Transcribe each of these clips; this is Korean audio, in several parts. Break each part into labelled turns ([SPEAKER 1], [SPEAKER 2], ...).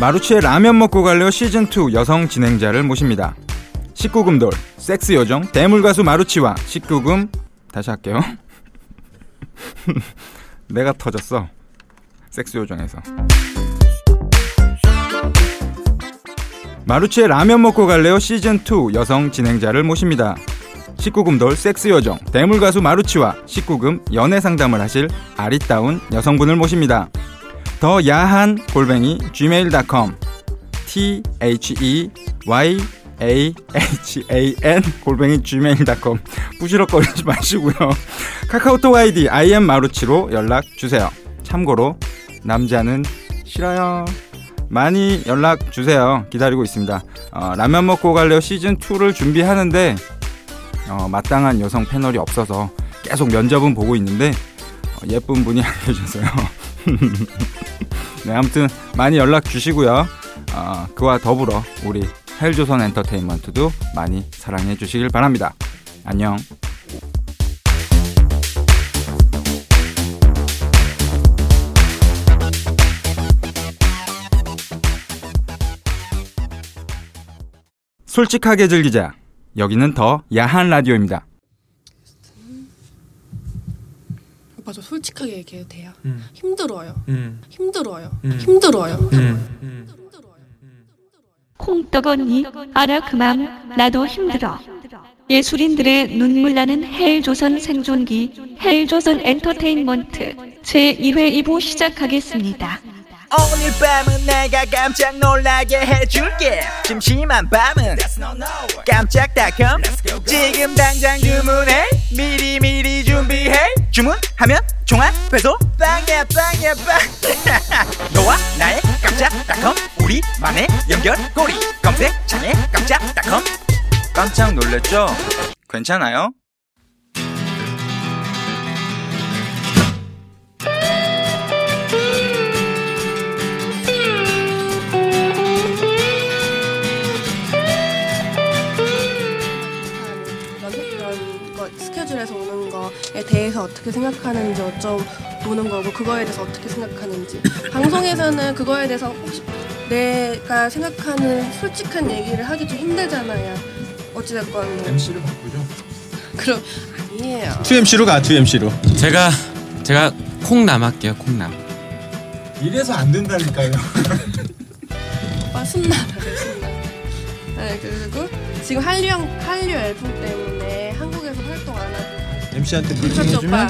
[SPEAKER 1] 마루치의 라면 먹고 갈래요 시즌2 여성 진행자를 모십니다. 19금 돌, 섹스 요정, 대물가수 마루치와 19금, 다시 할게요. 내가 터졌어. 섹스 요정에서. 마루치의 라면 먹고 갈래요 시즌2 여성 진행자를 모십니다. 19금 돌 섹스 요정 대물가수 마루치와 19금 연애 상담을 하실 아리따운 여성분을 모십니다. 더 야한 골뱅이 gmail.com t h e y a h a n 골뱅이 gmail.com 부시럭거리지 마시고요. 카카오톡 아이디 i m 마루치로 연락 주세요. 참고로 남자는 싫어요. 많이 연락 주세요. 기다리고 있습니다. 어, 라면 먹고 갈래요 시즌 2를 준비하는데 어, 마땅한 여성 패널이 없어서 계속 면접은 보고 있는데 어, 예쁜 분이 안 계셔서요. 네, 아무튼 많이 연락 주시고요. 어, 그와 더불어 우리 헬조선 엔터테인먼트도 많이 사랑해 주시길 바랍니다. 안녕. 솔직하게 즐기자. 여기는 더 야한 라디오입니다.
[SPEAKER 2] 오빠 저 솔직하게 얘기해도 돼요?
[SPEAKER 3] 음.
[SPEAKER 2] 힘들어요.
[SPEAKER 3] 음.
[SPEAKER 2] 힘들어요.
[SPEAKER 3] 음.
[SPEAKER 2] 힘들어요.
[SPEAKER 3] 음. 음.
[SPEAKER 2] 힘들어요.
[SPEAKER 4] 콩떡언니 알아 그맘 나도 힘들어 예술인들의 눈물 나는 헬조선 생존기 헬조선 엔터테인먼트 제1회 2부 시작하겠습니다.
[SPEAKER 5] 오늘 밤은 내가 깜짝 놀라게 해줄게 심심한 밤은 깜짝 닷컴 지금 당장 주문해 미리 미리 준비해 주문하면 종합 배송 빵야 빵야 빵 너와 나의 깜짝 닷컴 우리만의 연결고리 검색창에 깜짝 닷컴
[SPEAKER 1] 깜짝 놀랐죠? 괜찮아요?
[SPEAKER 2] 이런, 이런 거 스케줄에서 오는 거에 대해서 어떻게 생각하는지 여쭤보는 거고 그거에 대해서 어떻게 생각하는지 방송에서는 그거에 대해서 혹시 내가 생각하는 솔직한 얘기를 하기 좀 힘들잖아요. 어찌됐건 뭐.
[SPEAKER 3] MC를 바꾸죠.
[SPEAKER 2] 그럼 아니에요.
[SPEAKER 6] 2MC로 가 2MC로
[SPEAKER 7] 제가 제가 콩남 할게요 콩남
[SPEAKER 3] 이래서 안 된다니까요.
[SPEAKER 2] 오빠 신나요 신나. 네 그리고 지금 한류 형- 한류 앨범 때문에 한국에서 활동 안 하고
[SPEAKER 6] MC한테
[SPEAKER 2] 그렇죠 오빠.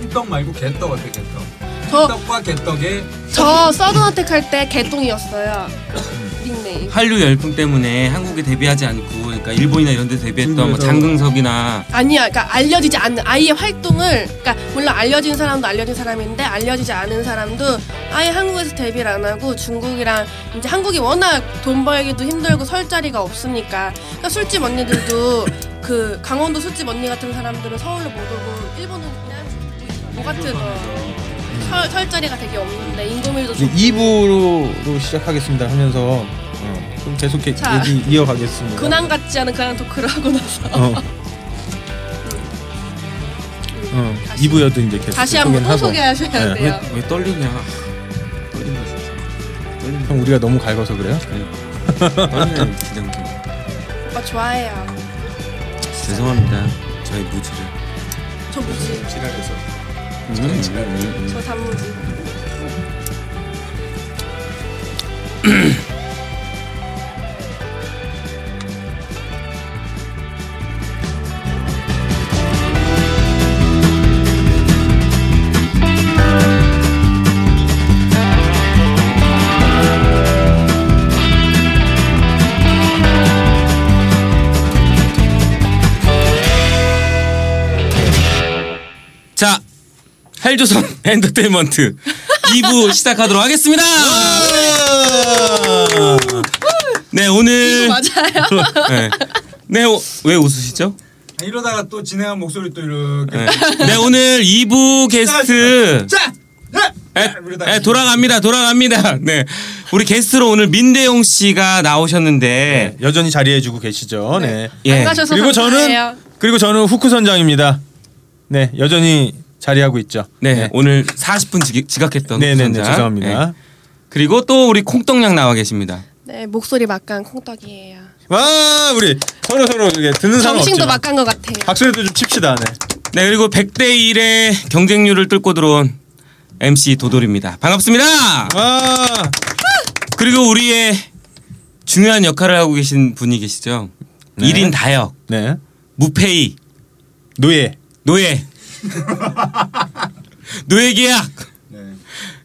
[SPEAKER 3] 콩떡 말고 개떡 어때 개떡?
[SPEAKER 2] 저,
[SPEAKER 3] 떡과 개떡에
[SPEAKER 2] 저 서든어택 할 때 개똥이었어요.
[SPEAKER 3] 음.
[SPEAKER 2] 닉네임.
[SPEAKER 7] 한류 열풍 때문에 한국에 데뷔하지 않고 그러니까 일본이나 이런 데 데뷔했던 뭐
[SPEAKER 3] 중국에서.
[SPEAKER 7] 장근석이나
[SPEAKER 2] 아니야, 그러니까 알려지지 않는 아이의 활동을, 그러니까 물론 알려진 사람도 알려진 사람인데 알려지지 않은 사람도 아예 한국에서 데뷔를 안 하고 중국이랑 이제 한국이 워낙 돈 벌기도 힘들고 설 자리가 없으니까 그러니까 술집 언니들도 그 강원도 술집 언니 같은 사람들은 서울로 못 오고 일본은 그냥 뭐 같은 어, 설, 설 자리가 되게 없는데 인구밀도
[SPEAKER 6] 이제
[SPEAKER 2] 좀
[SPEAKER 6] 2부로 시작하겠습니다 하면서 어, 좀 계속 해-
[SPEAKER 2] 자.
[SPEAKER 6] 얘기 이어가겠습니다
[SPEAKER 2] 근황 같지 않은 그냥 토크를 하고 나서
[SPEAKER 6] 어. 어.
[SPEAKER 2] 다시.
[SPEAKER 6] 2부여도 이제 계속
[SPEAKER 2] 다시 한번 또
[SPEAKER 6] 하고.
[SPEAKER 2] 소개하셔야
[SPEAKER 6] 네.
[SPEAKER 2] 돼요.
[SPEAKER 7] 왜 떨리냐 떨린다 진짜
[SPEAKER 6] 형 우리가 너무 갈궈서 그래요?
[SPEAKER 7] 떨리는 긴장도
[SPEAKER 2] 오빠 좋아해요.
[SPEAKER 7] 죄송합니다 저의 무지를
[SPEAKER 2] 저 무지,
[SPEAKER 3] 지랄해서
[SPEAKER 2] 저 단무지.
[SPEAKER 7] 자 헬조선 엔터테인먼트 2부 시작하도록 하겠습니다 네 오늘
[SPEAKER 2] 맞아요.
[SPEAKER 7] 네. 네, 어, 왜 웃으시죠?
[SPEAKER 3] 아, 이러다가 또 진행한 목소리 또 이렇게
[SPEAKER 7] 네. 네, 오늘 2부 게스트
[SPEAKER 3] 자.
[SPEAKER 6] 네!
[SPEAKER 7] 에,
[SPEAKER 3] 이러다가
[SPEAKER 7] 에, 예? 돌아갑니다. 돌아갑니다. 네. 우리 게스트로 오늘 민대용 씨가 나오셨는데
[SPEAKER 6] 네, 여전히 자리해주고 계시죠 네.
[SPEAKER 7] 예.
[SPEAKER 2] 네. 안 가셔서
[SPEAKER 6] 그리고
[SPEAKER 2] 감사해요.
[SPEAKER 6] 저는 그리고 저는 후크 선장입니다 네 여전히 자리하고 있죠 네.
[SPEAKER 7] 네, 오늘 40분 지, 각했던
[SPEAKER 6] 네네네 죄송합니다
[SPEAKER 7] 그리고 또 우리 콩떡냥 나와 계십니다.
[SPEAKER 2] 네 목소리 막간 콩떡이에요.
[SPEAKER 6] 와 아, 우리 서로 서로 이게 듣는 사람
[SPEAKER 2] 정신도
[SPEAKER 6] 그 없지만
[SPEAKER 2] 막간 것 같아요.
[SPEAKER 6] 박수라도 좀 칩시다. 네.
[SPEAKER 7] 네, 그리고 100대 1의 경쟁률을 뚫고 들어온 MC 도돌입니다. 반갑습니다.
[SPEAKER 6] 와
[SPEAKER 7] 그리고 우리의 중요한 역할을 하고 계신 분이 계시죠.
[SPEAKER 6] 네.
[SPEAKER 7] 일 1인 다역,
[SPEAKER 6] 네.
[SPEAKER 7] 무페이,
[SPEAKER 6] 노예.
[SPEAKER 7] 노예. 노예 계약.
[SPEAKER 3] 네.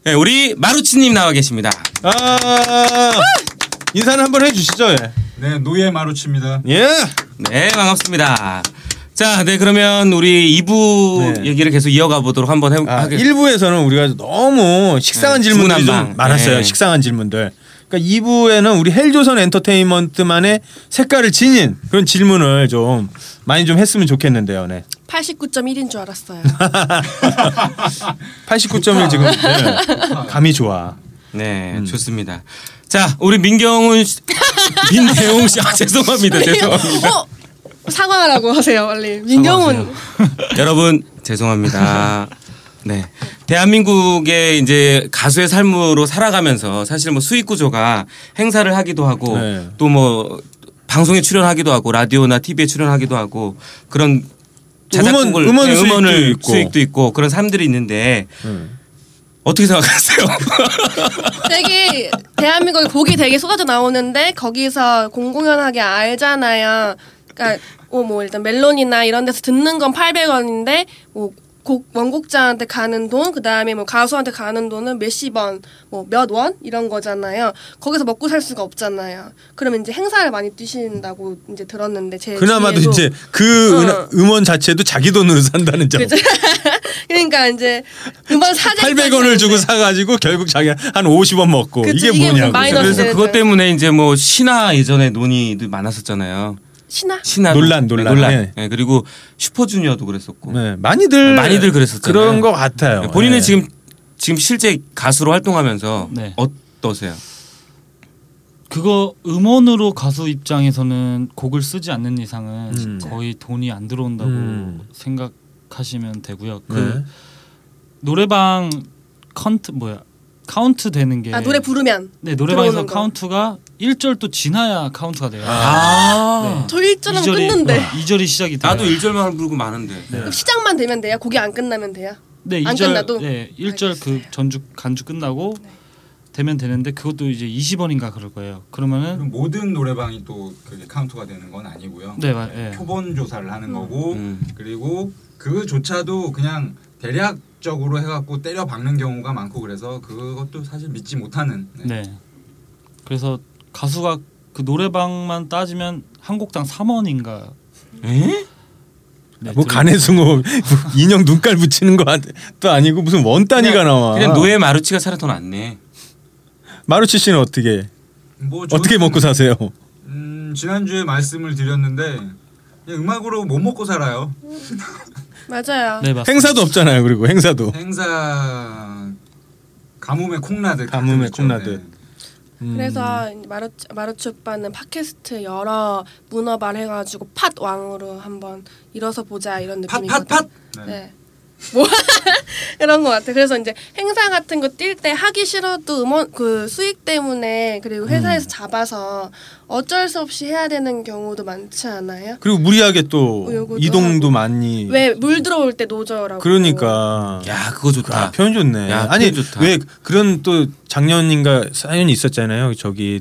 [SPEAKER 7] 네, 우리 마루치님 나와 계십니다.
[SPEAKER 6] 아 인사는 한번 해주시죠. 예.
[SPEAKER 3] 네, 노예 마루치입니다.
[SPEAKER 6] 예.
[SPEAKER 7] 네, 반갑습니다. 자, 네, 그러면 우리 2부
[SPEAKER 6] 네.
[SPEAKER 7] 얘기를 계속 이어가 보도록 한번 해,
[SPEAKER 6] 아,
[SPEAKER 7] 하겠-
[SPEAKER 6] 일부에서는 우리가 너무 식상한
[SPEAKER 7] 네,
[SPEAKER 6] 질문들이
[SPEAKER 7] 중구난방.
[SPEAKER 6] 좀 많았어요.
[SPEAKER 7] 네.
[SPEAKER 6] 식상한 질문들. 그러니까 2부에는 우리 헬조선 엔터테인먼트만의 색깔을 지닌 그런 질문을 좀 많이 좀 했으면 좋겠는데요. 네.
[SPEAKER 2] 89.1인 줄 알았어요.
[SPEAKER 6] 89.1 지금 네. 감이 좋아.
[SPEAKER 7] 네, 좋습니다. 자, 우리 민경훈 씨, 민대웅 씨, 아, 죄송합니다, 죄송합니다.
[SPEAKER 2] 어 사과하라고 하세요 빨리. 민경훈
[SPEAKER 7] 여러분 죄송합니다. 네, 대한민국의 이제 가수의 삶으로 살아가면서 사실 뭐 수익 구조가 행사를 하기도 하고
[SPEAKER 6] 네.
[SPEAKER 7] 또 뭐 방송에 출연하기도 하고 라디오나 TV에 출연하기도 하고 그런
[SPEAKER 6] 또 음원-
[SPEAKER 7] 자작곡을
[SPEAKER 6] 음원 수익도
[SPEAKER 7] 음원을
[SPEAKER 6] 있고. 네.
[SPEAKER 7] 수익도 있고 그런 삶들이 있는데 어떻게 생각하세요?
[SPEAKER 2] 되게 대한민국의 곡이 되게 쏟아져 나오는데 거기서 공공연하게 알잖아요. 그러니까 어, 뭐 일단 멜론이나 이런 데서 듣는 건 800원인데 뭐 곡 원곡자한테 가는 돈, 그 다음에 뭐 가수한테 가는 돈은 몇십 원, 뭐 몇 원 이런 거잖아요. 거기서 먹고 살 수가 없잖아요. 그러면 이제 행사를 많이 뛰신다고 이제 들었는데 제
[SPEAKER 6] 그나마도
[SPEAKER 2] 뒤에도
[SPEAKER 6] 이제 그
[SPEAKER 2] 네, 어.
[SPEAKER 6] 은하- 음원 자체도 자기 돈으로 산다는 점.
[SPEAKER 2] 그러니까 이제 음반 사재
[SPEAKER 6] 800원을 주고 사가지고 결국 자기 한 50원 먹고
[SPEAKER 2] 그치,
[SPEAKER 6] 이게
[SPEAKER 2] 이게 무슨
[SPEAKER 6] 뭐냐고.
[SPEAKER 2] 마이너스.
[SPEAKER 7] 그래서
[SPEAKER 2] 네, 네.
[SPEAKER 7] 그것 때문에 이제 뭐 신화 예전에 논의도 많았었잖아요.
[SPEAKER 2] 신화
[SPEAKER 7] 신화
[SPEAKER 6] 논란, 논란.
[SPEAKER 7] 논란.
[SPEAKER 6] 네.
[SPEAKER 7] 네, 그리고 슈퍼주니어도 그랬었고.
[SPEAKER 6] 네, 많이들
[SPEAKER 7] 많이들 그랬었잖아요.
[SPEAKER 6] 그런 것 같아요.
[SPEAKER 7] 네, 본인은
[SPEAKER 6] 예.
[SPEAKER 7] 지금 지금 실제 가수로 활동하면서
[SPEAKER 8] 네.
[SPEAKER 7] 어떠세요?
[SPEAKER 8] 그거 음원으로 가수 입장에서는 곡을 쓰지 않는 이상은
[SPEAKER 6] 음.
[SPEAKER 8] 거의 돈이 안 들어온다고
[SPEAKER 6] 음.
[SPEAKER 8] 생각하시면 되고요. 그
[SPEAKER 6] 네.
[SPEAKER 8] 노래방 컨트 뭐야 카운트 되는 게
[SPEAKER 2] 아 노래 부르면
[SPEAKER 8] 네 노래방에서
[SPEAKER 2] 들어오는 거.
[SPEAKER 8] 카운트가 1절 또 지나야 카운트가 돼요.
[SPEAKER 7] 아,
[SPEAKER 6] 네.
[SPEAKER 2] 저 1절은 끊는데
[SPEAKER 8] 2절이 시작이 돼요.
[SPEAKER 7] 나도 1절만 부르고 마는데.
[SPEAKER 6] 네.
[SPEAKER 2] 그럼 네. 시작만 되면 돼요? 곡이 안 끝나면 돼요?
[SPEAKER 8] 네,
[SPEAKER 2] 안
[SPEAKER 8] 2절,
[SPEAKER 2] 끝나도? 네.
[SPEAKER 8] 네, 1절 그 전주 간주 끝나고 되면 되는데 그것도 이제 20원인가 그럴 거예요. 그러면은
[SPEAKER 3] 그럼 모든 노래방이 또 그게 카운트가 되는 건 아니고요.
[SPEAKER 8] 네, 맞- 예.
[SPEAKER 3] 표본 조사를 하는 거고
[SPEAKER 7] 음.
[SPEAKER 3] 그리고 그조차도 그냥 대략적으로 해갖고 때려 박는 경우가 많고 그래서 그것도 사실 믿지 못하는 네.
[SPEAKER 8] 네. 그래서 가수가 그 노래방만 따지면 한 곡당 3원인가.
[SPEAKER 7] 에?
[SPEAKER 8] 네,
[SPEAKER 6] 뭐
[SPEAKER 7] 그
[SPEAKER 8] 들어요.
[SPEAKER 6] 간해숭어 인형 눈깔 붙이는 것도 아니고 무슨 원 단위가 나와.
[SPEAKER 3] 아.
[SPEAKER 7] 그냥 노예 마루치가 차라리 더 낫네.
[SPEAKER 6] 마루치 씨는 어떻게
[SPEAKER 3] 뭐 저는-
[SPEAKER 6] 어떻게 먹고 사세요?
[SPEAKER 3] 음, 지난주에 말씀을 드렸는데 그냥 음악으로 못 먹고 살아요.
[SPEAKER 2] 맞아요.
[SPEAKER 8] 네, 맞습니다.
[SPEAKER 6] 행사도 없잖아요. 그리고 행사도.
[SPEAKER 7] 네.
[SPEAKER 3] 행사 가뭄에 콩나듯
[SPEAKER 6] 가뭄에
[SPEAKER 3] 그렇죠.
[SPEAKER 6] 콩나듯.
[SPEAKER 3] 네.
[SPEAKER 6] 음.
[SPEAKER 2] 그래서 이제 마루치, 마루치 오빠는 팟캐스트 여러 문어발 해가지고 팟 왕으로 한번 일어서 보자 이런
[SPEAKER 3] 팟,
[SPEAKER 2] 느낌이거든요.
[SPEAKER 3] 팟, 팟. 네.
[SPEAKER 2] 네. 뭐 이런 것 같아. 그래서 이제 행사 같은 거 뛸 때 하기 싫어도 음원 그 수익 때문에
[SPEAKER 6] 음.
[SPEAKER 2] 그리고 회사에서 잡아서 어쩔 수 없이 해야 되는 경우도 많지 않아요?
[SPEAKER 6] 그리고 무리하게 또
[SPEAKER 2] 어, 요거도
[SPEAKER 6] 이동도 많이.
[SPEAKER 2] 왜 물 들어올 때 노저라고.
[SPEAKER 6] 음. 그러니까.
[SPEAKER 7] 야, 그거 좋다.
[SPEAKER 6] 아, 표현 좋네.
[SPEAKER 7] 야,
[SPEAKER 6] 아니
[SPEAKER 7] 표현 좋다.
[SPEAKER 6] 왜 그런 또 작년인가 사연이 있었잖아요. 저기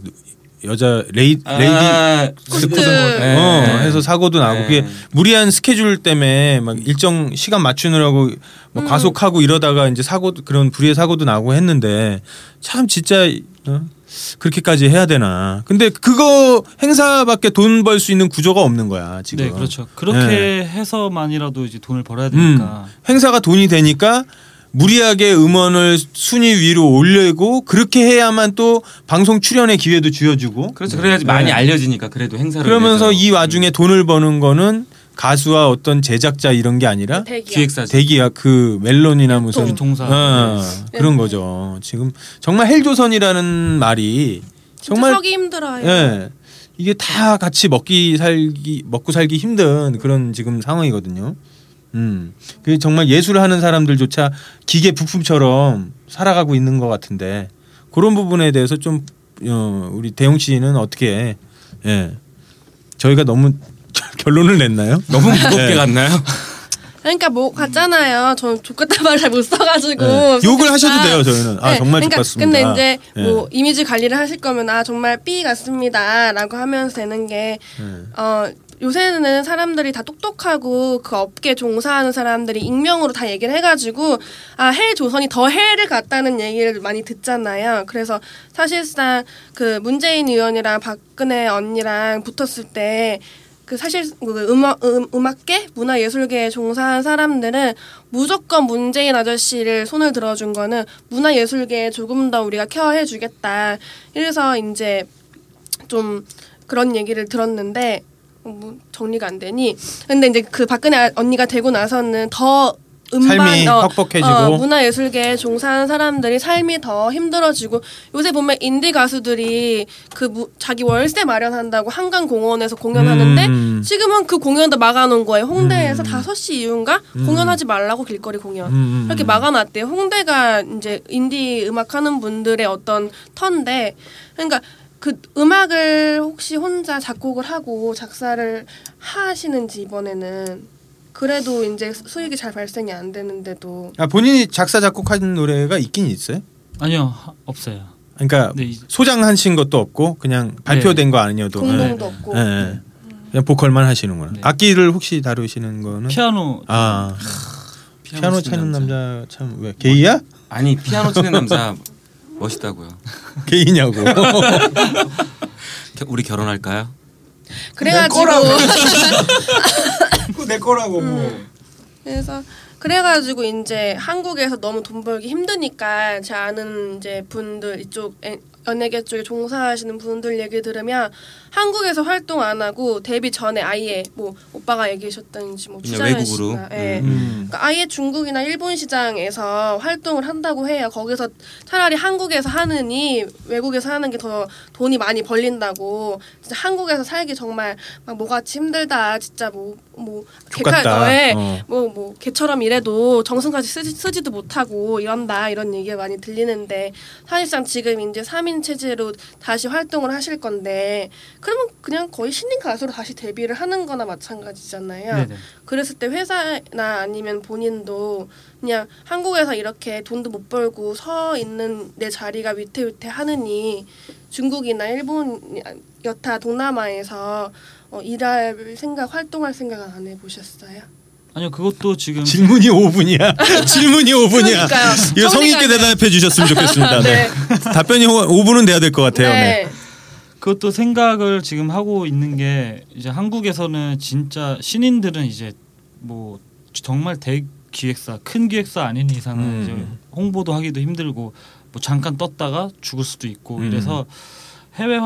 [SPEAKER 6] 여자 레이
[SPEAKER 7] 아,
[SPEAKER 6] 레이디
[SPEAKER 2] 코스트.
[SPEAKER 6] 스포츠
[SPEAKER 7] 네.
[SPEAKER 6] 어, 해서 사고도 나고
[SPEAKER 7] 네.
[SPEAKER 6] 그게 무리한 스케줄 때문에 막 일정 시간 맞추느라고 막
[SPEAKER 7] 음.
[SPEAKER 6] 과속하고 이러다가 이제 사고 그런 불의의 사고도 나고 했는데 참 진짜 어? 그렇게까지 해야 되나? 근데 그거 행사밖에 돈 벌 수 있는 구조가 없는 거야 지금.
[SPEAKER 8] 네, 그렇죠. 그렇게
[SPEAKER 6] 네.
[SPEAKER 8] 해서만이라도 이제 돈을 벌어야
[SPEAKER 6] 음,
[SPEAKER 8] 되니까.
[SPEAKER 6] 행사가 돈이 되니까 무리하게 음원을 순위 위로 올리고 그렇게 해야만 또 방송 출연의 기회도 쥐어주고
[SPEAKER 7] 그렇죠. 그래야지 많이 알려지니까 그래도 행사를
[SPEAKER 6] 네.
[SPEAKER 8] 그렇죠.
[SPEAKER 6] 그러면서
[SPEAKER 7] 위해서.
[SPEAKER 6] 이 와중에 돈을 버는 거는 가수와 어떤 제작자 이런 게 아니라
[SPEAKER 2] 대기업.
[SPEAKER 7] 기획사지.
[SPEAKER 6] 네. 대기야 그 멜론이나 무슨
[SPEAKER 8] 유통사.
[SPEAKER 6] 어,
[SPEAKER 2] 네.
[SPEAKER 6] 그런 거죠. 지금 정말 헬조선이라는 말이
[SPEAKER 2] 정말
[SPEAKER 6] 정말
[SPEAKER 2] 서기 힘들어요.
[SPEAKER 6] 예. 이게 다 같이 먹기 살기 먹고 살기 힘든 그런 지금 상황이거든요. 음. 그 정말 예술을 하는 사람들조차 기계 부품처럼 살아가고 있는 것 같은데 그런 부분에 대해서 좀 어, 우리 대용 씨는 어떻게 예. 저희가 너무 결론을 냈나요?
[SPEAKER 7] 너무 무겁게
[SPEAKER 6] 네.
[SPEAKER 7] 갔나요?
[SPEAKER 2] 그러니까 뭐 같잖아요. 저는 족같다 말을 잘 못 써가지고
[SPEAKER 6] 네. 욕을
[SPEAKER 2] 솔직히 다- 네.
[SPEAKER 6] 하셔도
[SPEAKER 2] 그러니까
[SPEAKER 6] 돼요, 저희는. 아, 정말 좋았습니다.
[SPEAKER 2] 근데 이제
[SPEAKER 6] 예.
[SPEAKER 2] 뭐 이미지 관리를 하실 거면 아 정말 삐 같습니다라고 하면서 되는 게
[SPEAKER 6] 네.
[SPEAKER 2] 어. 요새는 사람들이 다 똑똑하고 그 업계 종사하는 사람들이 익명으로 다 얘기를 해가지고 아 헬 조선이 더 헬을 갔다는 얘기를 많이 듣잖아요. 그래서 사실상 그 문재인 의원이랑 박근혜 언니랑 붙었을 때 그 사실 그 음악 음, 음악계 문화 예술계에 종사한 사람들은 무조건 문재인 아저씨를 손을 들어준 거는 문화 예술계에 조금 더 우리가 케어해 주겠다. 이래서 이제 좀 그런 얘기를 들었는데 어, 뭐 정리가 안 되니. 근데 이제 그 박근혜 아- 언니가 되고 나서는 더 음반
[SPEAKER 6] 삶이
[SPEAKER 2] 어,
[SPEAKER 6] 퍽퍽해지고.
[SPEAKER 2] 어, 문화예술계에 종사한 사람들이 삶이 더 힘들어지고 요새 보면 인디 가수들이 그 무- 자기 월세 마련한다고 한강 공원에서 공연하는데
[SPEAKER 6] 음.
[SPEAKER 2] 지금은 그 공연 다 막아놓은 거예요. 홍대에서 다 5시 이후인가 공연하지 말라고 길거리 공연
[SPEAKER 6] 음.
[SPEAKER 2] 이렇게 막아놨대요. 홍대가 이제 인디 음악하는 분들의 어떤 터인데 그러니까 그 음악을 혹시 혼자 작곡을 하고 작사를 하시는지 이번에는 그래도 이제 수- 수익이 잘 발생이 안 되는데도
[SPEAKER 6] 아, 본인이 작사 작곡한 노래가 있긴 있어요.
[SPEAKER 8] 아니요 하- 없어요.
[SPEAKER 6] 그러니까
[SPEAKER 8] 근데 이-
[SPEAKER 6] 소장하신 것도 없고 그냥 발표된 거 아니어도
[SPEAKER 2] 공동도 없고
[SPEAKER 6] 예, 예, 예. 그냥 보컬만 하시는구나.
[SPEAKER 8] 네.
[SPEAKER 6] 악기를 혹시 다루시는 거는
[SPEAKER 8] 피아노
[SPEAKER 6] 음. 아 피아노, 치는
[SPEAKER 8] 치는
[SPEAKER 6] 남자 참 왜 게이야?
[SPEAKER 7] 아니 피아노 치는 남자 멋있다고요.
[SPEAKER 6] 게이냐고.
[SPEAKER 7] 겨- 우리 결혼할까요?
[SPEAKER 2] 그래가지고
[SPEAKER 3] 그거 내 거라고 뭐.
[SPEAKER 2] 음. 그래서 그래가지고 이제 한국에서 너무 돈 벌기 힘드니까 제 아는 이제 분들 이쪽 엔- 연예계 쪽에 종사하시는 분들 얘기 들으면 한국에서 활동 안 하고 데뷔 전에 아예 뭐 오빠가 얘기하셨던지 뭐
[SPEAKER 7] 그냥
[SPEAKER 2] 주자연
[SPEAKER 7] 외국으로.
[SPEAKER 2] 씨나 예.
[SPEAKER 6] 음.
[SPEAKER 2] 그러니까 아예 중국이나 일본 시장에서 활동을 한다고 해요. 거기서 차라리 한국에서 하느니 외국에서 하는 게 더 돈이 많이 벌린다고. 진짜 한국에서 살기 정말 막 뭐같이 힘들다. 진짜 뭐뭐
[SPEAKER 6] 똑같다.
[SPEAKER 2] 에
[SPEAKER 6] 어.
[SPEAKER 2] 뭐, 뭐, 개처럼 일해도 정성까지 쓰지, 쓰지도 못하고 이런다, 이런 얘기가 많이 들리는데, 사실상 지금 이제 3인 체제로 다시 활동을 하실 건데, 그러면 그냥 거의 신인 가수로 다시 데뷔를 하는 거나 마찬가지잖아요.
[SPEAKER 8] 네네.
[SPEAKER 2] 그랬을 때 회사나 아니면 본인도 그냥 한국에서 이렇게 돈도 못 벌고 서 있는 내 자리가 위태위태 하느니 중국이나 일본 여타 동남아에서 어, 일할 생각, 활동할 생각은 안 해보셨어요?
[SPEAKER 8] 아니요 그것도 지금
[SPEAKER 6] 질문이 5분이야. 질문이 5분이야.
[SPEAKER 2] 그러니까요.
[SPEAKER 6] 이거 성의
[SPEAKER 2] 정리가
[SPEAKER 6] 있게
[SPEAKER 2] 안 돼요.
[SPEAKER 6] 대답해 주셨으면 좋겠습니다. 네. 답변이 5분은 돼야 될 것 같아요. 네.
[SPEAKER 8] 그것도 생각을 지금 하고 있는 게 이제 한국에서는 진짜 신인들은 이제 뭐 정말 대 기획사 큰 기획사 아닌 이상은
[SPEAKER 6] 음.
[SPEAKER 8] 이제 홍보도 하기도 힘들고 뭐 잠깐 떴다가 죽을 수도 있고
[SPEAKER 6] 음.
[SPEAKER 8] 이래서 해외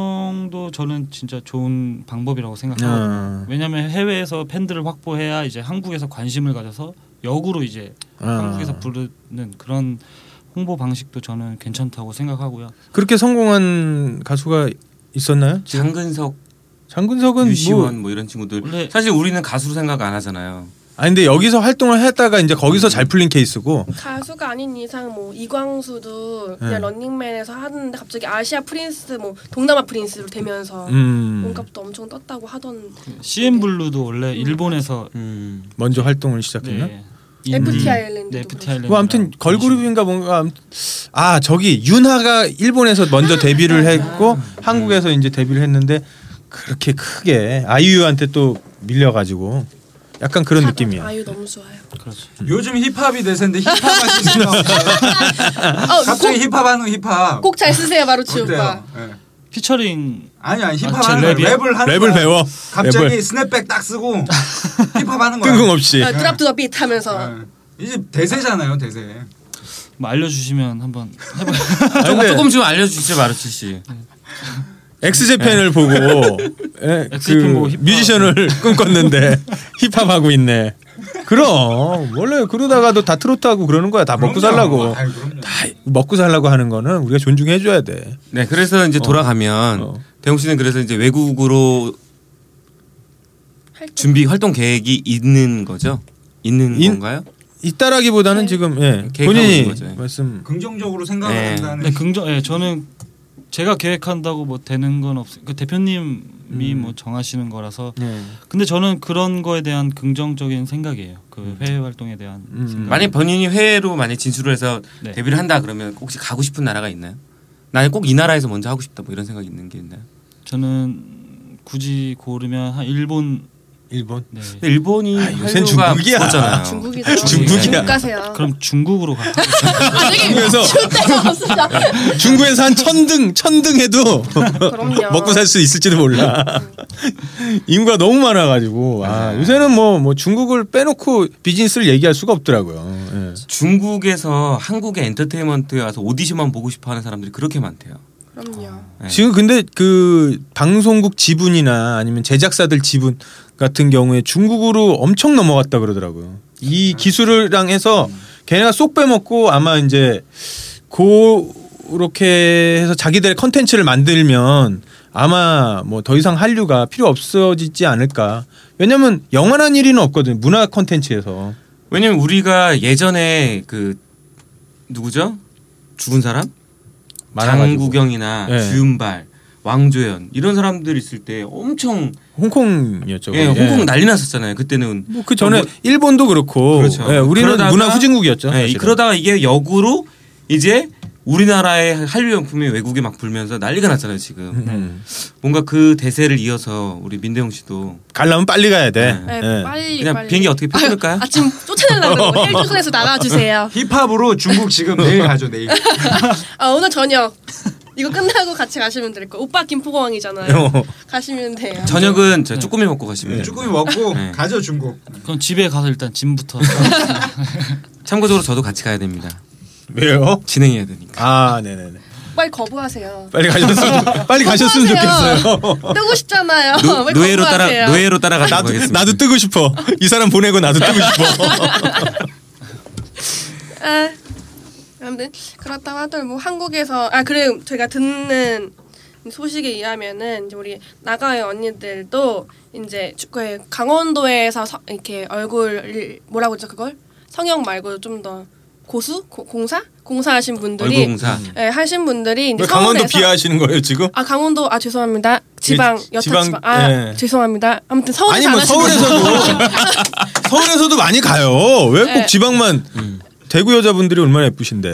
[SPEAKER 8] 활동도 저는 진짜 좋은 방법이라고
[SPEAKER 2] 네.
[SPEAKER 8] 생각하고 요
[SPEAKER 6] 어,
[SPEAKER 8] 왜냐하면 해외에서 팬들을 확보해야 이제 한국에서 관심을 가져서 역으로 이제
[SPEAKER 6] 어.
[SPEAKER 8] 한국에서 부르는 그런 홍보 방식도 저는 괜찮다고 생각하고요.
[SPEAKER 6] 그렇게 성공한 가수가 있었나요?
[SPEAKER 7] 장근석,
[SPEAKER 6] 장근석은 뭐
[SPEAKER 7] 유시원 뭐 이런 친구들.
[SPEAKER 8] 원래-
[SPEAKER 7] 사실 우리는 가수로 생각 안 하잖아요.
[SPEAKER 6] 아니 근데 여기서 활동을 했다가 이제 거기서
[SPEAKER 8] 음.
[SPEAKER 6] 잘 풀린 케이스고
[SPEAKER 2] 가수가 아닌 이상 뭐 이광수도
[SPEAKER 6] 네.
[SPEAKER 2] 그냥 런닝맨에서 하는데 갑자기 아시아 프린스 뭐 동남아 프린스로 되면서
[SPEAKER 6] 음,
[SPEAKER 2] 몸값도 엄청 떴다고 하던
[SPEAKER 8] CM 블루도 원래 일본에서
[SPEAKER 7] 음.
[SPEAKER 6] 먼저 활동을 시작했나?
[SPEAKER 8] 네.
[SPEAKER 2] FT
[SPEAKER 8] 음.
[SPEAKER 2] 아일랜드도
[SPEAKER 8] 네, FT
[SPEAKER 2] 그렇죠.
[SPEAKER 8] 아일랜드.
[SPEAKER 6] 뭐 아무튼 걸그룹인가 뭔가 아무- 아 저기 윤하가 일본에서 먼저
[SPEAKER 8] 음.
[SPEAKER 6] 데뷔를 했고 한국에서 이제 데뷔를 했는데 그렇게 크게 아이유한테 또 밀려가지고 약간 그런 느낌이야.
[SPEAKER 2] 아유 너무 좋아요.
[SPEAKER 8] 그렇죠.
[SPEAKER 3] 요즘 힙합이 대세인데 힙합 하시는 거
[SPEAKER 2] 어,
[SPEAKER 3] 아, 갑자기 힙합 하는 힙합.
[SPEAKER 2] 꼭 잘 쓰세요 마루치 오빠.
[SPEAKER 3] 어때요? 예.
[SPEAKER 8] 피처링
[SPEAKER 3] 아니 아니 힙합
[SPEAKER 8] 아, 제
[SPEAKER 3] 하는
[SPEAKER 8] 랩이요?
[SPEAKER 3] 랩, 랩을 하는
[SPEAKER 6] 랩을
[SPEAKER 3] 거야.
[SPEAKER 6] 배워.
[SPEAKER 3] 갑자기
[SPEAKER 6] 랩을
[SPEAKER 3] 스냅백 딱 쓰고 힙합 하는 거야.
[SPEAKER 6] 뜬금없이.
[SPEAKER 2] 어,
[SPEAKER 6] 아,
[SPEAKER 2] 드랍 드랍 비트
[SPEAKER 7] 네.
[SPEAKER 2] 하면서
[SPEAKER 3] 예. 이제 대세잖아요 대세.
[SPEAKER 8] 뭐 알려주시면 한번 해봐요.
[SPEAKER 6] 조금
[SPEAKER 7] 조금 좀 알려주시죠 마르치 씨.
[SPEAKER 6] 엑스제팬을 보고 예,
[SPEAKER 8] 엑스제팬
[SPEAKER 6] 그
[SPEAKER 8] 보고 힙합.
[SPEAKER 6] 뮤지션을 꿈꿨는데 힙합 하고 있네. 그럼 원래 그러다가도 다 트로트 하고 그러는 거야. 다 먹고 살라고.
[SPEAKER 3] 아이, 그럼요.
[SPEAKER 6] 다 먹고 살라고 하는 거는 우리가 존중해 줘야 돼.
[SPEAKER 7] 네, 그래서 이제 돌아가면
[SPEAKER 6] 어.
[SPEAKER 7] 대웅 씨는 그래서 이제 외국으로
[SPEAKER 2] 활동.
[SPEAKER 7] 준비 활동 계획이 있는 거죠? 있는
[SPEAKER 6] 인-
[SPEAKER 7] 건가요?
[SPEAKER 6] 있다라기보다는 지금 예,
[SPEAKER 7] 계획하고 있는
[SPEAKER 6] 본인이
[SPEAKER 7] 거죠, 예.
[SPEAKER 6] 말씀
[SPEAKER 3] 긍정적으로 생각을
[SPEAKER 7] 네.
[SPEAKER 3] 한다는
[SPEAKER 8] 네, 긍정. 예, 저는 제가 계획한다고 뭐 되는 건 없어요. 그 대표님이
[SPEAKER 6] 음.
[SPEAKER 8] 뭐 정하시는 거라서.
[SPEAKER 6] 예.
[SPEAKER 8] 근데 저는 그런 거에 대한 긍정적인 생각이에요. 그 회의 활동에 대한
[SPEAKER 6] 음.
[SPEAKER 8] 생각.
[SPEAKER 7] 만약 본인이 해외로 만약 진출을 해서
[SPEAKER 8] 네.
[SPEAKER 7] 데뷔를 한다 그러면 혹시 가고 싶은 나라가 있나요? 나는 꼭 이 나라에서 먼저 하고 싶다 뭐 이런 생각이 있는 게 있나요?
[SPEAKER 8] 저는 굳이 고르면 한 일본
[SPEAKER 6] 일본
[SPEAKER 8] 네.
[SPEAKER 7] 근데 일본이
[SPEAKER 6] 아, 요새는
[SPEAKER 7] 한류가
[SPEAKER 6] 중국이야.
[SPEAKER 7] 붙었잖아요.
[SPEAKER 2] 중국이죠.
[SPEAKER 6] 중국이야.
[SPEAKER 2] 중국 가세요.
[SPEAKER 8] 아, 그럼 중국으로 가.
[SPEAKER 2] 아, 되게
[SPEAKER 6] 중국에서
[SPEAKER 2] 줄 데가 없으시다.
[SPEAKER 6] 중국에서 한 천등 천등 해도
[SPEAKER 2] 그럼요.
[SPEAKER 6] 먹고 살 수 있을지도 몰라. 인구가 너무 많아가지고 아, 요새는 뭐 뭐 중국을 빼놓고 비즈니스를 얘기할 수가 없더라고요. 예.
[SPEAKER 7] 중국에서 한국의 엔터테인먼트에 와서 오디션만 보고 싶어하는 사람들이 그렇게 많대요.
[SPEAKER 2] 그럼요.
[SPEAKER 7] 네.
[SPEAKER 6] 지금 근데 그 방송국 지분이나 아니면 제작사들 지분 같은 경우에 중국으로 엄청 넘어갔다 그러더라고요.
[SPEAKER 7] 아.
[SPEAKER 6] 이 기술이랑 해서
[SPEAKER 7] 음.
[SPEAKER 6] 걔네가 쏙 빼먹고 아마 이제 그렇게 해서 자기들의 컨텐츠를 만들면 아마 뭐 더 이상 한류가 필요 없어지지 않을까. 왜냐면 영원한 1위는 없거든요. 문화 컨텐츠에서.
[SPEAKER 7] 왜냐면 우리가 예전에 그 누구죠? 죽은 사람?
[SPEAKER 6] 많아가지고.
[SPEAKER 7] 장구경이나
[SPEAKER 6] 예.
[SPEAKER 7] 주윤발, 왕조연 이런 사람들 있을 때 엄청
[SPEAKER 6] 홍콩이었죠.
[SPEAKER 7] 예,
[SPEAKER 6] 거기.
[SPEAKER 7] 홍콩
[SPEAKER 6] 예.
[SPEAKER 7] 난리 났었잖아요. 그때는
[SPEAKER 6] 뭐그 전에
[SPEAKER 7] 뭐-
[SPEAKER 6] 일본도 그렇고
[SPEAKER 7] 그렇죠.
[SPEAKER 6] 예, 우리는
[SPEAKER 7] 그러다가-
[SPEAKER 6] 문화 후진국이었죠.
[SPEAKER 7] 예, 이-
[SPEAKER 6] 사실은.
[SPEAKER 7] 그러다가 이게 역으로 이제 우리나라의 한류 용품이 외국에 막 불면서 난리가 났잖아요 지금
[SPEAKER 6] 음.
[SPEAKER 7] 뭔가 그 대세를 이어서 우리 민대용 씨도
[SPEAKER 6] 가려면 빨리 가야 돼.
[SPEAKER 2] 네,
[SPEAKER 6] 예.
[SPEAKER 2] 빨리
[SPEAKER 7] 그냥
[SPEAKER 2] 빨리.
[SPEAKER 7] 비행기 어떻게 펴줄까요?
[SPEAKER 2] 아, 지금 쫓아내려고 그래요. 헬조선에서 나가주세요.
[SPEAKER 3] 힙합으로 중국 지금 내일 가죠 내일.
[SPEAKER 2] 아, 오늘 저녁 이거 끝나고 같이 가시면 될 거예요. 오빠 김포공항이잖아요.
[SPEAKER 6] 어.
[SPEAKER 2] 가시면 돼요. 네.
[SPEAKER 7] 저녁은 저 쭈꾸미 먹고 가시면 돼요.
[SPEAKER 3] 쭈꾸미 먹고
[SPEAKER 7] 네.
[SPEAKER 3] 가죠 중국.
[SPEAKER 8] 그럼 집에 가서 일단 짐부터.
[SPEAKER 7] 참고적으로 저도 같이 가야 됩니다.
[SPEAKER 6] 왜요?
[SPEAKER 7] 진행해야 되니까.
[SPEAKER 6] 아, 네네네.
[SPEAKER 2] 빨리 거부하세요.
[SPEAKER 6] 빨리 가셨으면 좋- 빨리 가셨으면
[SPEAKER 2] 거부하세요.
[SPEAKER 6] 좋겠어요.
[SPEAKER 2] 뜨고 싶잖아요. 왜
[SPEAKER 7] 노예로 따라
[SPEAKER 2] 거부하세요?
[SPEAKER 7] 노예로 따라가는
[SPEAKER 6] 나도
[SPEAKER 7] 거겠습니다.
[SPEAKER 6] 나도 뜨고 싶어. 이 사람 보내고 나도 뜨고 싶어.
[SPEAKER 2] 아, 아무튼 그렇다고 하더라도 뭐 한국에서 아 그래 제가 듣는 소식에 의하면은 이제 우리 나가의 언니들도 이제 주- 그 강원도에서 서- 이렇게 얼굴 뭐라고 그러죠 그걸 성형 말고 좀 더 고수 고- 공사 공사하신
[SPEAKER 7] 얼굴
[SPEAKER 2] 분들이
[SPEAKER 7] 공사.
[SPEAKER 3] 음.
[SPEAKER 2] 예, 하신 분들이 이제
[SPEAKER 6] 왜 강원도
[SPEAKER 2] 서울에서-
[SPEAKER 6] 비하하시는 거예요 지금?
[SPEAKER 2] 아 강원도 아 죄송합니다 지방
[SPEAKER 6] 예,
[SPEAKER 2] 여타
[SPEAKER 6] 지방,
[SPEAKER 2] 지방, 아
[SPEAKER 6] 예.
[SPEAKER 2] 죄송합니다 아무튼 서울에서
[SPEAKER 6] 아니 뭐
[SPEAKER 2] 안 하신
[SPEAKER 6] 서울에서도 서울에서도 많이 가요. 왜 꼭
[SPEAKER 2] 네.
[SPEAKER 6] 지방만? 대구 여자분들이 얼마나 예쁘신데.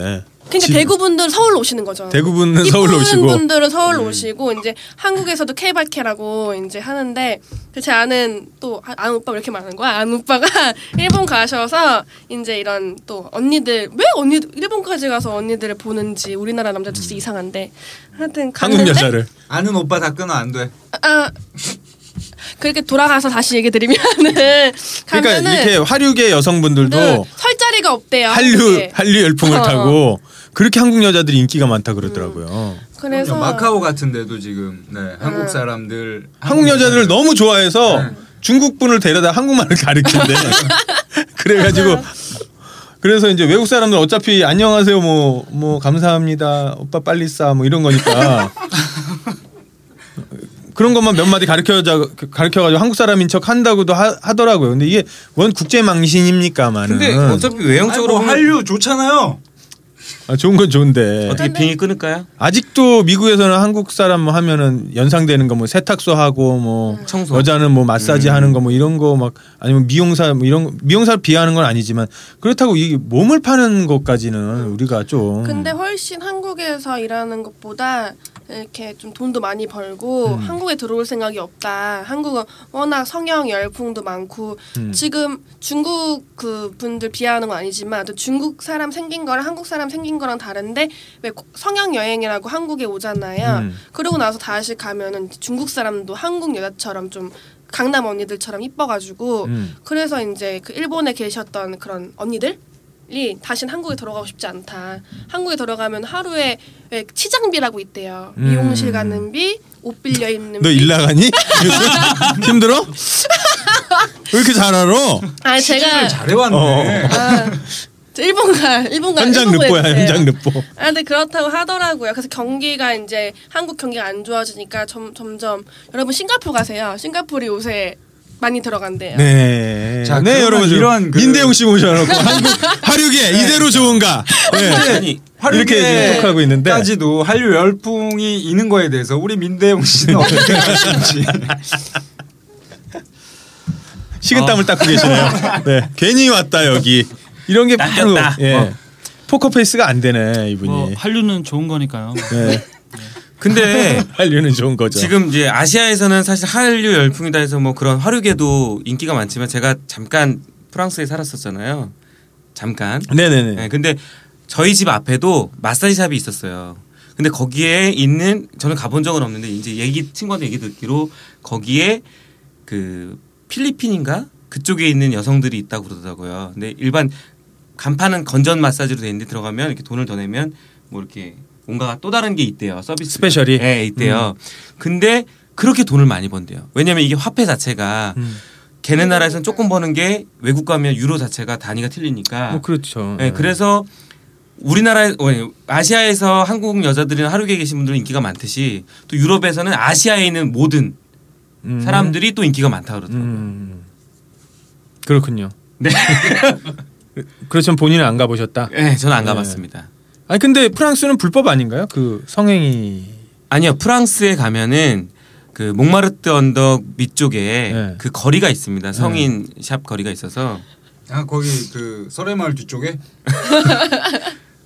[SPEAKER 2] 그러니까
[SPEAKER 6] 집-
[SPEAKER 2] 대구 분들 서울로 오시는 거죠
[SPEAKER 6] 대구분은
[SPEAKER 2] 이쁜
[SPEAKER 6] 서울로 오시고 네.
[SPEAKER 2] 분들은 서울 오시고 이제 한국에서도 케이바케라고 이제 하는데 그 제 아는 또 아- 아는 오빠 왜 이렇게 많은 거야? 아는 오빠가 일본 가셔서 이제 이런 또 언니들 왜 언니 일본까지 가서 언니들을 보는지 우리나라 남자들 진짜 이상한데 하여튼
[SPEAKER 6] 음. 한국
[SPEAKER 2] 가는데
[SPEAKER 6] 여자를.
[SPEAKER 3] 아는 오빠 다 끊어 안 돼.
[SPEAKER 2] 아 그렇게 돌아가서 다시 얘기 드리면은
[SPEAKER 6] 그러니까
[SPEAKER 2] 가면은
[SPEAKER 6] 이렇게 화류계
[SPEAKER 2] 늘
[SPEAKER 6] 여성분들도
[SPEAKER 2] 설 자리가 없대요.
[SPEAKER 6] 한류
[SPEAKER 2] 한국에.
[SPEAKER 6] 한류 열풍을
[SPEAKER 2] 어.
[SPEAKER 6] 타고 그렇게 한국 여자들이 인기가 많다 그러더라고요.
[SPEAKER 2] 그래서 아.
[SPEAKER 3] 마카오 같은데도 지금 네, 한국 사람들
[SPEAKER 6] 한국 여자들을 너무 좋아해서
[SPEAKER 3] 네.
[SPEAKER 6] 중국 분을 데려다 한국말을 가르친대. 그래가지고 그래서 이제 외국 사람들 어차피 안녕하세요 뭐 뭐 감사합니다 오빠 빨리 싸 뭐 이런 거니까 그런 것만 몇 마디 가르쳐 가르쳐가지고 한국 사람인 척 한다고도 하, 하더라고요. 근데 이게 원 국제 망신입니까만은
[SPEAKER 7] 근데 어차피
[SPEAKER 3] 영적으로
[SPEAKER 7] 외형적으로 한류
[SPEAKER 3] 네. 뭐 한류 좋잖아요.
[SPEAKER 6] 아, 좋은 건 좋은데
[SPEAKER 7] 어떻게 빙이 끊을까요?
[SPEAKER 6] 아직도 미국에서는 한국 사람 뭐 하면은 연상되는 거 뭐 세탁소 하고 뭐
[SPEAKER 2] 아.
[SPEAKER 7] 청소.
[SPEAKER 6] 여자는 뭐 마사지 하는 거 뭐 이런 거 막 아니면 미용사 뭐 이런 거- 미용사를 비하하는 건 아니지만 그렇다고 이 몸을 파는 것까지는 우리가 좀
[SPEAKER 2] 근데 훨씬 한국에서 일하는 것보다 이렇게 좀 돈도 많이 벌고
[SPEAKER 6] 음.
[SPEAKER 2] 한국에 들어올 생각이 없다. 한국은 워낙 성형 열풍도 많고
[SPEAKER 6] 음.
[SPEAKER 2] 지금 중국 그 분들 비하하는 건 아니지만 또 중국 사람 생긴 거랑 한국 사람 생긴 거랑 다른데 왜 고- 성형 여행이라고 한국에 오잖아요.
[SPEAKER 6] 음.
[SPEAKER 2] 그러고 나서 다시 가면은 중국 사람도 한국 여자처럼 좀 강남 언니들처럼 이뻐가지고
[SPEAKER 6] 음.
[SPEAKER 2] 그래서 이제 그 일본에 계셨던 그런 언니들이 다신 한국에 들어가고 싶지 않다. 한국에 들어가면 하루에 왜 치장비라고 있대요.
[SPEAKER 6] 음.
[SPEAKER 2] 미용실 가는 비, 옷 빌려 입는
[SPEAKER 6] 너
[SPEAKER 2] 비.
[SPEAKER 6] 일 나가니 힘들어? 왜 이렇게 잘 알아?
[SPEAKER 2] 아 제가
[SPEAKER 3] 잘해왔네.
[SPEAKER 6] 어.
[SPEAKER 2] 아, 저 일본 가 일본 가
[SPEAKER 6] 현장
[SPEAKER 2] 일본
[SPEAKER 6] 르뽀야
[SPEAKER 2] 보냈어요.
[SPEAKER 6] 현장 르뽀.
[SPEAKER 2] 아 근데 그렇다고 하더라고요. 그래서 경기가 이제 한국 경기가 안 좋아지니까 점, 점점 여러분 싱가포르 가세요. 싱가포르이 요새 많이 들어간대요.
[SPEAKER 6] 네.
[SPEAKER 3] 자,
[SPEAKER 6] 네,
[SPEAKER 3] 그러면
[SPEAKER 6] 여러분 지금
[SPEAKER 3] 이런 그-
[SPEAKER 6] 민대웅 씨 모셔놓고 한국 화류계 이대로 좋은가? 네.
[SPEAKER 7] 아니
[SPEAKER 6] 이렇게 지금 톡하고 있는데
[SPEAKER 3] 까지도 한류 열풍이 있는 거에 대해서 우리 민대용 씨는 어떻게 생각하시는지
[SPEAKER 6] 식은땀을 닦고 계시네요. 네. 괜히 왔다 여기. 이런 게 바로
[SPEAKER 7] 낚였다.
[SPEAKER 6] 예.
[SPEAKER 7] 어.
[SPEAKER 6] 포커 페이스가 안 되네 이분이.
[SPEAKER 8] 뭐 한류는 좋은 거니까요.
[SPEAKER 6] 네.
[SPEAKER 7] 근데
[SPEAKER 6] 한류는 좋은 거죠.
[SPEAKER 7] 지금 이제 아시아에서는 사실 한류 열풍이다 해서 뭐 그런 화류계도 인기가 많지만 제가 잠깐 프랑스에 살았었잖아요. 잠깐.
[SPEAKER 6] 네네네.
[SPEAKER 7] 네, 근데 저희 집 앞에도 마사지샵이 있었어요. 근데 거기에 있는 저는 가본 적은 없는데 이제 얘기 친구한테 얘기 듣기로 거기에 그 필리핀인가 그쪽에 있는 여성들이 있다고 그러더라고요. 근데 일반 간판은 건전 마사지로 돼 있는데 들어가면 이렇게 돈을 더 내면 뭐 이렇게 뭔가 또 다른 게 있대요. 서비스
[SPEAKER 6] 스페셜이? 음.
[SPEAKER 7] 네, 있대요. 근데 그렇게 돈을 많이 번대요. 왜냐면 이게 화폐 자체가
[SPEAKER 6] 음.
[SPEAKER 7] 걔네 나라에서는 조금 버는 게 외국 가면 유로 자체가 단위가 틀리니까
[SPEAKER 6] 뭐 그렇죠.
[SPEAKER 7] 네, 그래서 우리나라 아니, 아시아에서 한국 여자들이나 하루에 계신 분들은 인기가 많듯이 또 유럽에서는 아시아에 있는 모든
[SPEAKER 6] 음.
[SPEAKER 7] 사람들이 또 인기가 많다 그러더라고요.
[SPEAKER 6] 음. 그렇군요.
[SPEAKER 7] 네.
[SPEAKER 6] 그렇지만 본인은 안 가보셨다.
[SPEAKER 7] 네, 저는 안
[SPEAKER 6] 네.
[SPEAKER 7] 가봤습니다.
[SPEAKER 6] 아니 근데 프랑스는 불법 아닌가요? 그 성행위.
[SPEAKER 7] 아니요, 프랑스에 가면은 그 몽마르트 언덕 밑쪽에
[SPEAKER 6] 네.
[SPEAKER 7] 그 거리가 있습니다. 성인 샵 거리가 있어서
[SPEAKER 3] 아 거기 그 설해마을 뒤쪽에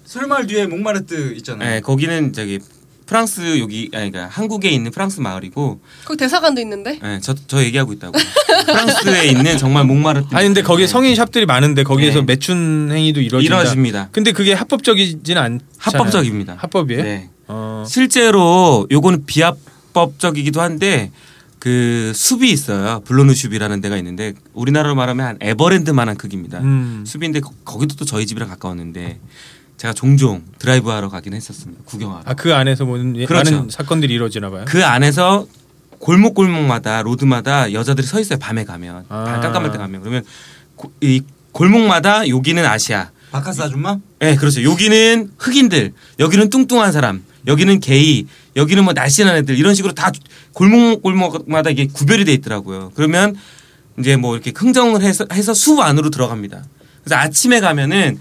[SPEAKER 3] 설마을 뒤에 목마르트
[SPEAKER 6] 음.
[SPEAKER 3] 있잖아요.
[SPEAKER 7] 네, 거기는 저기 프랑스 여기 아니 그러니까 한국에 있는 프랑스 마을이고
[SPEAKER 2] 거기 대사관도 있는데.
[SPEAKER 7] 네, 저, 저 얘기하고 있다고 프랑스에 있는 정말 몽마르트
[SPEAKER 6] 아니 근데 거기에
[SPEAKER 7] 밑에
[SPEAKER 6] 성인 샵들이 많은데 거기에서
[SPEAKER 7] 네.
[SPEAKER 6] 매춘 행위도 이루어진다.
[SPEAKER 7] 이루어집니다.
[SPEAKER 6] 근데 그게 합법적이진 않.
[SPEAKER 7] 합법적입니다.
[SPEAKER 6] 합법이에요?
[SPEAKER 7] 네.
[SPEAKER 6] 어.
[SPEAKER 7] 실제로 요거는 비합법적이기도 한데 그 숲이 있어요. 블루누 숲이라는 데가 있는데 우리나라로 말하면 한 에버랜드만한 크기입니다.
[SPEAKER 6] 음.
[SPEAKER 7] 숲인데 거- 거기도 또 저희 집이랑 가까웠는데 제가 종종 드라이브하러 가긴 했었습니다. 구경하러.
[SPEAKER 6] 아그 안에서 뭐 많은
[SPEAKER 7] 그렇죠.
[SPEAKER 6] 사건들이 이루어지나 봐요.
[SPEAKER 7] 그 안에서 골목 골목마다 로드마다 여자들이 서 있어요. 밤에 가면
[SPEAKER 6] 아.
[SPEAKER 7] 밤 깜깜할 때 가면 그러면 고- 이 골목마다 여기는 아시아,
[SPEAKER 3] 바카스 아줌마?
[SPEAKER 7] 네, 그렇죠. 여기는 흑인들, 여기는 뚱뚱한 사람, 여기는 게이, 여기는 뭐 날씬한 애들 이런 식으로 다 골목 골목마다 이게 구별이 돼 있더라고요. 그러면 이제 뭐 이렇게 흥정을 해서 해서 수 안으로 들어갑니다. 그래서 아침에 가면은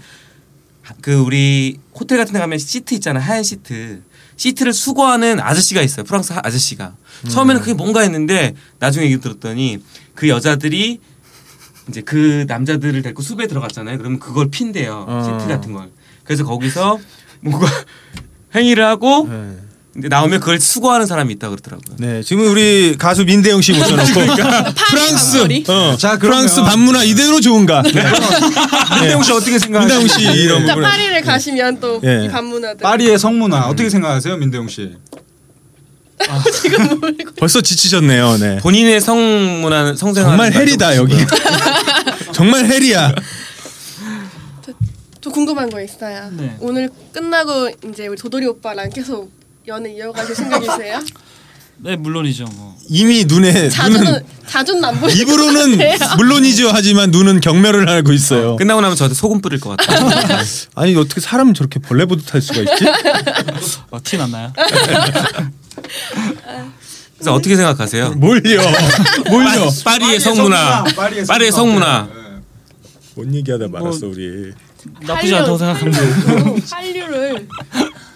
[SPEAKER 7] 그 우리 호텔 같은 데 가면 시트 있잖아요. 하얀 시트. 시트를 수거하는 아저씨가 있어요. 프랑스 하- 아저씨가. 처음에는 그게 뭔가 했는데 나중에 얘기 들었더니 그 여자들이 이제 그 남자들을 데리고 숲에 들어갔잖아요. 그러면 그걸 핀대요.
[SPEAKER 6] 어.
[SPEAKER 7] 시트 같은 걸. 그래서 거기서 뭔가 행위를 하고
[SPEAKER 6] 네.
[SPEAKER 7] 근데 나오면 그걸 수거하는 사람이 있다 그러더라고요.
[SPEAKER 6] 네, 지금 우리 가수 민대영 씨 모셔놓고 프랑스,
[SPEAKER 2] 밤머리.
[SPEAKER 6] 어,
[SPEAKER 3] 자, 그러면-
[SPEAKER 6] 프랑스 반문화 이대로 좋은가? 네.
[SPEAKER 3] 민대용 씨 어떻게
[SPEAKER 6] 민대웅 씨
[SPEAKER 7] 네.
[SPEAKER 3] 생각하세요?
[SPEAKER 6] 이런
[SPEAKER 2] 진짜
[SPEAKER 6] 부분.
[SPEAKER 2] 파리를 가시면 또 이
[SPEAKER 6] 네. 예.
[SPEAKER 2] 반문화들.
[SPEAKER 3] 파리의 성문화 어떻게 생각하세요, 민대용 씨?
[SPEAKER 6] 벌써 지치셨네요. 네.
[SPEAKER 7] 본인의 성문화 성생활
[SPEAKER 6] 정말 헬이다 여기. 정말 헬이야.
[SPEAKER 2] 저 궁금한 거 있어요.
[SPEAKER 8] 네.
[SPEAKER 2] 오늘 끝나고 이제 우리 도돌이 오빠랑 계속 연애 이어가실 생각이세요?
[SPEAKER 8] 네 물론이죠. 뭐
[SPEAKER 6] 이미 눈에 눈은
[SPEAKER 2] 자주는 자주는 안 보일
[SPEAKER 6] 입으로는
[SPEAKER 2] 것 같아요.
[SPEAKER 6] 물론이죠 하지만 눈은 경멸을 하고 있어요.
[SPEAKER 7] 끝나고 나면 저한테 소금 뿌릴 것 같아요.
[SPEAKER 6] 아, 아니 어떻게 사람 저렇게 벌레 보듯 할 수가 있지?
[SPEAKER 8] 어, 티 났나요?
[SPEAKER 7] 그래서 어떻게
[SPEAKER 3] 뭐
[SPEAKER 7] 생각하세요?
[SPEAKER 6] 뭘요? 뭘요?
[SPEAKER 7] 파, 리의 성문화. 파리의 성문화.
[SPEAKER 6] 뭔 얘기하다 말았어
[SPEAKER 8] 뭐,
[SPEAKER 6] 우리.
[SPEAKER 8] 나쁘지 않다고 생각합니다.
[SPEAKER 2] 한류, 한류를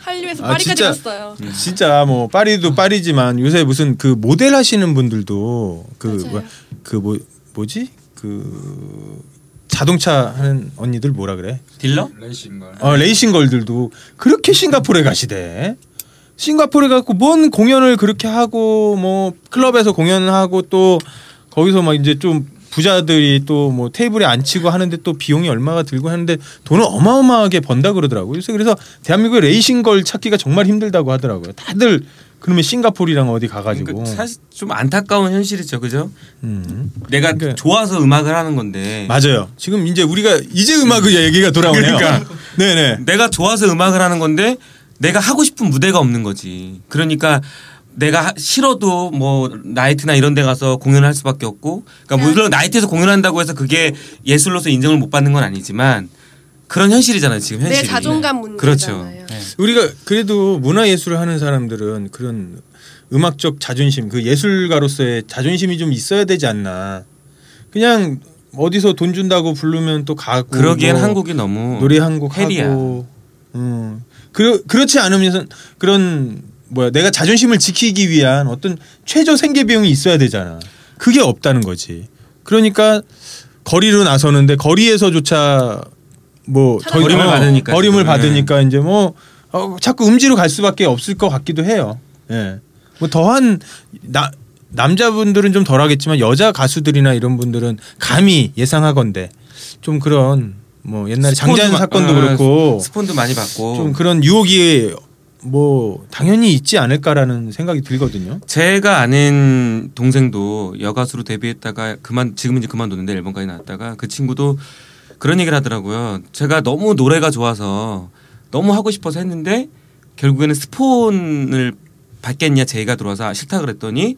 [SPEAKER 2] 한류에서
[SPEAKER 6] 아,
[SPEAKER 2] 파리까지
[SPEAKER 6] 진짜?
[SPEAKER 2] 갔어요.
[SPEAKER 6] 진짜 뭐 파리도 파리지만 요새 무슨 그 모델 하시는 분들도 그
[SPEAKER 2] 맞아요.
[SPEAKER 6] 뭐야 그뭐 뭐지 그 자동차 하는 언니들 뭐라 그래?
[SPEAKER 7] 딜러?
[SPEAKER 3] 레이싱 걸.
[SPEAKER 6] 어 레이싱 걸들도 그렇게 싱가포르에 가시대. 싱가포르에 갖고 뭔 공연을 그렇게 하고 뭐 클럽에서 공연하고 또 거기서 막 이제 좀 부자들이 또 뭐 테이블에 앉히고 하는데 또 비용이 얼마가 들고 하는데 돈을 어마어마하게 번다 그러더라고요. 요새 그래서 대한민국의 레이싱 걸 찾기가 정말 힘들다고 하더라고요. 다들 그러면 싱가포르랑 어디 가가지고
[SPEAKER 7] 그러니까 사실 좀 안타까운 현실이죠, 그죠?
[SPEAKER 6] 음.
[SPEAKER 7] 내가
[SPEAKER 6] 그러니까-
[SPEAKER 7] 좋아서 음악을 하는 건데
[SPEAKER 6] 맞아요. 지금 이제 우리가 이제 음악 의 얘기가 돌아오네요.
[SPEAKER 7] 그러니까.
[SPEAKER 6] 네네.
[SPEAKER 7] 내가 좋아서 음악을 하는 건데 내가 하고 싶은 무대가 없는 거지. 그러니까 내가 하- 싫어도 뭐 나이트나 이런 데 가서 공연을 할 수밖에 없고 그러니까 물론 나이트에서 공연한다고 해서 그게 예술로서 인정을 못 받는 건 아니지만 그런 현실이잖아요, 지금 현실이.
[SPEAKER 2] 내 자존감 문제잖아요.
[SPEAKER 7] 그렇죠.
[SPEAKER 6] 우리가 그래도 문화 예술을 하는 사람들은 그런 음악적 자존심, 그 예술가로서의 자존심이 좀 있어야 되지 않나. 그냥 어디서 돈 준다고 부르면 또 가고
[SPEAKER 7] 그러기엔
[SPEAKER 6] 뭐
[SPEAKER 7] 한국이 너무
[SPEAKER 6] 노래 한 곡
[SPEAKER 7] 헬이야.
[SPEAKER 6] 하고 음. 그 그렇지 않으면 그런 뭐야 내가 자존심을 지키기 위한 어떤 최저 생계 비용이 있어야 되잖아. 그게 없다는 거지. 그러니까 거리로 나서는데 거리에서조차 뭐
[SPEAKER 2] 차라리
[SPEAKER 6] 저희-
[SPEAKER 7] 버림을
[SPEAKER 6] 어,
[SPEAKER 7] 받으니까
[SPEAKER 6] 버림을
[SPEAKER 7] 지금은. 예.
[SPEAKER 6] 받으니까 이제 뭐 어, 자꾸 음지로 갈 수밖에 없을 것 같기도 해요. 예. 뭐 더한 나 남자분들은 좀 덜하겠지만 여자 가수들이나 이런 분들은 감히 예상하건데 좀 그런 뭐 옛날에
[SPEAKER 7] 스폰도
[SPEAKER 6] 장자연
[SPEAKER 7] 마-
[SPEAKER 6] 사건도
[SPEAKER 7] 어,
[SPEAKER 6] 그렇고
[SPEAKER 7] 스폰도 많이 받고
[SPEAKER 6] 좀 그런 유혹이 뭐 당연히 있지 않을까라는 생각이 들거든요.
[SPEAKER 7] 제가 아는 동생도 여가수로 데뷔했다가 그만 지금 이제 그만뒀는데 앨범까지 나왔다가 그 친구도 그런 얘기를 하더라고요. 제가 너무 노래가 좋아서 너무 하고 싶어서 했는데 결국에는 스폰을 받겠냐 제의가 들어와서 아, 싫다 그랬더니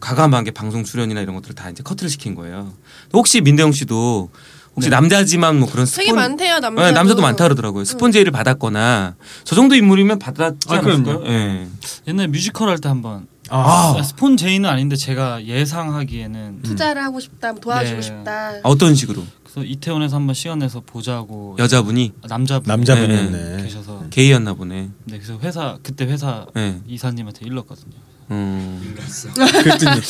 [SPEAKER 7] 과감한 게 방송 출연이나 이런 것들을 다 이제 커트를 시킨 거예요. 혹시 민대영 씨도
[SPEAKER 6] 네.
[SPEAKER 7] 혹시 남자지만 뭐 그런 스폰
[SPEAKER 2] 되게 많대요 남자.
[SPEAKER 7] 네, 남자도
[SPEAKER 2] 음.
[SPEAKER 7] 많다 그러더라고요. 스폰 제의를 받았거나 저 정도 인물이면 받았지
[SPEAKER 6] 아,
[SPEAKER 7] 않을까요?
[SPEAKER 6] 그럼요.
[SPEAKER 7] 예.
[SPEAKER 8] 옛날 뮤지컬 할 때 한번
[SPEAKER 6] 아,
[SPEAKER 8] 스폰 제이는 아닌데 제가 예상하기에는
[SPEAKER 2] 투자를 하고 싶다, 뭐 도와주고
[SPEAKER 8] 네.
[SPEAKER 2] 싶다.
[SPEAKER 7] 음. 아, 어떤 식으로
[SPEAKER 8] 그래서 이태원에서 한번 시간 내서 보자고 아,
[SPEAKER 7] 여자분이
[SPEAKER 8] 남자
[SPEAKER 6] 남자분이었네.
[SPEAKER 8] 계셔서
[SPEAKER 7] 게이였나 보네.
[SPEAKER 8] 네, 그래서 회사 그때 회사
[SPEAKER 7] 예.
[SPEAKER 8] 이사님한테 일렀거든요.
[SPEAKER 7] 음.
[SPEAKER 6] 그랬더니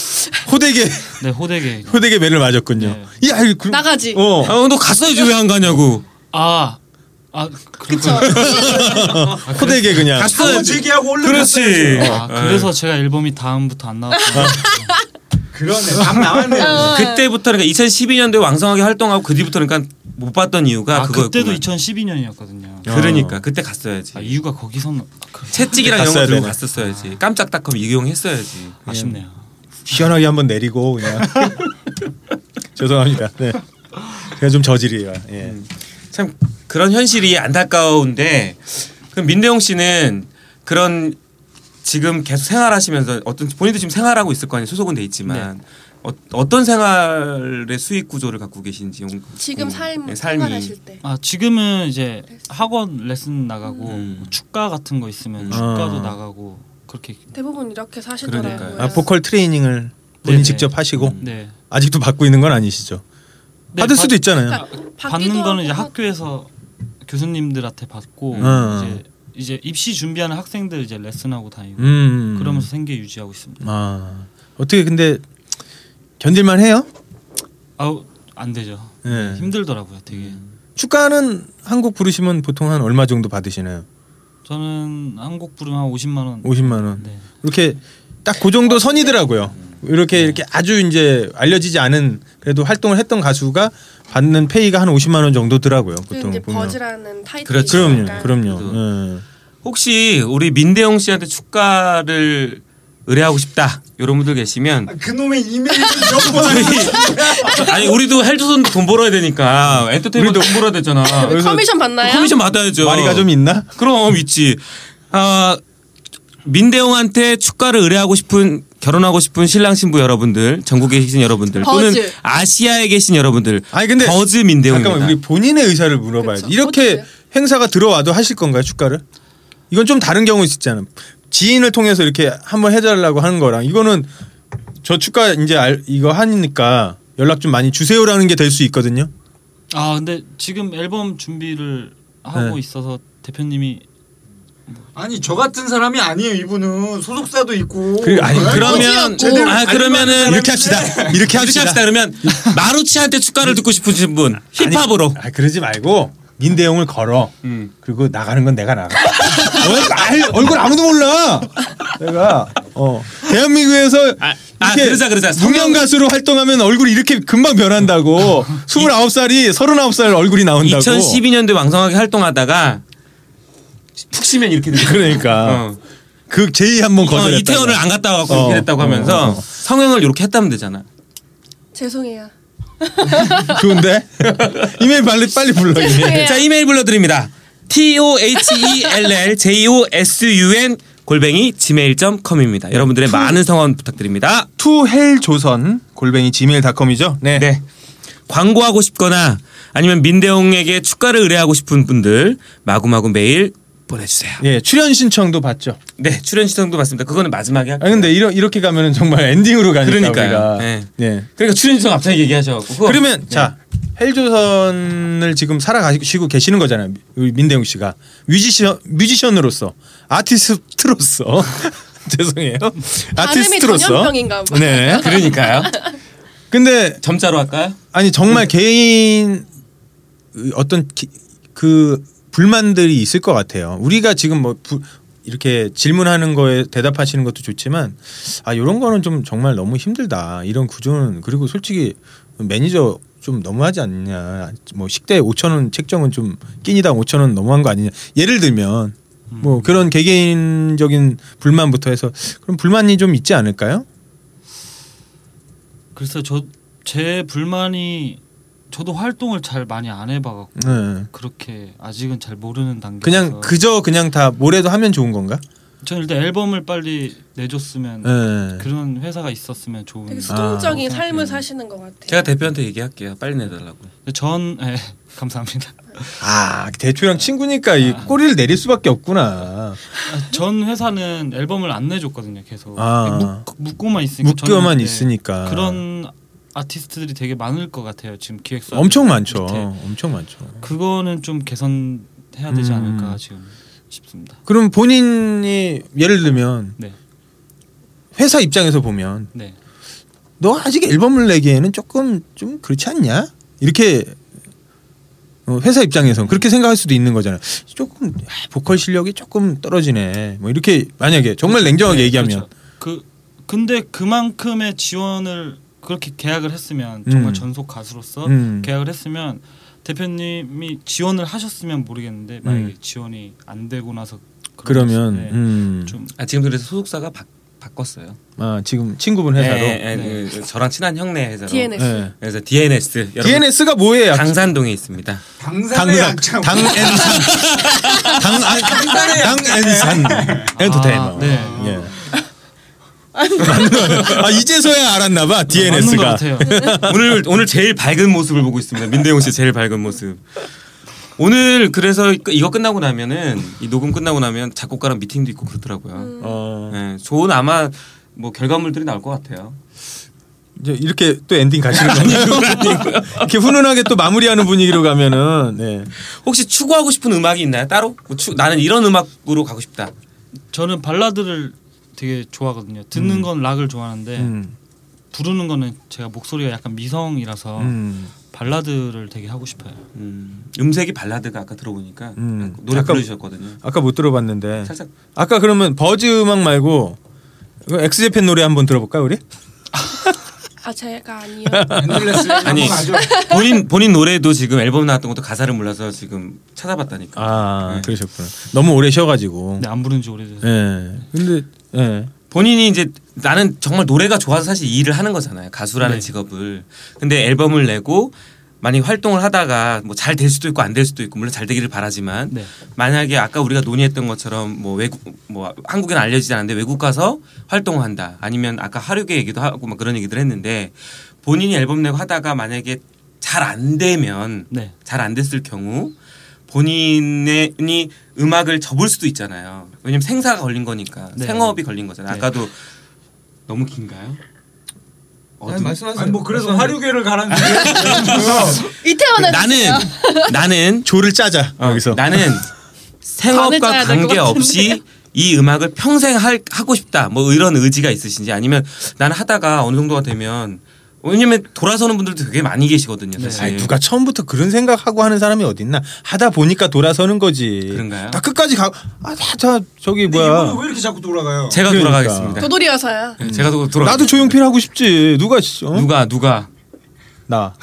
[SPEAKER 6] 호되게
[SPEAKER 8] 네 호되게
[SPEAKER 6] 호되게 매를 맞았군요. 야, 이거 그,
[SPEAKER 2] 나가지.
[SPEAKER 6] 어,
[SPEAKER 7] 아, 너 갔어야지 왜 안 가냐고.
[SPEAKER 8] 아아 아, 그럴
[SPEAKER 2] 그쵸.
[SPEAKER 8] 거예요.
[SPEAKER 6] 호되게 그냥
[SPEAKER 3] 한번
[SPEAKER 7] 갔어야지.
[SPEAKER 3] 제기하고 얼른
[SPEAKER 7] 그렇지.
[SPEAKER 8] 아, 그래서 제가 앨범이 다음부터 안 나왔어요.
[SPEAKER 3] 그러네. 밥 나왔네.
[SPEAKER 2] 어.
[SPEAKER 7] 예. 그때부터 그러니까 2012년도에 왕성하게 활동하고 그 뒤부터 그러니까 못 봤던 이유가
[SPEAKER 8] 아, 그때도
[SPEAKER 7] 그거였구만.
[SPEAKER 8] 2012년이었거든요.
[SPEAKER 7] 그러니까 그때 갔어야지.
[SPEAKER 8] 아, 이유가 거기선 아, 그,
[SPEAKER 7] 채찍이랑
[SPEAKER 6] 갔어야
[SPEAKER 7] 영어 들고
[SPEAKER 6] 되네.
[SPEAKER 7] 갔었어야지. 깜짝닷컴 이용했어야지.
[SPEAKER 8] 아쉽네요.
[SPEAKER 6] 시원하게 한번 내리고 그냥 죄송합니다. 네. 제가 좀 저질이에요. 예.
[SPEAKER 7] 참 그런 현실이 안타까운데 그럼 민대용 씨는 그런 지금 계속 생활하시면서 어떤 본인도 지금 생활하고 있을 거 아니에요 소속은 돼 있지만 어, 어떤 생활의 수익 구조를 갖고 계신지 용-
[SPEAKER 2] 지금
[SPEAKER 7] 음,
[SPEAKER 2] 삶
[SPEAKER 7] 네,
[SPEAKER 2] 생활하실 때.
[SPEAKER 8] 아 지금은 이제 학원 레슨 나가고
[SPEAKER 7] 음.
[SPEAKER 8] 뭐 축가 같은 거 있으면
[SPEAKER 7] 음.
[SPEAKER 8] 축가도
[SPEAKER 6] 아.
[SPEAKER 8] 나가고 그렇게
[SPEAKER 2] 대부분 이렇게 사시더라고요.
[SPEAKER 7] 그러니까요.
[SPEAKER 6] 아 보컬 트레이닝을 본인
[SPEAKER 8] 네. 네네.
[SPEAKER 6] 직접 하시고
[SPEAKER 8] 네.
[SPEAKER 6] 아직도 받고 있는 건 아니시죠?
[SPEAKER 8] 네,
[SPEAKER 6] 받을
[SPEAKER 8] 받-
[SPEAKER 6] 수도 있잖아요.
[SPEAKER 2] 그러니까 받기도
[SPEAKER 8] 받는 거는 이제
[SPEAKER 2] 하고
[SPEAKER 8] 학교에서 교수님들한테 받고
[SPEAKER 6] 음.
[SPEAKER 8] 이제 이제 입시 준비하는 학생들 이제 레슨하고 다니고
[SPEAKER 6] 음.
[SPEAKER 8] 그러면서 생계 유지하고 있습니다.
[SPEAKER 6] 아 어떻게 근데 견딜만 해요?
[SPEAKER 8] 아우 안 되죠.
[SPEAKER 6] 예.
[SPEAKER 8] 힘들더라고요, 되게.
[SPEAKER 6] 음. 축가는 한곡 부르시면 보통 한 얼마 정도 받으시나요?
[SPEAKER 8] 저는 한국 부르면 한 50만 원.
[SPEAKER 6] 50만 원.
[SPEAKER 8] 네. 어,
[SPEAKER 6] 이렇게 딱 그 정도 선이더라고요. 이렇게 이렇게 아주 이제 알려지지 않은 그래도 활동을 했던 가수가 받는 페이가 한 50만 원 정도더라고요.
[SPEAKER 2] 그
[SPEAKER 6] 보통
[SPEAKER 2] 이제
[SPEAKER 6] 보면.
[SPEAKER 2] 버즈라는 타이틀이
[SPEAKER 7] 그렇죠.
[SPEAKER 6] 그럼요,
[SPEAKER 2] 있으니까.
[SPEAKER 6] 그럼요. 예.
[SPEAKER 7] 혹시 우리 민대용 씨한테 축가를 의뢰하고 싶다 이런 분들 계시면
[SPEAKER 3] 그놈의 이메일을 엿보다니.
[SPEAKER 7] 아니 우리도 헬조선 돈 벌어야 되니까 엔터테인먼트 돈 벌어야 되잖아.
[SPEAKER 2] 커미션 받나요?
[SPEAKER 7] 커미션 받아야죠.
[SPEAKER 6] 마리가 좀 있나?
[SPEAKER 7] 그럼 있지. 아 민대용한테 축가를 의뢰하고 싶은 결혼하고 싶은 신랑 신부 여러분들 전국에 계신 여러분들
[SPEAKER 2] 버즈.
[SPEAKER 7] 또는 아시아에 계신 여러분들
[SPEAKER 6] 아니, 근데
[SPEAKER 7] 버즈 민대용입니다.
[SPEAKER 6] 잠깐만 우리 본인의 의사를 물어봐야지.
[SPEAKER 2] 그렇죠.
[SPEAKER 6] 이렇게
[SPEAKER 2] 어떻게?
[SPEAKER 6] 행사가 들어와도 하실 건가요 축가를? 이건 좀 다른 경우 있잖아요. 지인을 통해서 이렇게 한번 해달라고 하는 거랑 이거는 저 축가 이제 알, 이거 하니까 연락 좀 많이 주세요라는 게 될 수 있거든요.
[SPEAKER 8] 아 근데 지금 앨범 준비를 하고
[SPEAKER 6] 네.
[SPEAKER 8] 있어서 대표님이
[SPEAKER 3] 아니 저 같은 사람이 아니에요 이분은 소속사도 있고.
[SPEAKER 6] 그- 아니,
[SPEAKER 3] 아이고,
[SPEAKER 7] 그러면
[SPEAKER 2] 뭐?
[SPEAKER 3] 제대로
[SPEAKER 7] 아
[SPEAKER 3] 아니,
[SPEAKER 7] 그러면은
[SPEAKER 6] 이렇게 합시다. 이렇게
[SPEAKER 7] 이렇게
[SPEAKER 6] 합시다.
[SPEAKER 7] 합시다. 그러면 마루치한테 축가를 듣고 싶으신 분
[SPEAKER 6] 아니,
[SPEAKER 7] 힙합으로
[SPEAKER 6] 아 그러지 말고 민대용을 걸어.
[SPEAKER 7] 음.
[SPEAKER 6] 그리고 나가는 건 내가 나가. 얼굴, 알- 얼굴 아무도 몰라. 내가 어 대한민국에서
[SPEAKER 7] 아, 아, 그러자, 그러자.
[SPEAKER 6] 성형 가수로 활동하면 얼굴이 이렇게 금방 변한다고. 29살이 39살 얼굴이 나온다고.
[SPEAKER 7] 2012년도에 왕성하게 활동하다가 푹 쉬면 이렇게 되죠.
[SPEAKER 6] 그러니까
[SPEAKER 7] 어.
[SPEAKER 6] 그 제의 한번
[SPEAKER 7] 어,
[SPEAKER 6] 거절했다.
[SPEAKER 7] 이태원을 안 갔다 와갖고
[SPEAKER 6] 어,
[SPEAKER 7] 이렇게 됐다고
[SPEAKER 6] 어,
[SPEAKER 7] 하면서
[SPEAKER 6] 어, 어.
[SPEAKER 7] 성형을 이렇게 했다면 되잖아.
[SPEAKER 2] 죄송해요.
[SPEAKER 6] 좋은데 이메일 빨리 빨리 불러. 이메일.
[SPEAKER 2] 네.
[SPEAKER 7] 자 이메일 불러드립니다. T O H E L L J O S U N 골뱅이 gmail.com입니다. 여러분들의 많은 성원 부탁드립니다.
[SPEAKER 6] 투헬 조선 골뱅이 gmail.com이죠. 네.
[SPEAKER 7] 네. 광고하고 싶거나 아니면 민대용에게 축가를 의뢰하고 싶은 분들 마구마구 메일
[SPEAKER 9] 보내주세요.
[SPEAKER 6] 예, 출연 신청도 받죠.
[SPEAKER 7] 네 출연 시청도 맞습니다. 그거는 마지막에
[SPEAKER 6] 아
[SPEAKER 7] 할게요.
[SPEAKER 6] 근데 이러, 이렇게 가면은 정말 엔딩으로 가니까
[SPEAKER 7] 그러니까요.
[SPEAKER 6] 우리가.
[SPEAKER 7] 예.
[SPEAKER 6] 예.
[SPEAKER 7] 그러니까 출연 시청 갑자기 얘기하셔갖고
[SPEAKER 6] 그러면
[SPEAKER 7] 네.
[SPEAKER 6] 자 헬조선을 지금 살아가시고 계시는 거잖아요. 우리 민대웅 씨가 뮤지션 뮤지션으로서 아티스트로서 죄송해요.
[SPEAKER 2] 발음이
[SPEAKER 6] 아티스트로서
[SPEAKER 2] 전염병인가 봐.
[SPEAKER 6] 네.
[SPEAKER 7] 그러니까요.
[SPEAKER 6] 근데
[SPEAKER 7] 점자로 할까요?
[SPEAKER 6] 아니 정말 개인 어떤 기- 그 불만들이 있을 것 같아요. 우리가 지금 뭐 부- 이렇게 질문하는 거에 대답하시는 것도 좋지만 아 이런 거는 좀 정말 너무 힘들다 이런 구조는 그리고 솔직히 매니저 좀 너무하지 않냐 뭐 식대 5천 원 책정은 좀 끼니당 5천 원 너무한 거 아니냐 예를 들면 뭐 그런 개개인적인 불만부터 해서 그럼 불만이 좀 있지 않을까요?
[SPEAKER 8] 그래서 저 제 불만이 저도 활동을 잘 많이 안 해봐갖고
[SPEAKER 6] 네.
[SPEAKER 8] 그렇게 아직은 잘 모르는 단계.
[SPEAKER 6] 그냥 그저 그냥 다 뭐래도 하면 좋은 건가?
[SPEAKER 8] 전 일단 앨범을 빨리 내줬으면
[SPEAKER 6] 네.
[SPEAKER 8] 그런 회사가 있었으면 좋은.
[SPEAKER 7] 음.
[SPEAKER 2] 되게
[SPEAKER 8] 데
[SPEAKER 2] 수동적인
[SPEAKER 8] 아.
[SPEAKER 2] 삶을 사시는 것 같아요.
[SPEAKER 7] 제가 대표한테 얘기할게요. 빨리 내달라고.
[SPEAKER 8] 전 예, 감사합니다.
[SPEAKER 6] 아 대추랑 친구니까 이 꼬리를 내릴 수밖에 없구나.
[SPEAKER 8] 전 회사는 앨범을 안 내줬거든요. 계속
[SPEAKER 6] 아.
[SPEAKER 8] 묶, 고만 있으니까. 저는
[SPEAKER 6] 묶여만
[SPEAKER 8] 이제
[SPEAKER 6] 있으니까
[SPEAKER 8] 그런 아티스트들이 되게 많을 것 같아요. 지금 기획사
[SPEAKER 6] 엄청 많죠.
[SPEAKER 8] 밑에.
[SPEAKER 6] 엄청 많죠.
[SPEAKER 8] 그거는 좀 개선해야 되지
[SPEAKER 6] 음.
[SPEAKER 8] 않을까 지금 싶습니다.
[SPEAKER 6] 그럼 본인이 예를 들면
[SPEAKER 8] 네.
[SPEAKER 6] 회사 입장에서 보면
[SPEAKER 8] 네.
[SPEAKER 6] 너 아직 앨범을 내기에는 조금 좀 그렇지 않냐? 이렇게 어, 회사 입장에선 그렇게 생각할 수도 있는 거잖아요. 조금 아, 보컬 실력이 조금 떨어지네. 뭐 이렇게 만약에 정말 냉정하게
[SPEAKER 8] 네,
[SPEAKER 6] 얘기하면
[SPEAKER 8] 그렇죠. 그 근데 그만큼의 지원을 그렇게 계약을 했으면 정말
[SPEAKER 6] 음.
[SPEAKER 8] 전속 가수로서
[SPEAKER 6] 음.
[SPEAKER 8] 계약을 했으면 대표님이 지원을 하셨으면 모르겠는데 만약에 지원이 안 되고 나서 그런
[SPEAKER 6] 음. 그러면
[SPEAKER 8] 네,
[SPEAKER 6] 음.
[SPEAKER 8] 좀
[SPEAKER 7] 아 지금 그래서 소속사가 바, 바꿨어요.
[SPEAKER 6] 아 지금 친구분 회사로
[SPEAKER 8] 네,
[SPEAKER 7] 예, 예, 예, 그 저랑 친한 형네 회사로.
[SPEAKER 2] DNS.
[SPEAKER 6] 예.
[SPEAKER 7] 그래서 DNS. 여러분,
[SPEAKER 6] DNS가 뭐예요?
[SPEAKER 7] 강산동에 있습니다.
[SPEAKER 3] 당산의 약점.
[SPEAKER 6] 당엔산 아, 당 당엔산 엔터테인먼.
[SPEAKER 8] 네.
[SPEAKER 6] 예. 맞는 거예요. 아 이제서야 알았나봐
[SPEAKER 8] 맞는 것
[SPEAKER 6] DNS가.
[SPEAKER 8] 같아요.
[SPEAKER 7] 오늘 오늘 제일 밝은 모습을 보고 있습니다. 민대용 씨 제일 밝은 모습. 오늘 그래서 이- 이거 끝나고 나면은 이 녹음 끝나고 나면 작곡가랑 미팅도 있고 그러더라고요.
[SPEAKER 6] 어
[SPEAKER 7] 예, 좋은 아마 뭐 결과물들이 나올 것 같아요.
[SPEAKER 6] 이제 이렇게 또 엔딩 가시는 거예요. 이렇게 훈훈하게 또 마무리하는 분위기로 가면은 네.
[SPEAKER 7] 혹시 추구하고 싶은 음악이 있나요? 따로? 뭐 추- 나는 이런 음악으로 가고 싶다.
[SPEAKER 8] 저는 발라드를 되게 좋아하거든요. 듣는
[SPEAKER 6] 음.
[SPEAKER 8] 건 락을 좋아하는데
[SPEAKER 6] 음.
[SPEAKER 8] 부르는 거는 제가 목소리가 약간 미성이라서
[SPEAKER 6] 음.
[SPEAKER 8] 발라드를 되게 하고 싶어요.
[SPEAKER 7] 음, 색이 발라드가 아까 들어보니까 네,
[SPEAKER 6] 음.
[SPEAKER 7] 노래
[SPEAKER 6] 잠깐- 네.
[SPEAKER 7] 불러주셨거든요.
[SPEAKER 6] 아까 못 들어봤는데
[SPEAKER 7] 살짝
[SPEAKER 6] 아까 그러면 버즈 음악 말고 엑스제팬 노래 한번 들어볼까 우리?
[SPEAKER 2] 아 제가 아니요.
[SPEAKER 3] 엔들레스
[SPEAKER 7] 아니.
[SPEAKER 3] 아니 가죠.
[SPEAKER 7] 본인 본인 노래도 지금 앨범 나왔던 것도 가사를 몰라서 지금 찾아봤다니까.
[SPEAKER 6] 아
[SPEAKER 7] 네.
[SPEAKER 6] 그러셨구나. 너무 오래 쉬어가지고.
[SPEAKER 8] 근데 안 부른 지 오래돼서
[SPEAKER 6] 예. 근데 예.
[SPEAKER 7] 본인이 이제 나는 정말 노래가 좋아서 사실 이 일을 하는 거잖아요. 가수라는
[SPEAKER 8] 네.
[SPEAKER 7] 직업을. 근데 앨범을 내고 많이 활동을 하다가 뭐 잘 될 수도 있고 안 될 수도 있고 물론 잘 되기를 바라지만
[SPEAKER 8] 네.
[SPEAKER 7] 만약에 아까 우리가 논의했던 것처럼 뭐 외국 뭐 한국에는 알려지지 않는데 외국 가서 활동을 한다 아니면 아까 하류계 얘기도 하고 막 그런 얘기들 했는데 본인이 앨범 내고 하다가 만약에 잘 안 되면
[SPEAKER 8] 네.
[SPEAKER 7] 잘 안 됐을 경우 본인이 음악을 접을 수도 있잖아요. 왜냐면 생사가 걸린 거니까
[SPEAKER 8] 네.
[SPEAKER 7] 생업이 걸린 거잖아요.
[SPEAKER 8] 네.
[SPEAKER 7] 아까도 너무 긴가요? 어둠-
[SPEAKER 3] 아니 뭐 그래서 화류계를 가라는 게
[SPEAKER 2] 이태원에
[SPEAKER 7] 나는 나는
[SPEAKER 6] 조를 짜자
[SPEAKER 7] 어,
[SPEAKER 6] 아, 여기서.
[SPEAKER 7] 나는
[SPEAKER 2] 반을
[SPEAKER 7] 생업과
[SPEAKER 2] 짜야 될것
[SPEAKER 7] 관계 없이 이 음악을 평생 할, 하고 싶다 뭐 이런 의지가 있으신지 아니면 나는 하다가 어느 정도가 되면 왜냐면 돌아서는 분들도 되게 많이 계시거든요 사실
[SPEAKER 6] 네. 아니, 누가 처음부터 그런 생각하고 하는 사람이 어딨나 하다 보니까 돌아서는 거지.
[SPEAKER 7] 그런가요?
[SPEAKER 6] 다 끝까지 가. 아다 저기
[SPEAKER 3] 근데 이분은
[SPEAKER 6] 뭐야.
[SPEAKER 3] 왜 이렇게 자꾸 돌아가요?
[SPEAKER 7] 제가
[SPEAKER 6] 그러니까.
[SPEAKER 7] 돌아가겠습니다
[SPEAKER 2] 도돌이여서야.
[SPEAKER 7] 네, 제가 돌아
[SPEAKER 6] 나도 조용필 하고 싶지. 누가 씨, 어?
[SPEAKER 7] 누가 누가
[SPEAKER 6] 나.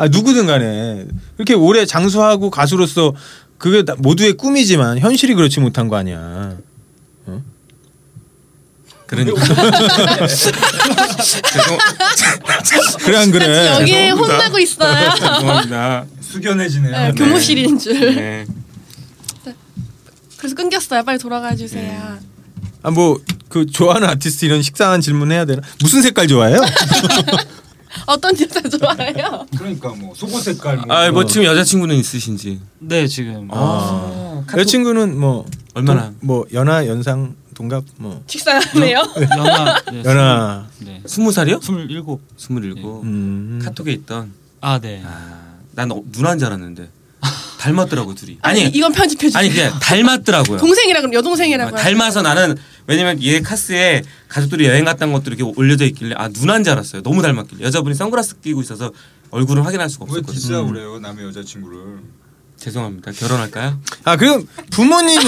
[SPEAKER 6] 아 누구든 간에 이렇게 오래 장수하고 가수로서 그게 다- 모두의 꿈이지만 현실이 그렇지 못한 거 아니야.
[SPEAKER 7] 그러니까 죄송-
[SPEAKER 6] 그래 안 그래?
[SPEAKER 2] 여기 혼나고 있어요.
[SPEAKER 7] 죄송합니다
[SPEAKER 3] 숙연해지네요.
[SPEAKER 2] 네, 교무실인 줄.
[SPEAKER 7] 네.
[SPEAKER 2] 그래서 끊겼어요. 빨리 돌아가 주세요.
[SPEAKER 6] 아 뭐 그 좋아하는 아티스트 이런 식상한 질문 해야 되나? 무슨 색깔 좋아해요?
[SPEAKER 2] 어떤 진짜 좋아해요?
[SPEAKER 7] 아,
[SPEAKER 3] 그러니까 뭐 속옷 색깔 뭐.
[SPEAKER 7] 아뭐 지금 여자친구는 있으신지
[SPEAKER 8] 네 지금
[SPEAKER 6] 아. 여친구는 뭐
[SPEAKER 7] 얼마나?
[SPEAKER 6] 동- 뭐 연하 연상 동갑 뭐
[SPEAKER 9] 식상하네요.
[SPEAKER 8] 연하 네,
[SPEAKER 6] 연하
[SPEAKER 8] 스물- 네
[SPEAKER 7] 스무 살이요?
[SPEAKER 8] 스물일곱
[SPEAKER 7] 스물일곱.
[SPEAKER 6] 음.
[SPEAKER 7] 카톡에 있던.
[SPEAKER 8] 아네
[SPEAKER 7] 아, 난 어, 누나인 줄 알았는데 닮았더라고 둘이.
[SPEAKER 2] 아니,
[SPEAKER 7] 아니
[SPEAKER 2] 이건 편집해 주세요.
[SPEAKER 7] 아니 그냥 닮았더라고요.
[SPEAKER 2] 동생이라 그럼
[SPEAKER 7] 아,
[SPEAKER 2] 여동생이라고 하죠.
[SPEAKER 7] 닮아서 나는 왜냐면 얘 카스에 가족들이 여행 갔던 것도 이렇게 올려져 있길래 아 누나인 줄 알았어요. 너무 닮았길래 여자분이 선글라스 끼고 있어서 얼굴을 확인할 수가
[SPEAKER 3] 왜
[SPEAKER 7] 없었거든요. 음.
[SPEAKER 3] 디스하고 그래요 남의 여자친구를
[SPEAKER 7] 죄송합니다. 결혼할까요?
[SPEAKER 6] 아 그리고 부모님은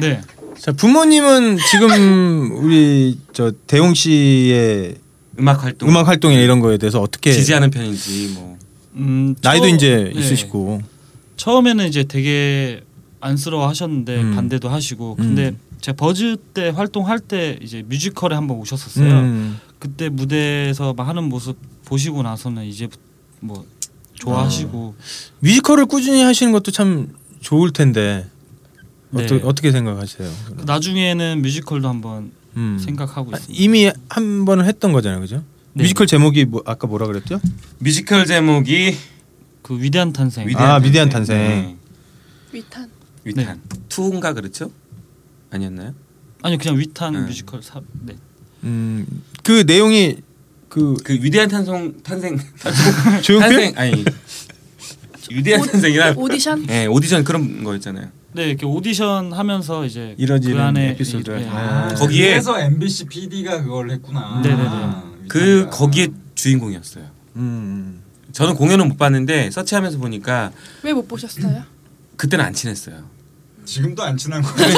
[SPEAKER 8] 네.
[SPEAKER 6] 자 부모님은 지금 우리 저 대용 씨의
[SPEAKER 7] 음악 활동
[SPEAKER 6] 음악 예. 활동이나 이런 거에 대해서 어떻게
[SPEAKER 7] 지지하는 편인지 뭐
[SPEAKER 8] 음,
[SPEAKER 6] 나이도
[SPEAKER 8] 처-
[SPEAKER 6] 이제
[SPEAKER 8] 네.
[SPEAKER 6] 있으시고
[SPEAKER 8] 처음에는 이제 되게 안쓰러워 하셨는데
[SPEAKER 6] 음.
[SPEAKER 8] 반대도 하시고 근데
[SPEAKER 6] 음.
[SPEAKER 8] 제가 버즈 때 활동할 때 이제 뮤지컬에 한번 오셨었어요.
[SPEAKER 6] 음.
[SPEAKER 8] 그때 무대에서 막 하는 모습 보시고 나서는 이제 뭐 좋아하시고
[SPEAKER 6] 뮤지컬을 꾸준히 하시는 것도 참 좋을 텐데
[SPEAKER 8] 네.
[SPEAKER 6] 어떻게 어떻게 생각하세요?
[SPEAKER 8] 그 나중에는 뮤지컬도 한번
[SPEAKER 6] 음.
[SPEAKER 8] 생각하고
[SPEAKER 6] 아,
[SPEAKER 8] 있습니다.
[SPEAKER 6] 이미 한 번은 했던 거잖아요, 그죠?
[SPEAKER 8] 네.
[SPEAKER 6] 뮤지컬 제목이 뭐, 아까 뭐라 그랬죠?
[SPEAKER 7] 뮤지컬 제목이
[SPEAKER 8] 그 위대한 탄생.
[SPEAKER 7] 위대한
[SPEAKER 6] 아, 위대한 탄생.
[SPEAKER 7] 네.
[SPEAKER 2] 위탄.
[SPEAKER 7] 위탄 투인가 그렇죠? 아니었나요?
[SPEAKER 8] 아니요 그냥 위탄
[SPEAKER 7] 네.
[SPEAKER 8] 뮤지컬 사. 네.
[SPEAKER 6] 음, 그 내용이 그
[SPEAKER 7] 그 위대한 탄송 탄생
[SPEAKER 6] 조용필
[SPEAKER 7] 탄생 아니 위대한 탄생이랑
[SPEAKER 2] 오디션.
[SPEAKER 7] 예 오디션 그런 거였잖아요.
[SPEAKER 8] 네 이렇게 오디션 하면서 이제
[SPEAKER 6] 이뤄지는
[SPEAKER 8] 그 안에
[SPEAKER 6] 에피소드를
[SPEAKER 8] 이- 네.
[SPEAKER 6] 아,
[SPEAKER 7] 거기에-
[SPEAKER 3] 그래서 MBC PD가 그걸 했구나
[SPEAKER 8] 네네네.
[SPEAKER 7] 그
[SPEAKER 3] 위대하다.
[SPEAKER 7] 거기에 주인공이었어요.
[SPEAKER 6] 음.
[SPEAKER 7] 저는 공연은 못 봤는데 서치하면서 보니까
[SPEAKER 2] 왜 못 보셨어요?
[SPEAKER 7] 그때는 안 친했어요.
[SPEAKER 3] 지금도 안 친한 거예요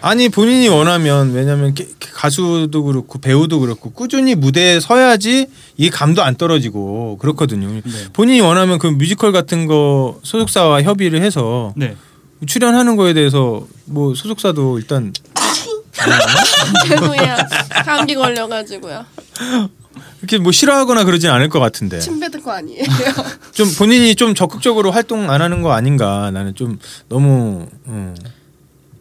[SPEAKER 6] 아니 본인이 원하면 왜냐면 게- 게- 가수도 그렇고 배우도 그렇고 꾸준히 무대에 서야지 이 감도 안 떨어지고 그렇거든요. 본인이 원하면 그 뮤지컬 같은 거 소속사와 협의를 해서
[SPEAKER 8] 네.
[SPEAKER 6] 출연하는 거에 대해서 뭐 소속사도 일단
[SPEAKER 2] 죄송해요. 감기 걸려가지고요.
[SPEAKER 6] 이렇게 뭐 싫어하거나 그러진 않을 것 같은데
[SPEAKER 2] 침 뱉은 거 아니에요.
[SPEAKER 6] 좀 본인이 좀 적극적으로 활동 안 하는 거 아닌가 나는 좀 너무 음,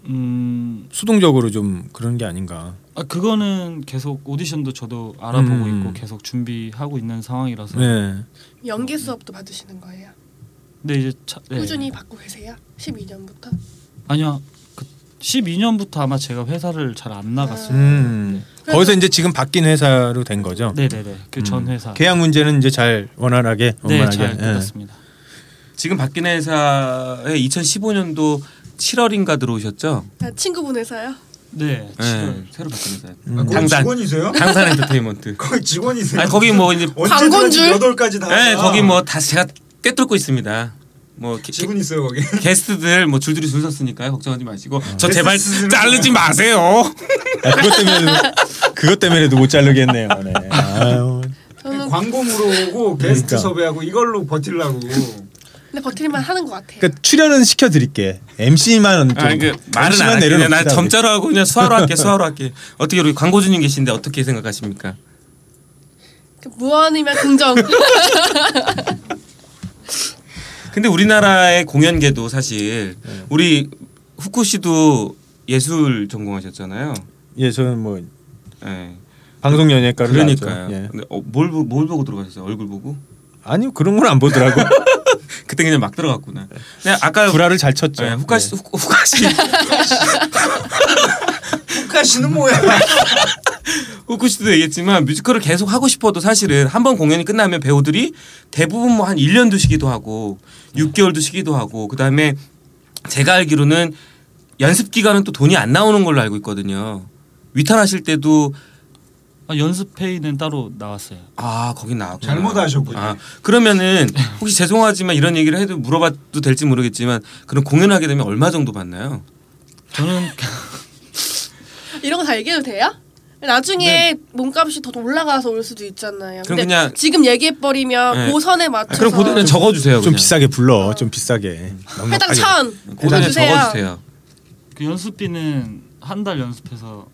[SPEAKER 8] 음,
[SPEAKER 6] 수동적으로 좀 그런 게 아닌가.
[SPEAKER 8] 아 그거는 계속 오디션도 저도 알아보고
[SPEAKER 6] 음.
[SPEAKER 8] 있고 계속 준비하고 있는 상황이라서.
[SPEAKER 6] 네.
[SPEAKER 2] 연기 수업도 받으시는 거예요.
[SPEAKER 8] 근데 이제 차, 네.
[SPEAKER 2] 꾸준히 받고 계세요. 12년부터.
[SPEAKER 8] 아니요. 그 12년부터 아마 제가 회사를 잘 안 나갔어요.
[SPEAKER 6] 음. 거기서 이제 지금 바뀐 회사로 된 거죠.
[SPEAKER 8] 네네네. 그 전
[SPEAKER 6] 음.
[SPEAKER 8] 회사.
[SPEAKER 7] 아.
[SPEAKER 6] 계약 문제는 이제 잘 원활하게
[SPEAKER 8] 네,
[SPEAKER 6] 원만하게.
[SPEAKER 8] 잘
[SPEAKER 6] 예.
[SPEAKER 8] 끝났습니다.
[SPEAKER 7] 지금 박근혜 회사에 2015년도 7월인가 들어오셨죠?
[SPEAKER 2] 아, 친구분 회사요?
[SPEAKER 8] 네.
[SPEAKER 7] 예,
[SPEAKER 8] 지금
[SPEAKER 7] 새로 바뀐 회사.
[SPEAKER 6] 음.
[SPEAKER 3] 거기
[SPEAKER 7] 당산.
[SPEAKER 3] 직원이세요?
[SPEAKER 7] 강산 엔터테인먼트.
[SPEAKER 3] 거기 직원이세요?
[SPEAKER 7] 아니 거기 뭐 이제
[SPEAKER 2] 광고인 줄?
[SPEAKER 3] 여덟까지 다
[SPEAKER 7] 예, 거기 뭐 다 제가 꿰뚫고 있습니다. 뭐 게,
[SPEAKER 3] 직원 있어요 거기
[SPEAKER 7] 게스트들 뭐 줄줄이 줄 섰으니까 걱정하지 마시고
[SPEAKER 6] 어.
[SPEAKER 7] 저 제발
[SPEAKER 3] 게스트들은
[SPEAKER 7] 자르지 마세요.
[SPEAKER 6] 아, 그것 때문에 그것 때문에도 못 자르겠네요. 네. 아유.
[SPEAKER 2] 저는
[SPEAKER 3] 광고물로 오고 게스트
[SPEAKER 6] 그러니까.
[SPEAKER 3] 섭외하고 이걸로 버틸라고
[SPEAKER 2] 근데 버틸만 하는 것 같아요.
[SPEAKER 6] 그러니까 출연은 시켜드릴게. MC만 좀
[SPEAKER 7] 아니, 그 말은 안 할게. 그냥 나 점자로 하고 그냥 수화로 할게. 수화로 할게. 어떻게 우리 광고주님 계신데 어떻게 생각하십니까?
[SPEAKER 2] 그 무언이면 긍정.
[SPEAKER 7] 근데 우리나라의 공연계도 사실
[SPEAKER 6] 네.
[SPEAKER 7] 우리 후쿠 씨도 예술 전공하셨잖아요.
[SPEAKER 6] 예, 저는 뭐
[SPEAKER 7] 예.
[SPEAKER 6] 방송 연예과를
[SPEAKER 7] 그러니까요.
[SPEAKER 6] 나왔죠. 예.
[SPEAKER 7] 근데 어, 뭘, 보- 뭘 보고 들어가셨어요? 얼굴 보고?
[SPEAKER 6] 아니 그런 건 안 보더라고.
[SPEAKER 7] 그때 그냥 막 들어갔구나. 근데 아까
[SPEAKER 6] 네. 불화를 잘 쳤죠.
[SPEAKER 7] 예, 후카 씨,
[SPEAKER 3] 네.
[SPEAKER 6] 예.
[SPEAKER 7] 후- 후카 씨,
[SPEAKER 3] 혹하시는 뭐야
[SPEAKER 7] 후쿠 씨도 얘기했지만 뮤지컬을 계속 하고 싶어도 사실은 한 번 공연이 끝나면 배우들이 대부분 뭐 한 1년도 쉬기도 하고
[SPEAKER 3] 네.
[SPEAKER 7] 6개월도 쉬기도 하고 그다음에 제가 알기로는 연습 기간은 또 돈이 안 나오는 걸로 알고 있거든요. 위탄하실 때도
[SPEAKER 8] 아, 연습 회의는 따로 나왔어요.
[SPEAKER 7] 아 거긴 나왔고
[SPEAKER 3] 잘못 아셨군요.
[SPEAKER 7] 아, 그러면은 혹시 죄송하지만 이런 얘기를 해도 물어봐도 될지 모르겠지만 그럼 공연하게 되면 얼마 정도 받나요?
[SPEAKER 8] 저는
[SPEAKER 2] 이런 거 다 얘기해도 돼요? 나중에 몸값이 더 올라가서 올 수도 있잖아요.
[SPEAKER 7] 네. 그럼
[SPEAKER 2] 근데
[SPEAKER 7] 그냥-
[SPEAKER 2] 지금 얘기해버리면
[SPEAKER 7] 네.
[SPEAKER 2] 고선에
[SPEAKER 7] 아,
[SPEAKER 2] 맞춰서
[SPEAKER 7] 그럼 고대는 적어주세요.
[SPEAKER 6] 예. 좀
[SPEAKER 7] 그냥.
[SPEAKER 6] 비싸게 불러.
[SPEAKER 3] 아.
[SPEAKER 6] 좀 비싸게.
[SPEAKER 3] 음.
[SPEAKER 2] 해당
[SPEAKER 6] 넉넉하게.
[SPEAKER 2] 천
[SPEAKER 7] 고대는
[SPEAKER 2] 적어주세요.
[SPEAKER 7] 적어주세요.
[SPEAKER 8] 그 연습비는 한 달 연습해서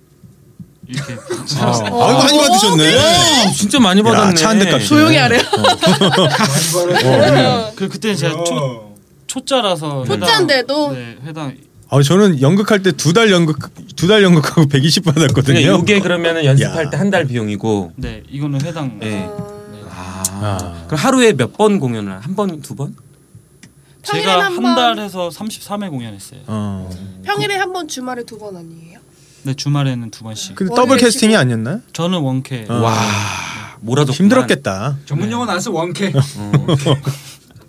[SPEAKER 8] 이렇게
[SPEAKER 6] 아,
[SPEAKER 2] 어.
[SPEAKER 6] 아유, 많이 받으셨네.
[SPEAKER 7] 아, 진짜 많이 받았네.
[SPEAKER 6] 차 한 대 값이.
[SPEAKER 2] 조용히 하래요.
[SPEAKER 3] 많이 벌었어
[SPEAKER 8] 그 그때 제가 초
[SPEAKER 3] 어.
[SPEAKER 8] 초짜라서 회당-
[SPEAKER 2] 초짜인데도?
[SPEAKER 8] 네 회당
[SPEAKER 6] 아, 저는 연극할 때 두 달 연극 두 달 연극하고 120 받았거든요.
[SPEAKER 7] 그러니까 그냥 요게 그러면 연습할
[SPEAKER 6] 그러니까 야.
[SPEAKER 7] 때 한 달 비용이고.
[SPEAKER 8] 네 이거는 회당
[SPEAKER 7] 예.
[SPEAKER 2] 어,
[SPEAKER 7] 아.
[SPEAKER 6] 아.
[SPEAKER 7] 그럼 하루에 몇 번 공연을 한 번, 두 번?
[SPEAKER 2] 평일엔
[SPEAKER 8] 제가
[SPEAKER 2] 한
[SPEAKER 8] 한
[SPEAKER 2] 번.
[SPEAKER 8] 달에서 33회 공연했어요.
[SPEAKER 6] 어.
[SPEAKER 2] 평일에 한 번 주말에 두 번 아니에요?
[SPEAKER 8] 근데 주말에는 두 번씩.
[SPEAKER 6] 근데 더블
[SPEAKER 2] 원래
[SPEAKER 6] 캐스팅이
[SPEAKER 2] 지금-
[SPEAKER 6] 아니었나?
[SPEAKER 8] 저는 원캐.
[SPEAKER 6] 그 어.
[SPEAKER 7] 와 몰아줬구만.
[SPEAKER 6] 힘들었겠다.
[SPEAKER 3] 전문 용어 나왔어 원캐.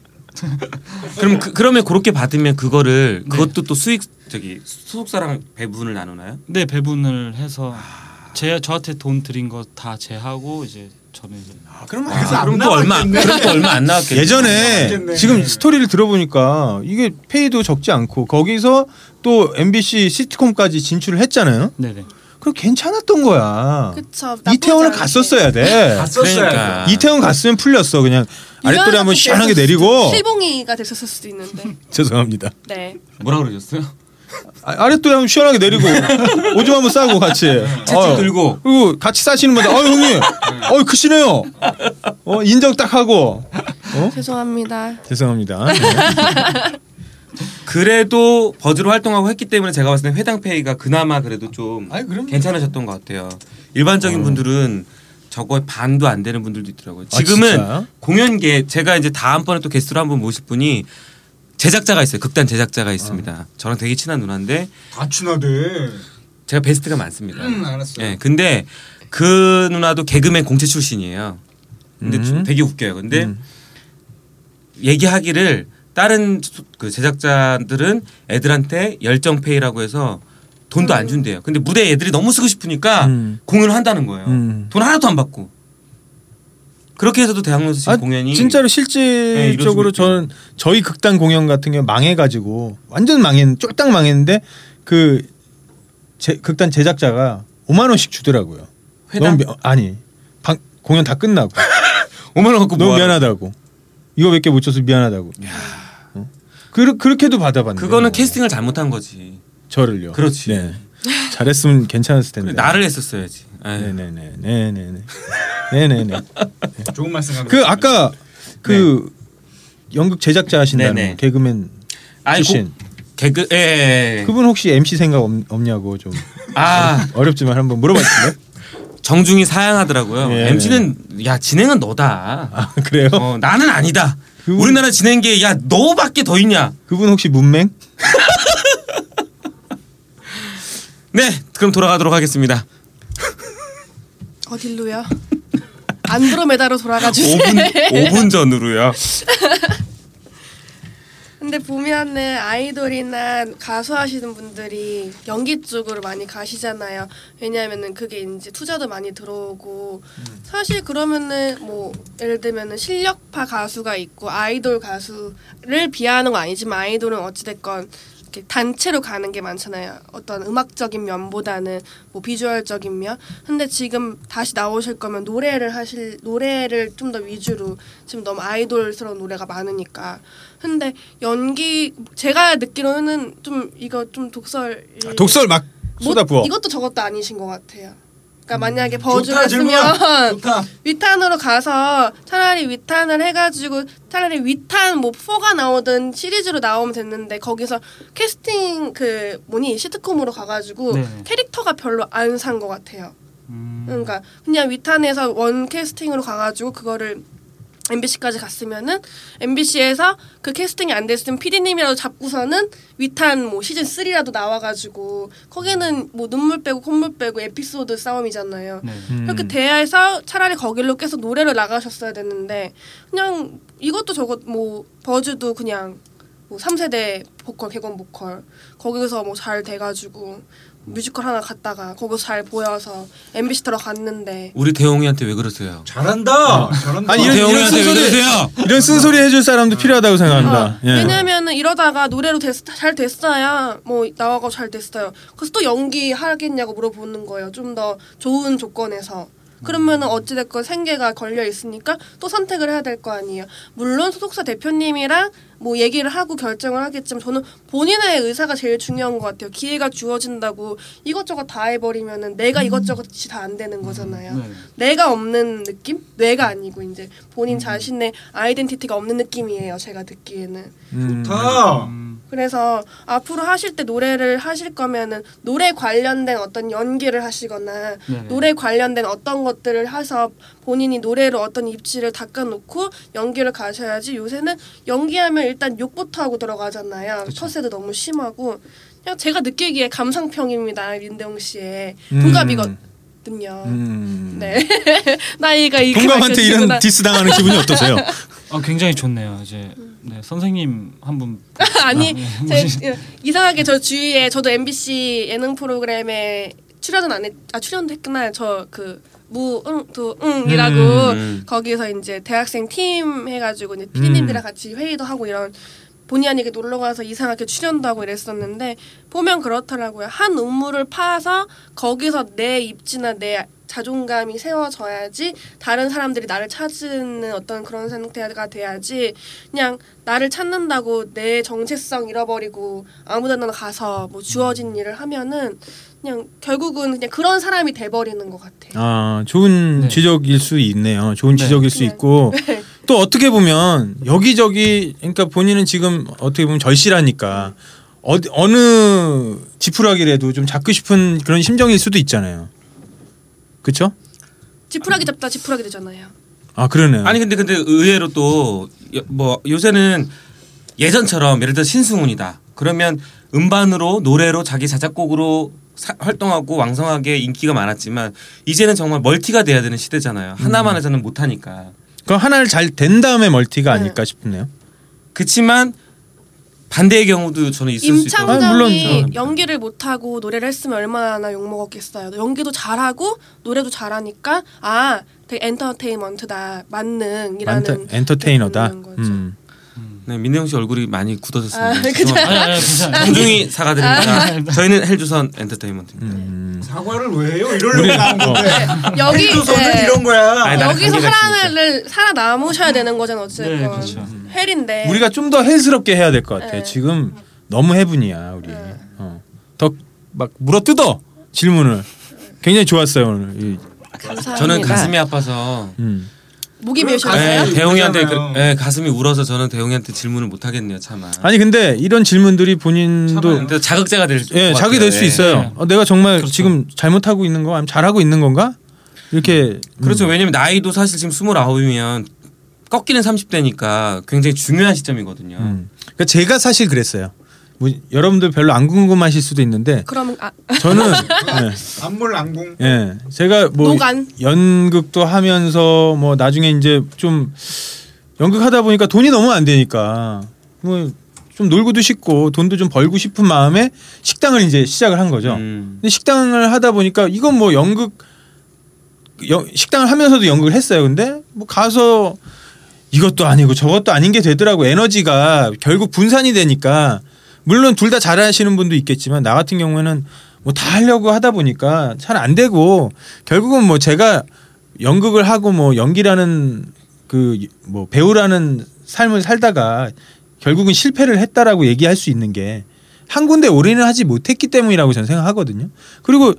[SPEAKER 7] 그럼 그, 그러면 그렇게 받으면
[SPEAKER 6] 네.
[SPEAKER 7] 그거를 그것도 또 수익 저기 소속사랑 배분을 나누나요?
[SPEAKER 8] 네 배분을 해서
[SPEAKER 6] 아.
[SPEAKER 8] 제 저한테 돈 드린 거 다 제하고 이제 저는 이제
[SPEAKER 6] 아, 그럼
[SPEAKER 7] 아, 그럼 또 얼마 그럼 또 얼마 안 나왔겠네.
[SPEAKER 6] 예전에
[SPEAKER 3] 맞겠네.
[SPEAKER 6] 지금 스토리를 들어보니까 이게 페이도 적지 않고 거기서 또 MBC 시트콤까지 진출을 했잖아요.
[SPEAKER 8] 네네.
[SPEAKER 6] 그럼 괜찮았던 거야.
[SPEAKER 2] 그쵸.
[SPEAKER 6] 이태원을
[SPEAKER 2] 나쁘지 않게.
[SPEAKER 6] 갔었어야 돼.
[SPEAKER 3] 갔었어야
[SPEAKER 7] 그러니까.
[SPEAKER 6] 이태원 갔으면 풀렸어. 그냥 아랫도리
[SPEAKER 2] 유명한
[SPEAKER 6] 한번
[SPEAKER 2] 사람들
[SPEAKER 6] 시원하게
[SPEAKER 2] 됐었을
[SPEAKER 6] 내리고
[SPEAKER 2] 수도- 실봉이가 됐었을 수도 있는데.
[SPEAKER 6] 죄송합니다.
[SPEAKER 2] 네.
[SPEAKER 7] 뭐라 그러셨어요?
[SPEAKER 6] 아, 아랫도리 한번 시원하게 내리고 오줌 한번 싸고 같이
[SPEAKER 7] 채찍 들고
[SPEAKER 6] 그리고 같이 싸시는 분들 어 형님 어 크시네요. 어 인정 딱 하고 어?
[SPEAKER 2] 죄송합니다.
[SPEAKER 6] 죄송합니다. 네.
[SPEAKER 7] 그래도 버즈로 활동하고 했기 때문에 제가 봤을 때 회당 페이가 그나마 그래도 좀
[SPEAKER 6] 아니, 그럼요.
[SPEAKER 7] 괜찮으셨던 것 같아요. 일반적인 분들은 저거 반도 안 되는 분들도 있더라고요.
[SPEAKER 6] 어. 아,
[SPEAKER 7] 지금은
[SPEAKER 6] 진짜요?
[SPEAKER 7] 공연계 제가 이제 다음번에 또 게스트로 한번 모실 분이 제작자가 있어요. 극단 제작자가 있습니다.
[SPEAKER 6] 어.
[SPEAKER 7] 저랑 되게 친한 누나인데
[SPEAKER 3] 다 친하대.
[SPEAKER 7] 제가 베스트가 많습니다.
[SPEAKER 3] 음 알았어.
[SPEAKER 7] 예, 근데 그 누나도 개그맨 공채 출신이에요. 근데
[SPEAKER 6] 음.
[SPEAKER 7] 주- 되게 웃겨요. 근데
[SPEAKER 6] 음.
[SPEAKER 7] 얘기하기를 다른 소- 그 제작자들은 애들한테 열정 페이라고 해서 돈도 안 준대요. 근데 무대 에 애들이 너무 쓰고 싶으니까
[SPEAKER 6] 음.
[SPEAKER 7] 공연을 한다는 거예요.
[SPEAKER 6] 음.
[SPEAKER 7] 돈 하나도 안 받고. 그렇게 해서도 대학로에서 지금
[SPEAKER 6] 아,
[SPEAKER 7] 공연이 네,
[SPEAKER 6] 진짜로
[SPEAKER 7] 이루어지고
[SPEAKER 6] 실질적으로
[SPEAKER 7] 있대요.
[SPEAKER 6] 저는 저희 극단 공연 같은 경우 망해가지고 완전 망했 쫄딱 망했는데 그 제, 극단 제작자가 5만 원씩 주더라고요.
[SPEAKER 7] 회당?
[SPEAKER 6] 너무 미- 아니 방, 공연 다 끝나고
[SPEAKER 7] 5만 원 갖고
[SPEAKER 6] 너무
[SPEAKER 7] 뭐하러-
[SPEAKER 6] 미안하다고 이거밖에 못 쳐서 미안하다고. 어? 그, 그렇게도 받아봤는데.
[SPEAKER 7] 그거는
[SPEAKER 6] 뭐.
[SPEAKER 7] 캐스팅을 잘못한 거지.
[SPEAKER 6] 저를요.
[SPEAKER 7] 그렇지.
[SPEAKER 6] 네. 잘했으면 괜찮았을 텐데.
[SPEAKER 7] 그래, 나를 했었어야지. 예. 에이.
[SPEAKER 6] 네네네 네네네 네네네.
[SPEAKER 3] 좋은 말씀 감사합니다.
[SPEAKER 6] 그 아까 그 연극 제작자 하신다는
[SPEAKER 7] 네. 네네.
[SPEAKER 6] 개그맨
[SPEAKER 7] 아니,
[SPEAKER 6] 출신.
[SPEAKER 7] 고- 개그 예, 예. 예.
[SPEAKER 6] 그분 혹시 MC 생각 없, 없냐고 좀
[SPEAKER 7] 아
[SPEAKER 6] 어렵지만 한번 물어봤는데
[SPEAKER 7] 정중히 사양하더라고요.
[SPEAKER 6] 예.
[SPEAKER 7] MC는 야 진행은 너다.
[SPEAKER 6] 아, 그래요?
[SPEAKER 7] 어, 나는 아니다.
[SPEAKER 6] 그분-
[SPEAKER 7] 우리나라 진행계 야 너밖에 더 있냐?
[SPEAKER 6] 그분 혹시 문맹?
[SPEAKER 7] 네, 그럼 돌아가도록 하겠습니다.
[SPEAKER 2] 어딜로요? 안드로메다로 돌아가 주세요.
[SPEAKER 7] 5분 5분 전으로요.
[SPEAKER 2] 근데 보면은 아이돌이나 가수 하시는 분들이 연기 쪽으로 많이 가시잖아요. 왜냐하면은 그게 이제 투자도 많이 들어오고 사실 그러면은 뭐 예를 들면은 실력파 가수가 있고 아이돌 가수를 비하하는 건 아니지만 아이돌은 어찌됐건 이렇게 단체로 가는 게 많잖아요. 어떤 음악적인 면보다는 뭐 비주얼적인 면. 근데 지금 다시 나오실 거면 노래를 하실 노래를 좀 더 위주로 지금 너무 아이돌스러운 노래가 많으니까. 근데 연기 제가 느끼로는 좀 이거 좀 독설
[SPEAKER 6] 아, 독설 막
[SPEAKER 2] 못-
[SPEAKER 6] 쏟아부어.
[SPEAKER 2] 이것도 저것도 아니신 것 같아요. 그러니까 만약에
[SPEAKER 3] 좋다 질문.
[SPEAKER 2] 버즈였으면
[SPEAKER 3] 좋다.
[SPEAKER 2] 위탄으로 가서 차라리 위탄을 해가지고 차라리 위탄 뭐 4가 나오든 시리즈로 나오면 됐는데 거기서 캐스팅 그 뭐니 시트콤으로 가가지고
[SPEAKER 8] 네.
[SPEAKER 2] 캐릭터가 별로 안 산 것 같아요.
[SPEAKER 8] 음,
[SPEAKER 2] 그러니까 그냥 위탄에서 원 캐스팅으로 가가지고 그거를 MBC까지 갔으면은 MBC에서 그 캐스팅이 안 됐으면 PD님이라도 잡고서는 위탄 뭐 시즌 3라도 나와가지고 거기는 뭐 눈물 빼고 콧물 빼고 에피소드 싸움이잖아요.
[SPEAKER 8] 네.
[SPEAKER 2] 그렇게 대야에서 차라리 거길로 계속 노래를 나가셨어야 됐는데 그냥 이것도 저것 뭐 버즈도 그냥 뭐 3세대 보컬 개건 보컬 거기서 뭐 잘 돼가지고 뮤지컬 하나 갔다가 거기서 잘 보여서 MBC 들어갔는데
[SPEAKER 7] 우리 대용이한테 왜 그러세요?
[SPEAKER 3] 잘한다. 잘한다.
[SPEAKER 6] 아니, 이런-
[SPEAKER 7] 대용이한테 왜
[SPEAKER 6] 순서를-
[SPEAKER 7] 그러세요?
[SPEAKER 6] 이런 쓴소리 해줄
[SPEAKER 7] 아.
[SPEAKER 6] 사람도 필요하다고 생각한다. 예.
[SPEAKER 2] 어, 왜냐면은 이러다가 노래로 됐, 잘 됐어야 뭐 나와가 잘 됐어요 그래서 또 연기 하겠냐고 물어보는 거예요 좀 더 좋은 조건에서 그러면은 어찌됐건 생계가 걸려 있으니까 또 선택을 해야 될 거 아니에요 물론 소속사 대표님이랑 뭐 얘기를 하고 결정을 하겠지만 저는 본인의 의사가 제일 중요한 것 같아요 기회가 주어진다고 이것저것 다 해버리면은
[SPEAKER 6] 음.
[SPEAKER 2] 내가 이것저것이 다 안 되는 거잖아요
[SPEAKER 8] 네.
[SPEAKER 2] 내가 없는 느낌? 뇌가 아니고 이제
[SPEAKER 8] 음.
[SPEAKER 2] 본인 자신의 아이덴티티가 없는 느낌이에요. 제가 듣기에는.
[SPEAKER 6] 음.
[SPEAKER 3] 좋다.
[SPEAKER 8] 음,
[SPEAKER 2] 그래서 앞으로 하실 때 노래를 하실 거면은 노래 관련된 어떤 연기를 하시거나
[SPEAKER 8] 네네.
[SPEAKER 2] 노래 관련된 어떤 것들을 해서 본인이 노래로 어떤 입지를 닦아놓고 연기를 가셔야지 요새는 연기하면 일단 욕부터 하고 들어가잖아요.
[SPEAKER 8] 그쵸.
[SPEAKER 2] 터세도 너무 심하고 그냥 제가 느끼기에 감상평입니다. 민대웅 씨의
[SPEAKER 6] 음.
[SPEAKER 2] 동갑이거든요.
[SPEAKER 6] 음.
[SPEAKER 2] 네 나이가 이렇게
[SPEAKER 6] 동감한테 이런 디스 당하는 기분이 어떠세요?
[SPEAKER 8] 아, 굉장히 좋네요. 이제 네, 선생님 한분
[SPEAKER 2] 음. 아니
[SPEAKER 8] 아,
[SPEAKER 6] 뭐,
[SPEAKER 2] 제,
[SPEAKER 8] 무슨-
[SPEAKER 2] 예, 이상하게 저 주위에 저도 MBC 예능 프로그램에 출연은 안 했, 아 출연도 했구나. 저 그 무응도 응이라고
[SPEAKER 7] 음.
[SPEAKER 2] 거기서 이제 대학생 팀 해가지고 이제 피디님들이랑
[SPEAKER 6] 음.
[SPEAKER 2] 같이 회의도 하고 이런 본의 아니게 놀러 가서 이상하게 출연도 하고 이랬었는데 보면 그렇더라고요. 한 음무를 파서 거기서 내 입지나 내 자존감이 세워져야지 다른 사람들이 나를 찾는 어떤 그런 상태가 돼야지 그냥 나를 찾는다고 내 정체성 잃어버리고 아무데나 가서 뭐 주어진 일을 하면은 그냥 결국은 그냥 그런 사람이 돼버리는 것 같아요.
[SPEAKER 6] 아, 좋은
[SPEAKER 8] 네.
[SPEAKER 6] 지적일 수 있네요. 좋은
[SPEAKER 8] 네.
[SPEAKER 6] 지적일 수
[SPEAKER 2] 네.
[SPEAKER 6] 있고 또 어떻게 보면 여기저기 그러니까 본인은 지금 어떻게 보면 절실하니까 어디, 어느 지푸라기라도 좀 잡고 싶은 그런 심정일 수도 있잖아요. 그렇죠?
[SPEAKER 2] 지푸라기 잡다 지푸라기 되잖아요.
[SPEAKER 6] 아, 그러네요.
[SPEAKER 7] 아니 근데 근데 의외로 또 뭐 요새는 예전처럼 예를 들어 신승훈이다. 그러면 음반으로 노래로 자기 자작곡으로 사- 활동하고 왕성하게 인기가 많았지만 이제는 정말 멀티가 돼야 되는 시대잖아요.
[SPEAKER 6] 음.
[SPEAKER 7] 하나만 해서는 못 하니까.
[SPEAKER 6] 그럼 하나를 잘 된 다음에 멀티가 아닐까 싶네요.
[SPEAKER 7] 그렇지만 반대의 경우도 저는 있을 수 있고.
[SPEAKER 6] 아, 물론
[SPEAKER 2] 임창정이
[SPEAKER 6] 저는-
[SPEAKER 2] 연기를 못하고 노래를 했으면 얼마나 욕먹었겠어요. 연기도 잘하고 노래도 잘하니까 아 되게 엔터테인먼트다 만능이라는
[SPEAKER 6] 많다- 엔터테이너다.
[SPEAKER 2] 느낌인 거죠.
[SPEAKER 6] 음.
[SPEAKER 7] 네, 민혜영 씨 얼굴이 많이
[SPEAKER 2] 아,
[SPEAKER 7] 굳어졌습니다.
[SPEAKER 2] 그죠?
[SPEAKER 8] 아니, 아니, 괜찮아요.
[SPEAKER 7] 공중히 사과드립니다. 저희는 헬조선 엔터테인먼트입니다.
[SPEAKER 6] 예. 아, 음.
[SPEAKER 3] 사과를 왜 해요? 이러려고 나온
[SPEAKER 6] 어.
[SPEAKER 3] 건데.
[SPEAKER 2] 여기 이제
[SPEAKER 7] 아니, 나는
[SPEAKER 2] 여기서
[SPEAKER 7] 관계가
[SPEAKER 2] 살아날 살아남으셔야 되는 거잖아요. 어쨌건
[SPEAKER 8] 네, 그렇죠.
[SPEAKER 2] 헬인데
[SPEAKER 6] 우리가 좀 더 해스럽게 해야 될 것 같아.
[SPEAKER 2] 네.
[SPEAKER 6] 지금 너무 해분이야 우리. 어. 더 막 물어뜯어 질문을. 굉장히 좋았어요 오늘. 이, 아,
[SPEAKER 2] 감사합니다.
[SPEAKER 6] 예.
[SPEAKER 7] 저는 가슴이 아파서
[SPEAKER 6] 음.
[SPEAKER 2] 목이
[SPEAKER 6] 아,
[SPEAKER 7] 네,
[SPEAKER 2] 메셨어요.
[SPEAKER 3] 가슴이
[SPEAKER 7] 대웅이한테 그,
[SPEAKER 3] 울잖아요.
[SPEAKER 7] 네, 가슴이 울어서 저는 대웅이한테 질문을 못 하겠네요. 차마.
[SPEAKER 6] 아니 근데 이런 질문들이 본인도
[SPEAKER 3] 참아요.
[SPEAKER 7] 근데 자극자가 될. 것
[SPEAKER 6] 예
[SPEAKER 7] 같아요.
[SPEAKER 6] 자기 될 수
[SPEAKER 7] 예.
[SPEAKER 6] 있어요.
[SPEAKER 8] 네.
[SPEAKER 6] 어, 내가 정말
[SPEAKER 8] 그렇죠.
[SPEAKER 6] 지금 잘못하고 있는 거 아니면 잘하고 있는 건가? 이렇게
[SPEAKER 7] 그렇죠. 왜냐면 나이도 사실 지금 스물아홉이면 꺾이는 30대니까 굉장히 중요한 시점이거든요.
[SPEAKER 6] 음. 그러니까 제가 사실 그랬어요. 뭐, 여러분들 별로 안 궁금하실 수도 있는데
[SPEAKER 2] 그럼 아,
[SPEAKER 6] 저는
[SPEAKER 3] 안물 안궁.
[SPEAKER 6] 예, 예 제가 뭐
[SPEAKER 2] 노간
[SPEAKER 6] 연극도 하면서 뭐 나중에 이제 좀 연극하다 보니까 돈이 너무 안 되니까 뭐 좀 놀고도 싶고 돈도 좀 벌고 싶은 마음에 식당을 이제 시작을 한 거죠.
[SPEAKER 7] 음.
[SPEAKER 6] 근데 식당을 하다 보니까 이건 뭐 연극 연- 식당을 하면서도 연극을 했어요. 근데 뭐 가서 이것도 아니고 저것도 아닌 게 되더라고. 에너지가 결국 분산이 되니까 물론 둘 다 잘하시는 분도 있겠지만 나 같은 경우에는 뭐 다 하려고 하다 보니까 잘 안 되고 결국은 뭐 제가 연극을 하고 뭐 연기라는 그 뭐 배우라는 삶을 살다가 결국은 실패를 했다라고 얘기할 수 있는 게 한 군데 올인을 하지 못했기 때문이라고 저는 생각하거든요. 그리고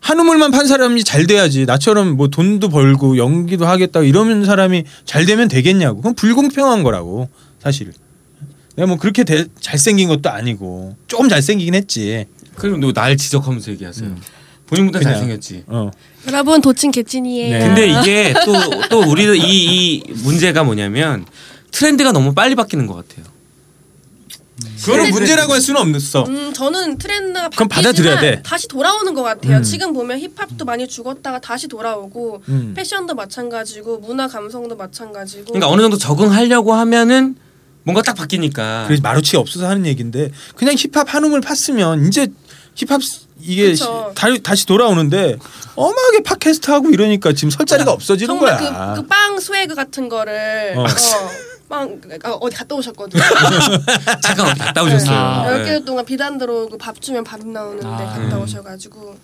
[SPEAKER 6] 한 우물만 판 사람이 잘 돼야지 나처럼 뭐 돈도 벌고 연기도 하겠다 이러는 사람이 잘 되면 되겠냐고 그건 불공평한 거라고 사실 내가 뭐 그렇게 대- 잘생긴 것도 아니고 조금 잘생기긴 했지
[SPEAKER 7] 그럼 너날 지적하면서 얘기하세요.
[SPEAKER 6] 음.
[SPEAKER 7] 본인보다
[SPEAKER 6] 그냥.
[SPEAKER 7] 잘생겼지.
[SPEAKER 6] 어
[SPEAKER 2] 여러분 도친 개찐이에요.
[SPEAKER 6] 네.
[SPEAKER 7] 근데 이게 또 또 우리 이, 이 문제가 뭐냐면 트렌드가 너무 빨리 바뀌는 것 같아요.
[SPEAKER 6] 그거는 문제라고 할 수는 없어
[SPEAKER 2] 음, 저는 트렌드가 바뀌지만
[SPEAKER 6] 그건 받아들여야 돼.
[SPEAKER 2] 다시 돌아오는 것 같아요.
[SPEAKER 6] 음.
[SPEAKER 2] 지금 보면 힙합도 많이 죽었다가 다시 돌아오고
[SPEAKER 6] 음.
[SPEAKER 2] 패션도 마찬가지고 문화 감성도 마찬가지고
[SPEAKER 7] 그러니까 어느 정도 적응하려고 하면은 뭔가 딱 바뀌니까.
[SPEAKER 6] 그래서 마루치가 없어서 하는 얘기인데 그냥 힙합 한 우물 팠으면 이제 힙합 스- 이게
[SPEAKER 2] 그쵸.
[SPEAKER 6] 다, 다시 돌아오는데 어마하게 팟캐스트 하고 이러니까 지금 설 자리가 없어지는
[SPEAKER 2] 그러니까. 정말
[SPEAKER 6] 거야
[SPEAKER 2] 그빵 스웨그 같은 거를
[SPEAKER 6] 어.
[SPEAKER 2] 어. 빵 아, 어디 갔다 오셨거든요.
[SPEAKER 7] 잠깐 어디 갔다 오셨어요.
[SPEAKER 8] 아.
[SPEAKER 7] 네.
[SPEAKER 2] 10개월 동안 비단 들어오고 밥 주면 밥 나오는데
[SPEAKER 8] 아,
[SPEAKER 6] 음.
[SPEAKER 2] 갔다 오셔가지고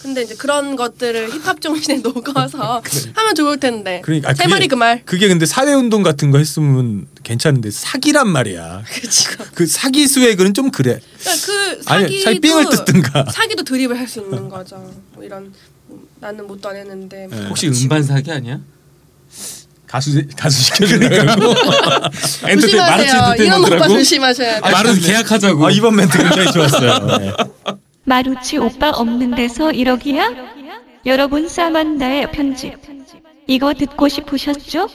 [SPEAKER 2] 근데 이제 그런 것들을 힙합 정신에 녹아서 하면 좋을 텐데
[SPEAKER 6] 그러니까 아,
[SPEAKER 2] 세
[SPEAKER 6] 그게-
[SPEAKER 2] 마리 그 말.
[SPEAKER 6] 그게 근데 사회운동 같은 거 했으면 괜찮은데 사기란 말이야.
[SPEAKER 2] 그치고
[SPEAKER 6] 그 사기 스웩은 좀 그래.
[SPEAKER 2] 그
[SPEAKER 6] 아니, 살 삥을
[SPEAKER 2] 사기도
[SPEAKER 6] 뜯든가.
[SPEAKER 2] 사기도 드립을 할 수 있는 거죠. 뭐 이런 음, 나는 못도 안 했는데 뭐
[SPEAKER 6] 네.
[SPEAKER 7] 혹시 음반 사기 아니야?
[SPEAKER 6] 가수 가수 시켜주려고
[SPEAKER 7] 엔터테인
[SPEAKER 2] 조심하세요. 이런 오빠
[SPEAKER 7] 마르치
[SPEAKER 2] 조심하셔야
[SPEAKER 7] 아,
[SPEAKER 2] 돼요.
[SPEAKER 7] 마르치 계약하자고.
[SPEAKER 6] 아, 이번 멘트 굉장히 좋았어요. 네.
[SPEAKER 4] 마루치 오빠 없는 데서 이러기야? 여러분 사만다의 편집. 이거 듣고 싶으셨죠?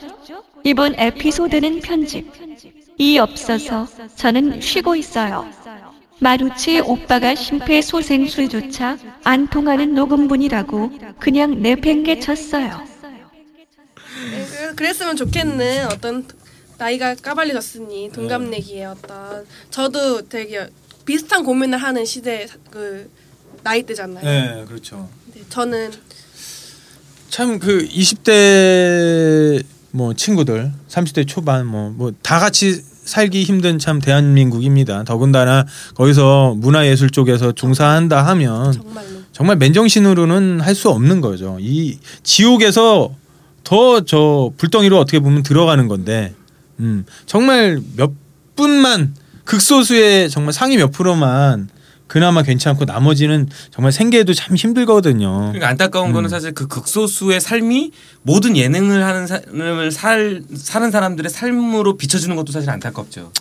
[SPEAKER 4] 이번 에피소드는 편집. 이 없어서 저는 쉬고 있어요. 마루치 오빠가 심폐소생술조차 안 통하는 녹음분이라고 그냥 내팽개쳤어요.
[SPEAKER 2] 네, 그랬으면 좋겠는 어떤 나이가 까발려졌으니 동갑내기의 어떤 저도 되게 비슷한 고민을 하는 시대 그 나이대잖아요.
[SPEAKER 6] 네, 그렇죠.
[SPEAKER 2] 근데 저는
[SPEAKER 6] 참 그 20대 뭐 친구들, 30대 초반 뭐 뭐 다 같이 살기 힘든 참 대한민국입니다. 더군다나 거기서 문화예술 쪽에서 종사한다 하면
[SPEAKER 2] 정말로
[SPEAKER 6] 정말 맨정신으로는 할 수 없는 거죠. 이 지옥에서 더 저 불덩이로 어떻게 보면 들어가는 건데, 음, 정말 몇 분만 극소수의 정말 상위 몇 프로만 그나마 괜찮고 나머지는 정말 생계도 참 힘들거든요.
[SPEAKER 7] 그러니까 안타까운 거는 사실 그 극소수의 삶이 모든 예능을 하는 삶을 살 사는 사람들의 삶으로 비춰지는 것도 사실 안타깝죠.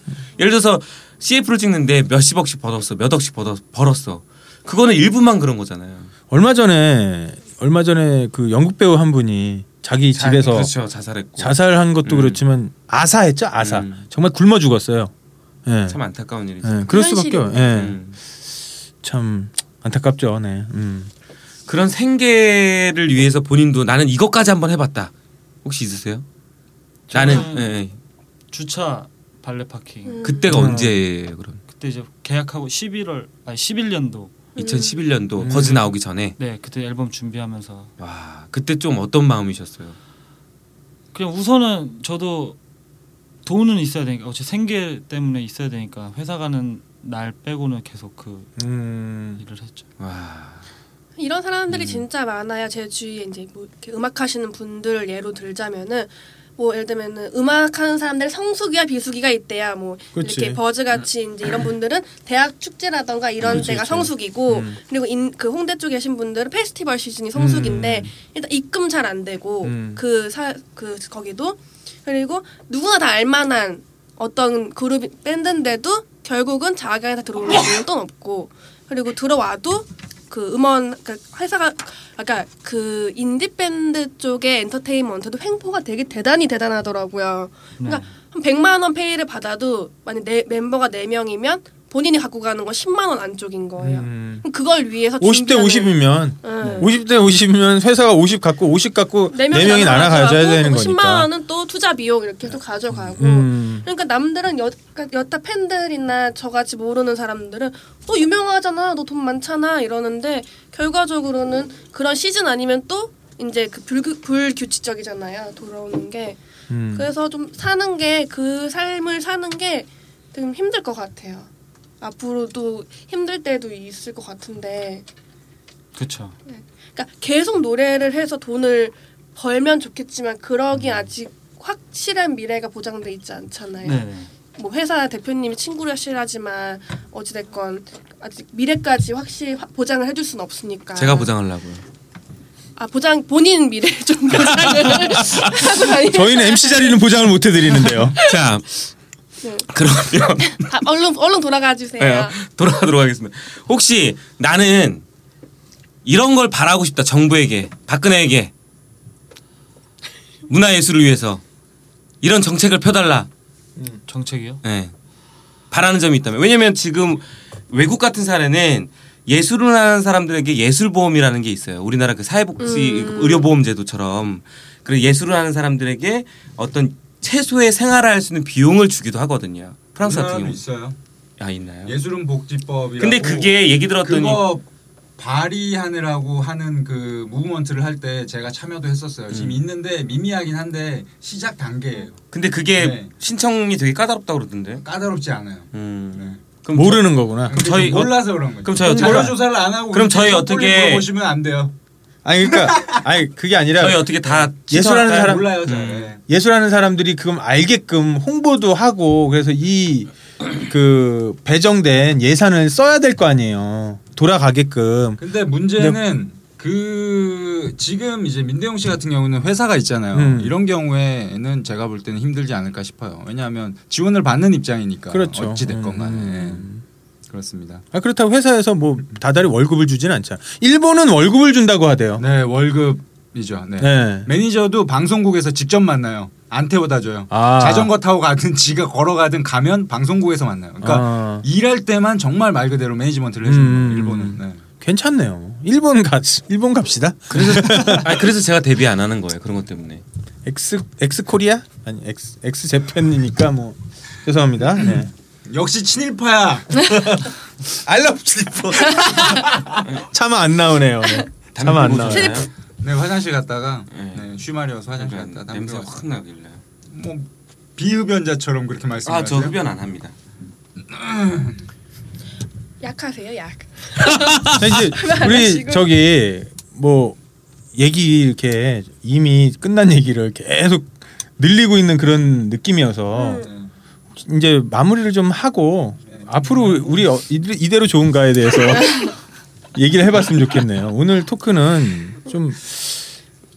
[SPEAKER 7] 예를 들어서 CF를 찍는데 몇십억씩 벌었어, 몇 억씩 벌었, 벌었어. 그거는 일부만 그런 거잖아요.
[SPEAKER 6] 얼마 전에 얼마 전에 그 영국 배우 한 분이 자기
[SPEAKER 7] 자-
[SPEAKER 6] 집에서
[SPEAKER 7] 그렇죠 자살했고
[SPEAKER 6] 자살한 것도
[SPEAKER 7] 음.
[SPEAKER 6] 그렇지만 아사했죠 아사
[SPEAKER 7] 음.
[SPEAKER 6] 정말 굶어 죽었어요. 예,
[SPEAKER 7] 참 안타까운 일이죠.
[SPEAKER 6] 예, 그럴 수밖에
[SPEAKER 2] 현실이네.
[SPEAKER 6] 예,
[SPEAKER 7] 음.
[SPEAKER 6] 참 안타깝죠. 네, 음.
[SPEAKER 7] 그런 생계를 위해서 본인도 나는 이것까지 한번 해봤다. 혹시 있으세요? 나는
[SPEAKER 8] 저는- 네.
[SPEAKER 7] 예, 예.
[SPEAKER 8] 주차 발레 파킹
[SPEAKER 2] 음.
[SPEAKER 7] 그때가
[SPEAKER 6] 음.
[SPEAKER 7] 언제예요? 그럼
[SPEAKER 8] 그때 이제 계약하고 11월 아니 11년도
[SPEAKER 7] 2011년도
[SPEAKER 6] 음.
[SPEAKER 7] 거지 나오기 전에
[SPEAKER 8] 네 그때 앨범 준비하면서
[SPEAKER 7] 와 그때 좀 어떤 마음이셨어요?
[SPEAKER 8] 그냥 우선은 저도 돈은 있어야 되니까 어째 생계 때문에 있어야 되니까 회사 가는 날 빼고는 계속 그
[SPEAKER 6] 음.
[SPEAKER 8] 일을 했죠.
[SPEAKER 7] 와
[SPEAKER 2] 이런 사람들이 진짜 많아요. 제 주위에 이제 뭐 이렇게 음악 하시는 분들 예로 들자면은 뭐 예를 들면은 음악 하는 사람들 성수기와 비수기가 있대야 뭐
[SPEAKER 6] 그치.
[SPEAKER 2] 이렇게 버즈 같이 이제 이런 분들은 대학 축제라던가 이런
[SPEAKER 6] 그치,
[SPEAKER 2] 데가
[SPEAKER 6] 그치.
[SPEAKER 2] 성수기고
[SPEAKER 6] 음.
[SPEAKER 2] 그리고 인, 그 홍대 쪽에 계신 분들은 페스티벌 시즌이 성수기인데 일단 입금 잘 안 되고
[SPEAKER 6] 음.
[SPEAKER 2] 그 사 그 거기도 그리고 누구나 다 알만한 어떤 그룹 밴드인데도 결국은 자가에 다 들어오는 경우는 또 없고 그리고 들어와도 그 음원 그 회사가 아까 그 인디 밴드 쪽의 엔터테인먼트도 횡포가 되게 대단히 대단하더라고요. 그러니까 한 100만 원 페이를 받아도 만약 네, 멤버가 4명이면 본인이 갖고 가는 건 10만 원 안쪽인 거예요. 뭐 네.
[SPEAKER 6] 음.
[SPEAKER 2] 그럼 그걸 위해서
[SPEAKER 6] 50대 50이면
[SPEAKER 2] 응.
[SPEAKER 6] 50대 50이면 회사가 50 갖고 50 갖고 네 명이 나눠 가져야 되는 거니까.
[SPEAKER 2] 10만 뭐 원은 또 투자 비용 이렇게 해서 가져가고
[SPEAKER 6] 음.
[SPEAKER 2] 그러니까 남들은 여, 그러니까 여타 팬들이나 저같이 모르는 사람들은 너 유명하잖아, 너 돈 많잖아 이러는데 결과적으로는 그런 시즌 아니면 또 이제 그 불규, 불규칙적이잖아요 돌아오는 게
[SPEAKER 6] 음.
[SPEAKER 2] 그래서 좀 사는 게 그 삶을 사는 게 좀 힘들 것 같아요. 앞으로도 힘들 때도 있을 것 같은데
[SPEAKER 8] 그렇죠.
[SPEAKER 2] 그러니까 계속 노래를 해서 돈을 벌면 좋겠지만 그러긴 아직 확실한 미래가 보장돼 있지 않잖아요.
[SPEAKER 8] 네.
[SPEAKER 2] 뭐 회사 대표님이 친구라시라지만 어찌됐건 아직 미래까지 확실히 확- 보장을 해줄 수는 없으니까.
[SPEAKER 7] 제가 보장하려고요.
[SPEAKER 2] 아 보장 본인 미래 좀 보장을 하고 다니.
[SPEAKER 6] 저희는 MC 자리는 보장을 못 해드리는데요.
[SPEAKER 7] 자
[SPEAKER 2] 네.
[SPEAKER 7] 그러면
[SPEAKER 2] 다 얼른 얼른 돌아가 주세요.
[SPEAKER 7] 네, 돌아가도록 하겠습니다. 혹시 나는 이런 걸 바라고 싶다 정부에게 박근혜에게 문화예술을 위해서 이런 정책을 펴달라
[SPEAKER 8] 정책이요?
[SPEAKER 7] 예. 바라는 점이 있다면 왜냐면 지금 외국 같은 사례는 예술을 하는 사람들에게 예술보험이라는 게 있어요. 우리나라 그 사회복지 의료보험제도처럼 그런 예술을 하는 사람들에게 어떤 최소의 생활할 수 있는 비용을 주기도 하거든요. 프랑스 같은
[SPEAKER 3] 우리나라도
[SPEAKER 7] 경우
[SPEAKER 3] 있어요.
[SPEAKER 7] 아 있나요?
[SPEAKER 3] 네. 예술은 복지법이라고.
[SPEAKER 7] 근데 그게 얘기 들었더니
[SPEAKER 3] 그거 발의하느라고 하는 그 무브먼트를 할 때 제가 참여도 했었어요. 지금 있는데 미미하긴 한데 시작 단계예요.
[SPEAKER 7] 근데 그게
[SPEAKER 3] 네.
[SPEAKER 7] 신청이 되게 까다롭다 고 그러던데.
[SPEAKER 3] 까다롭지 않아요.
[SPEAKER 7] 음.
[SPEAKER 6] 아, 그럼 네. 어, 모르는 거구나.
[SPEAKER 3] 근데
[SPEAKER 7] 저희-
[SPEAKER 3] 좀 몰라서 그런 거죠.
[SPEAKER 7] 그럼 저희 어떻게-
[SPEAKER 3] 여론 조사를 안 하고
[SPEAKER 7] 그럼 저희
[SPEAKER 3] 우리
[SPEAKER 7] 어떻게-
[SPEAKER 3] 물어보시면 안 돼요.
[SPEAKER 6] 아니 그러니까 아니 그게 아니라
[SPEAKER 7] 저희 어떻게 다
[SPEAKER 6] 예술하는
[SPEAKER 7] 신청할까요?
[SPEAKER 6] 사람-
[SPEAKER 3] 몰라요, 저.
[SPEAKER 7] 음.
[SPEAKER 3] 예.
[SPEAKER 6] 예술하는 사람들이 그럼 알게끔 홍보도 하고 그래서 이 그 배정된 예산을 써야 될 거 아니에요. 돌아가게끔.
[SPEAKER 3] 근데 문제는 그 지금 이제 민대용 씨 같은 경우는 회사가 있잖아요.
[SPEAKER 6] 음.
[SPEAKER 3] 이런 경우에는 제가 볼 때는 힘들지 않을까 싶어요. 왜냐하면 지원을 받는 입장이니까
[SPEAKER 6] 그렇죠.
[SPEAKER 3] 어찌 됐건 간에
[SPEAKER 6] 음.
[SPEAKER 3] 예, 그렇습니다.
[SPEAKER 6] 아 그렇다고 회사에서 뭐 다달이 월급을 주진 않잖아. 일본은 월급을 준다고 하대요.
[SPEAKER 3] 네 월급이죠. 네.
[SPEAKER 6] 어. 네.
[SPEAKER 3] 매니저도 방송국에서 직접 만나요. 안 태워다 줘요.
[SPEAKER 6] 아.
[SPEAKER 3] 자전거 타고 가든 지가 걸어가든 가면 방송국에서 만나요. 그러니까
[SPEAKER 6] 아,
[SPEAKER 3] 일할 때만 정말 말 그대로 매니지먼트를 해주는
[SPEAKER 6] 음.
[SPEAKER 3] 거예요. 일본은. 네.
[SPEAKER 6] 괜찮네요. 일본 가 일본 갑시다.
[SPEAKER 7] 그래서 아 그래서 제가 데뷔 안 하는 거예요. 그런 것 때문에.
[SPEAKER 6] 엑스 엑스 코리아 아니 엑스 엑스 재팬이니까 뭐 죄송합니다. 네.
[SPEAKER 3] 역시 친일파야.
[SPEAKER 6] 알람 슬리퍼. 차마 안 나오네요. 네. 차마 안 나와.
[SPEAKER 7] 담배 피고
[SPEAKER 3] 네 화장실 갔다가
[SPEAKER 7] 네.
[SPEAKER 3] 네, 쉬마리어서 화장실
[SPEAKER 7] 오잖아요.
[SPEAKER 3] 갔다
[SPEAKER 7] 그러니까 냄새가 확 나길래.
[SPEAKER 3] 뭐 비흡연자처럼 그렇게 말씀하세요.
[SPEAKER 7] 아저 흡연 안 합니다.
[SPEAKER 2] 약하세요 약.
[SPEAKER 6] 자 이제 우리
[SPEAKER 2] 아, 지금.
[SPEAKER 6] 저기 뭐 얘기 이렇게 이미 끝난 얘기를 계속 늘리고 있는 그런 느낌이어서
[SPEAKER 2] 음.
[SPEAKER 6] 이제 마무리를 좀 하고 앞으로 우리 어- 이대- 이대로 좋은가에 대해서 얘기를 해봤으면 좋겠네요. 오늘 토크는 좀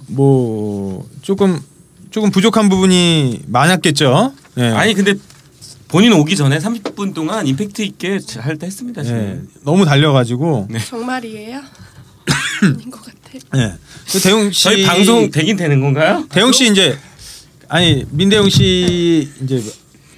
[SPEAKER 6] 뭐 조금 조금 부족한 부분이 많았겠죠. 네.
[SPEAKER 7] 아니 근데 본인 오기 전에 30분 동안 임팩트 있게 잘다 했습니다.
[SPEAKER 6] 네.
[SPEAKER 7] 지금.
[SPEAKER 6] 너무 달려가지고. 네.
[SPEAKER 2] 정말이에요? 아닌 것 같아.
[SPEAKER 6] 그 대웅 씨
[SPEAKER 7] 저희 방송 되긴 되는 건가요?
[SPEAKER 6] 대웅 씨 이제 아니 민대웅 씨 이제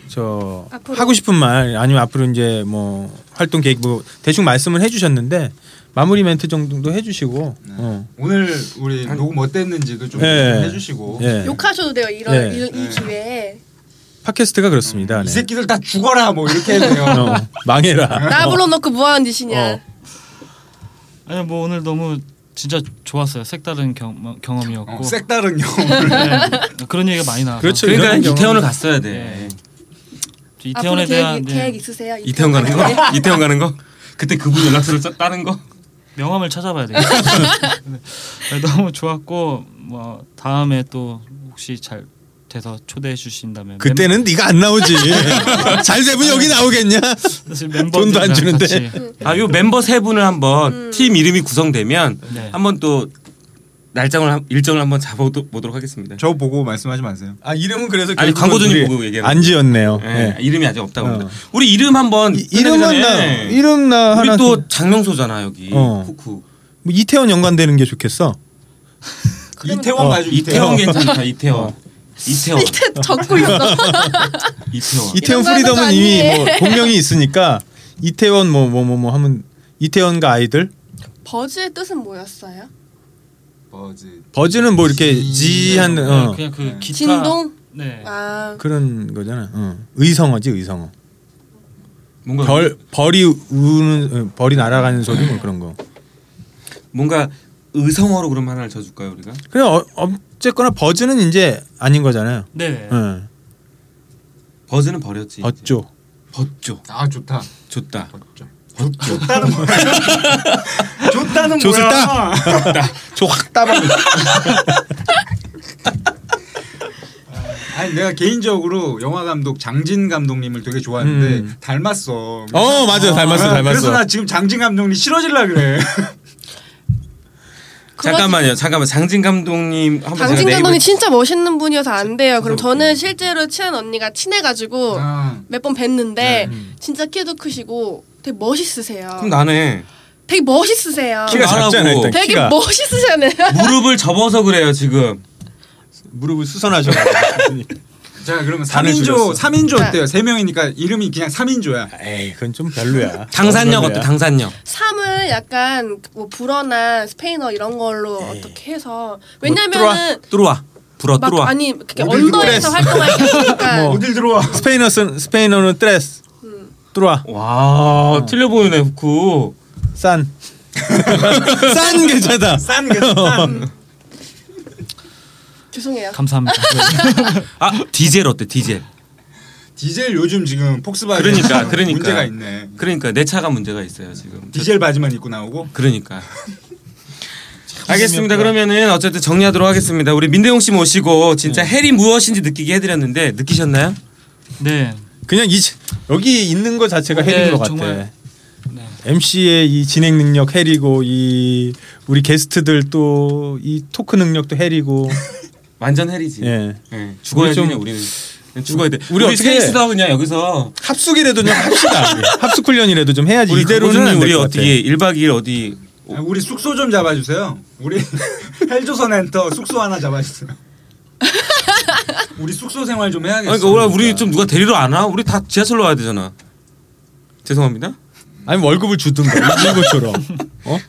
[SPEAKER 6] 저
[SPEAKER 2] 앞으로.
[SPEAKER 6] 하고 싶은 말 아니면 앞으로 이제 뭐 활동 계획 뭐 대충 말씀을 해주셨는데 마무리 멘트 정도 해주시고 어.
[SPEAKER 3] 오늘 우리 녹음 어땠는지도
[SPEAKER 7] 네.
[SPEAKER 3] 좀
[SPEAKER 6] 예.
[SPEAKER 3] 해주시고
[SPEAKER 6] 예.
[SPEAKER 2] 욕하셔도 돼요 이런
[SPEAKER 6] 네.
[SPEAKER 2] 이, 이 기회에.
[SPEAKER 6] 팟캐스트가 그렇습니다.
[SPEAKER 3] 음, 이
[SPEAKER 6] 네.
[SPEAKER 3] 새끼들 다 죽어라 뭐
[SPEAKER 7] 네.
[SPEAKER 3] 이렇게 해도 돼요.
[SPEAKER 6] 어, 망해라.
[SPEAKER 2] 나 불러놓고 뭐하는 짓이냐.
[SPEAKER 6] 어.
[SPEAKER 8] 아니 뭐 오늘 너무 진짜 좋았어요. 색다른 경, 경험이었고
[SPEAKER 7] 뭐.
[SPEAKER 3] 어, 색다른 경험을
[SPEAKER 8] 네, 그런 얘기가 많이 나와서
[SPEAKER 6] 그렇죠.
[SPEAKER 7] 그러니까
[SPEAKER 6] 이런 경우는-
[SPEAKER 7] 이태원을 네. 갔어야 돼.
[SPEAKER 8] 저
[SPEAKER 2] 앞으로
[SPEAKER 8] 이태원에
[SPEAKER 2] 아, 계획,
[SPEAKER 8] 대한 네,
[SPEAKER 2] 계획 있으세요?
[SPEAKER 7] 이태원 가는
[SPEAKER 2] 가는
[SPEAKER 7] 거? 이태원 가는 거? 그때 그분 연락처를 짜- 따는 거?
[SPEAKER 8] 명함을 찾아봐야 되겠어요. 네, 너무 좋았고 뭐 다음에 또 혹시 잘 돼서 초대해 주신다면
[SPEAKER 6] 그때는 네가 안 나오지. 잘 되면 여기 나오겠냐?
[SPEAKER 8] 멤,
[SPEAKER 6] 돈도 안 주는데.
[SPEAKER 7] 아 요 멤버 세 분을 한번 팀 이름이 구성되면
[SPEAKER 8] 네.
[SPEAKER 7] 한번 또 날짜를 한- 일정을 한번 잡아보도록 하겠습니다.
[SPEAKER 3] 저 보고 말씀하지 마세요.
[SPEAKER 6] 아 이름은 그래서
[SPEAKER 7] 아니,
[SPEAKER 6] 결국은
[SPEAKER 7] 광고주님
[SPEAKER 6] 우리
[SPEAKER 7] 보고 얘기하는
[SPEAKER 6] 안 지었네요.
[SPEAKER 7] 예,
[SPEAKER 6] 예.
[SPEAKER 7] 이름이 아직 없다고
[SPEAKER 6] 어.
[SPEAKER 7] 합니다. 우리 이름 한번
[SPEAKER 6] 이- 이름은 나
[SPEAKER 7] 예.
[SPEAKER 6] 이름 나
[SPEAKER 7] 우리
[SPEAKER 6] 하나
[SPEAKER 7] 또
[SPEAKER 6] 좀-
[SPEAKER 7] 장명소잖아 여기
[SPEAKER 6] 어.
[SPEAKER 7] 쿠쿠
[SPEAKER 6] 뭐 이태원 연관되는 게 좋겠어.
[SPEAKER 3] 이태원
[SPEAKER 6] 어,
[SPEAKER 3] 가지고
[SPEAKER 7] 그 이태원 어.
[SPEAKER 3] 이태원.
[SPEAKER 7] 괜찮다 이태원 이태원
[SPEAKER 2] 적고 있어.
[SPEAKER 7] 이태원
[SPEAKER 6] 이태원
[SPEAKER 2] 어. 이런 거 하는
[SPEAKER 6] 프리덤은
[SPEAKER 2] 거
[SPEAKER 6] 이미
[SPEAKER 2] 아니에요?
[SPEAKER 6] 뭐 본명이 있으니까 이태원 뭐 뭐 뭐 뭐 하면 이태원과 아이들
[SPEAKER 2] 버즈의 뜻은 뭐였어요?
[SPEAKER 3] 버즈.
[SPEAKER 6] 버즈는 뭐 이렇게
[SPEAKER 3] 지-
[SPEAKER 6] 지한 어,
[SPEAKER 8] 네. 그냥 그 기타
[SPEAKER 2] 음. 진동.
[SPEAKER 8] 네.
[SPEAKER 2] 아
[SPEAKER 6] 그런 거잖아. 어. 의성어지 의성어.
[SPEAKER 7] 뭔가
[SPEAKER 6] 벌 벌이 우는 어, 벌이 날아가는 소리 뭐 그런 거.
[SPEAKER 7] 뭔가 의성어로 그럼 하나를 쳐줄까요 우리가
[SPEAKER 6] 그냥 어, 어쨌거나 버즈는 이제 아닌 거잖아요.
[SPEAKER 8] 네.
[SPEAKER 6] 어.
[SPEAKER 7] 버즈는 버렸지
[SPEAKER 6] 어쩌.
[SPEAKER 7] 버죠
[SPEAKER 3] 아 좋다.
[SPEAKER 7] 줬다
[SPEAKER 3] 좋다는 뭐야? 좋다는
[SPEAKER 6] 좋았다.
[SPEAKER 3] 뭐야?
[SPEAKER 6] 저확 따봐.
[SPEAKER 3] 아니 내가 개인적으로 영화 감독 장진 감독님을 되게 좋아하는데
[SPEAKER 6] 음.
[SPEAKER 3] 닮았어.
[SPEAKER 6] 어 맞아 닮았어
[SPEAKER 3] 아, 그래서
[SPEAKER 6] 닮았어.
[SPEAKER 3] 나 지금 장진 감독님 싫어질라 그래.
[SPEAKER 7] 잠깐만요 잠깐만 장진 감독님 한번 제가
[SPEAKER 2] 강진
[SPEAKER 7] 네이버
[SPEAKER 2] 감독님 진짜 멋있는 분이어서 안 돼요. 그럼 저는 실제로 친한 언니가 친해가지고
[SPEAKER 3] 아.
[SPEAKER 2] 몇 번 뵀는데 진짜 키도 크시고 되게 멋있으세요.
[SPEAKER 7] 네. 그럼 나네
[SPEAKER 2] 되게 멋있으세요.
[SPEAKER 7] 키가 뭐? 작잖아, 일단
[SPEAKER 2] 되게 뭐- 멋있으잖아요.
[SPEAKER 7] 무릎을 접어서 그래요 지금
[SPEAKER 6] 무릎을 수선하셔.
[SPEAKER 3] 자 그러면
[SPEAKER 6] 단을
[SPEAKER 3] 3인조
[SPEAKER 6] 줄였어.
[SPEAKER 3] 3인조 어때요? 세 명이니까 이름이 그냥 3인조야.
[SPEAKER 7] 아.
[SPEAKER 6] 에이 그건 좀 별로야.
[SPEAKER 7] 당산역
[SPEAKER 6] 별로야.
[SPEAKER 7] 어때 당산역
[SPEAKER 2] 삼을 약간 뭐 불어나 스페인어 이런 걸로 어떻게 해서
[SPEAKER 7] 네. 뭐 들어와
[SPEAKER 2] 왜냐면은
[SPEAKER 7] 들어와 불어
[SPEAKER 2] 막
[SPEAKER 7] 들어와 뭐,
[SPEAKER 2] 아니 그렇게
[SPEAKER 3] 어딜
[SPEAKER 2] 언더에서 활동할 때니까
[SPEAKER 6] 뭐.
[SPEAKER 3] 어딜 들어와?
[SPEAKER 6] 스페인어 쓴 스페인어는 트레스. 들어와.
[SPEAKER 7] 와 아, 틀려 보이네 후쿠
[SPEAKER 6] 싼. 싼 계좌다. 어.
[SPEAKER 3] 싼 게. 싼.
[SPEAKER 2] 죄송해요.
[SPEAKER 8] 감사합니다.
[SPEAKER 7] 아 디젤 어때 디젤
[SPEAKER 3] 디젤 요즘 지금 폭스바겐
[SPEAKER 7] 그러니까, 그러니까.
[SPEAKER 3] 문제가 있네.
[SPEAKER 7] 그러니까 내 차가 문제가 있어요 지금
[SPEAKER 3] 디젤 바지만 입고 나오고
[SPEAKER 7] 그러니까. 알겠습니다. 그러면은 어쨌든 정리하도록 하겠습니다. 우리 민대용 씨 모시고 진짜 헬이 무엇인지 느끼게 해드렸는데 느끼셨나요?
[SPEAKER 8] 네.
[SPEAKER 6] 그냥 이 지- 여기 있는 거 자체가
[SPEAKER 8] 네,
[SPEAKER 6] 헬인 것 같아.
[SPEAKER 8] 정말. 네.
[SPEAKER 6] MC의 이 진행 능력 해리고 이 우리 게스트들 또 이 토크 능력도 해리고
[SPEAKER 7] 완전 해리지.
[SPEAKER 6] 예
[SPEAKER 7] 예, 죽어야
[SPEAKER 6] 우리 좀-
[SPEAKER 7] 되냐 우리는. 그냥 죽어야 돼.
[SPEAKER 6] 우리
[SPEAKER 7] 우리,
[SPEAKER 6] 어떻게-
[SPEAKER 7] 어떻게 스다 그냥 여기서
[SPEAKER 6] 합숙이라도 좀 합시다 우리. 합숙 훈련이라도 좀 해야지
[SPEAKER 7] 우리
[SPEAKER 6] 이대로는
[SPEAKER 7] 이대로는
[SPEAKER 6] 안될
[SPEAKER 7] 우리
[SPEAKER 6] 것 같아.
[SPEAKER 7] 어떻게 1박 2일 어디
[SPEAKER 3] 아, 우리 숙소 좀 잡아주세요. 우리 헬조선 엔터 숙소 하나 잡아주세요. 우리 숙소 생활 좀 해야겠어.
[SPEAKER 7] 아니, 그러니까 우리 좀 누가 데리러 안 와? 우리 다 지하철로 와야 되잖아. 죄송합니다.
[SPEAKER 6] 아니 월급을 주든가 이거처럼 어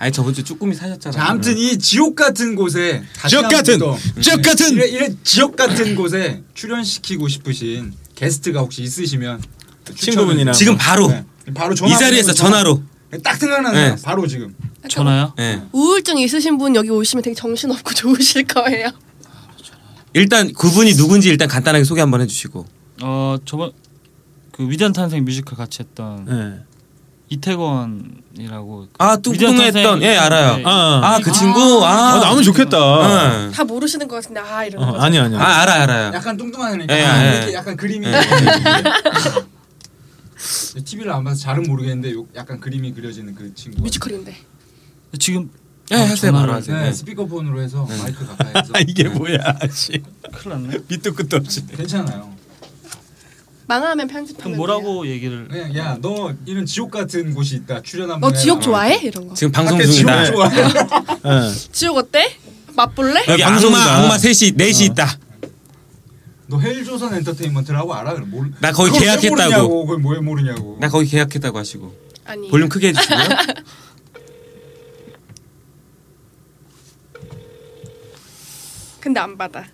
[SPEAKER 7] 아니 저번 주에 쭈꾸미 사셨잖아.
[SPEAKER 3] 자, 아무튼 이 지옥 같은 곳에 다시
[SPEAKER 6] 지역
[SPEAKER 3] 한번
[SPEAKER 6] 같은
[SPEAKER 3] 또 음,
[SPEAKER 6] 지역 같은
[SPEAKER 3] 이래, 이래 지옥 같은 곳에 출연시키고 싶으신 게스트가 혹시 있으시면 추천을-
[SPEAKER 6] 친구분이나 뭐.
[SPEAKER 7] 지금 바로
[SPEAKER 3] 네. 바로 전화
[SPEAKER 7] 이 자리에서 전화로.
[SPEAKER 3] 딱 생각나는
[SPEAKER 7] 네.
[SPEAKER 3] 네. 바로 지금
[SPEAKER 8] 전화요?
[SPEAKER 7] 예.
[SPEAKER 3] 어.
[SPEAKER 2] 우울증 있으신 분 여기 오시면 되게 정신없고 좋으실 거예요.
[SPEAKER 7] 일단 그분이 누군지 일단 간단하게 소개 한번 해주시고.
[SPEAKER 8] 어 저번 그 위대한 탄생 뮤지컬 같이 했던
[SPEAKER 6] 예.
[SPEAKER 8] 이태권이라고 그
[SPEAKER 7] 아 뚱뚱했던 예 알아요.
[SPEAKER 8] 네.
[SPEAKER 6] 아,
[SPEAKER 7] 아 그 친구 아,
[SPEAKER 6] 아 나오면 좋겠다.
[SPEAKER 7] 응.
[SPEAKER 2] 다 모르시는 것 같은데 아 이런
[SPEAKER 6] 어,
[SPEAKER 2] 거.
[SPEAKER 6] 아니 아니.
[SPEAKER 7] 아 알아 알아요.
[SPEAKER 3] 약간 뚱뚱한 애니까
[SPEAKER 7] 예, 예, 예.
[SPEAKER 3] 이렇게 약간 그림이
[SPEAKER 7] 예.
[SPEAKER 3] TV를 안 봐서 잘은 모르겠는데 요- 약간 그림이 그려지는 그 친구
[SPEAKER 2] 뮤지컬인데
[SPEAKER 8] 지금
[SPEAKER 7] 예 하세요 바로
[SPEAKER 8] 전화를-
[SPEAKER 7] 하세요.
[SPEAKER 3] 네,
[SPEAKER 7] 예.
[SPEAKER 3] 스피커폰으로 해서
[SPEAKER 7] 네.
[SPEAKER 3] 마이크 가까이서
[SPEAKER 6] 아 이게 뭐야? 씨.
[SPEAKER 8] 큰일 났네.
[SPEAKER 6] 밑도 끝도 없이.
[SPEAKER 3] 괜찮아요.
[SPEAKER 2] 망하면 편집하면
[SPEAKER 8] 그럼
[SPEAKER 2] 돼요.
[SPEAKER 8] 뭐라고 얘기를
[SPEAKER 3] 네, 야너 이런 지옥 같은 곳이 있다 출연 한번
[SPEAKER 2] 너
[SPEAKER 3] 해라.
[SPEAKER 2] 지옥 좋아해? 이런 거.
[SPEAKER 7] 지금 방송
[SPEAKER 3] 밖에
[SPEAKER 7] 중이다. 네.
[SPEAKER 3] 지옥 좋아해.
[SPEAKER 6] 예.
[SPEAKER 2] 지옥 어때? 맛볼래?
[SPEAKER 7] 여기
[SPEAKER 3] 아,
[SPEAKER 7] 악마
[SPEAKER 6] 방송이다.
[SPEAKER 7] 악마 셋이 넷이 있다.
[SPEAKER 3] 너 헬조선 엔터테인먼트라고 알아? 그럼 모르.
[SPEAKER 7] 나 거기
[SPEAKER 3] 그걸 왜
[SPEAKER 7] 계약했다고.
[SPEAKER 3] 모르냐고, 그걸 왜 모르냐고.
[SPEAKER 7] 나 거기 계약했다고 하시고
[SPEAKER 2] 아니.
[SPEAKER 7] 볼륨 크게 해주시고요.
[SPEAKER 2] 근데 안 받아.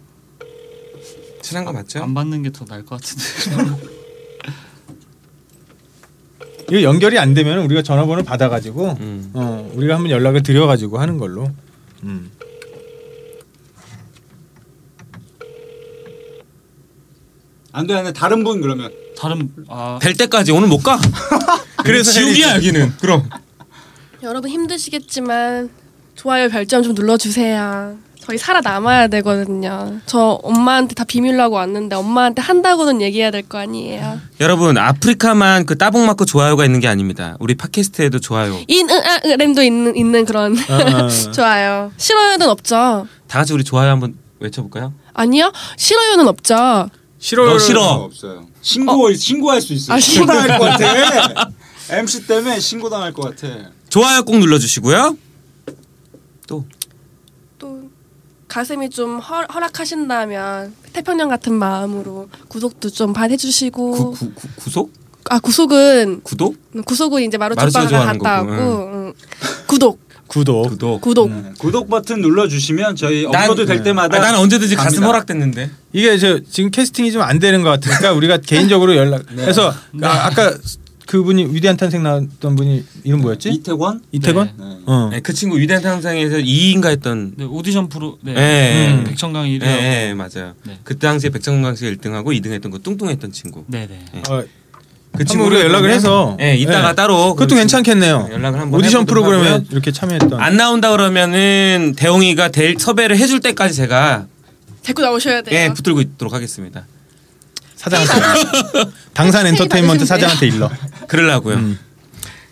[SPEAKER 7] 친한 거 맞죠?
[SPEAKER 8] 안 받는 게 더 나을 것 같은데.
[SPEAKER 6] 이거 연결이 안 되면 우리가 전화번호 받아가지고
[SPEAKER 7] 음.
[SPEAKER 6] 어 우리가 한번 연락을 드려가지고 하는 걸로. 음.
[SPEAKER 3] 안돼 안돼 다른 분 그러면.
[SPEAKER 8] 다른 아
[SPEAKER 7] 될 때까지 오늘 못 가.
[SPEAKER 6] 그래서
[SPEAKER 7] 지옥이야 여기는. 그럼
[SPEAKER 2] 여러분 힘드시겠지만 좋아요 별점 좀 눌러주세요. 저희 살아남아야 되거든요. 저 엄마한테 다 비밀로 하고 왔는데 엄마한테 한다고는 얘기해야 될 거 아니에요.
[SPEAKER 7] 여러분 아프리카만 그 따봉 맞고 좋아요가 있는 게 아닙니다. 우리 팟캐스트에도 좋아요.
[SPEAKER 2] 인으아으램도 있는 있는 그런
[SPEAKER 6] 아, 아.
[SPEAKER 2] 좋아요. 싫어요는 없죠.
[SPEAKER 7] 다 같이 우리 좋아요 한번 외쳐볼까요?
[SPEAKER 2] 아니요 싫어요는 없죠.
[SPEAKER 7] 싫어 싫어.
[SPEAKER 3] 없어요. 신고 신고할 수 있어.
[SPEAKER 2] 아,
[SPEAKER 3] 요
[SPEAKER 2] 신고.
[SPEAKER 3] 신고당할 것 같아. MC 때문에 신고당할 것 같아.
[SPEAKER 7] 좋아요 꼭 눌러주시고요.
[SPEAKER 2] 또 가슴이 좀 허, 허락하신다면 태평양 같은 마음으로 구독도 좀 반해주시고
[SPEAKER 7] 구, 구, 구, 구속?
[SPEAKER 2] 아 구속은
[SPEAKER 7] 구독?
[SPEAKER 2] 구속은 이제 마루치
[SPEAKER 7] 마루치가
[SPEAKER 2] 오빠가
[SPEAKER 7] 좋아하는
[SPEAKER 2] 갔다 왔고
[SPEAKER 7] 거고,
[SPEAKER 2] 응. 구독
[SPEAKER 6] 구독.
[SPEAKER 7] 구독.
[SPEAKER 2] 구독
[SPEAKER 3] 네, 구독 버튼 눌러주시면 저희
[SPEAKER 7] 난-
[SPEAKER 3] 업로드 될
[SPEAKER 7] 네.
[SPEAKER 3] 때마다
[SPEAKER 7] 아, 난 언제든지 가슴
[SPEAKER 3] 갑니다.
[SPEAKER 7] 허락됐는데.
[SPEAKER 6] 이게 저 지금 캐스팅이 좀 안 되는 것 같으니까 우리가 개인적으로
[SPEAKER 7] 네.
[SPEAKER 6] 연락해서 아, 아까 그분이 위대한 탄생 나왔던 분이 이름 뭐였지?
[SPEAKER 3] 이태권.
[SPEAKER 6] 이태건?
[SPEAKER 3] 네.
[SPEAKER 6] 어.
[SPEAKER 7] 네, 그 친구 위대한 상상에서 2인가 했던.
[SPEAKER 8] 네, 오디션 프로 네,
[SPEAKER 7] 예,
[SPEAKER 8] 음,
[SPEAKER 7] 예.
[SPEAKER 8] 백청강
[SPEAKER 7] 예,
[SPEAKER 8] 1위.
[SPEAKER 7] 예, 예, 맞아요.
[SPEAKER 8] 네.
[SPEAKER 7] 그 당시에 백정강 씨가 1등하고 2등했던 그 뚱뚱했던 친구.
[SPEAKER 8] 네네.
[SPEAKER 6] 어,
[SPEAKER 7] 그
[SPEAKER 6] 한번 우리가 연락을 해서
[SPEAKER 7] 예, 이따가
[SPEAKER 6] 예.
[SPEAKER 7] 따로
[SPEAKER 6] 그것도
[SPEAKER 7] 그
[SPEAKER 6] 괜찮겠네요.
[SPEAKER 7] 연락을 한번
[SPEAKER 6] 오디션
[SPEAKER 7] 해보도록
[SPEAKER 6] 프로그램에
[SPEAKER 7] 하고요.
[SPEAKER 6] 이렇게 참여했던.
[SPEAKER 7] 안 나온다 그러면은 대웅이가 될 섭외를 해줄 때까지 제가
[SPEAKER 2] 데리고 나오셔야 돼요.
[SPEAKER 7] 예 붙들고 있도록 하겠습니다.
[SPEAKER 6] 사장한테 당산 엔터테인먼트 사장한테 일러.
[SPEAKER 7] 그러려고요.
[SPEAKER 6] 음.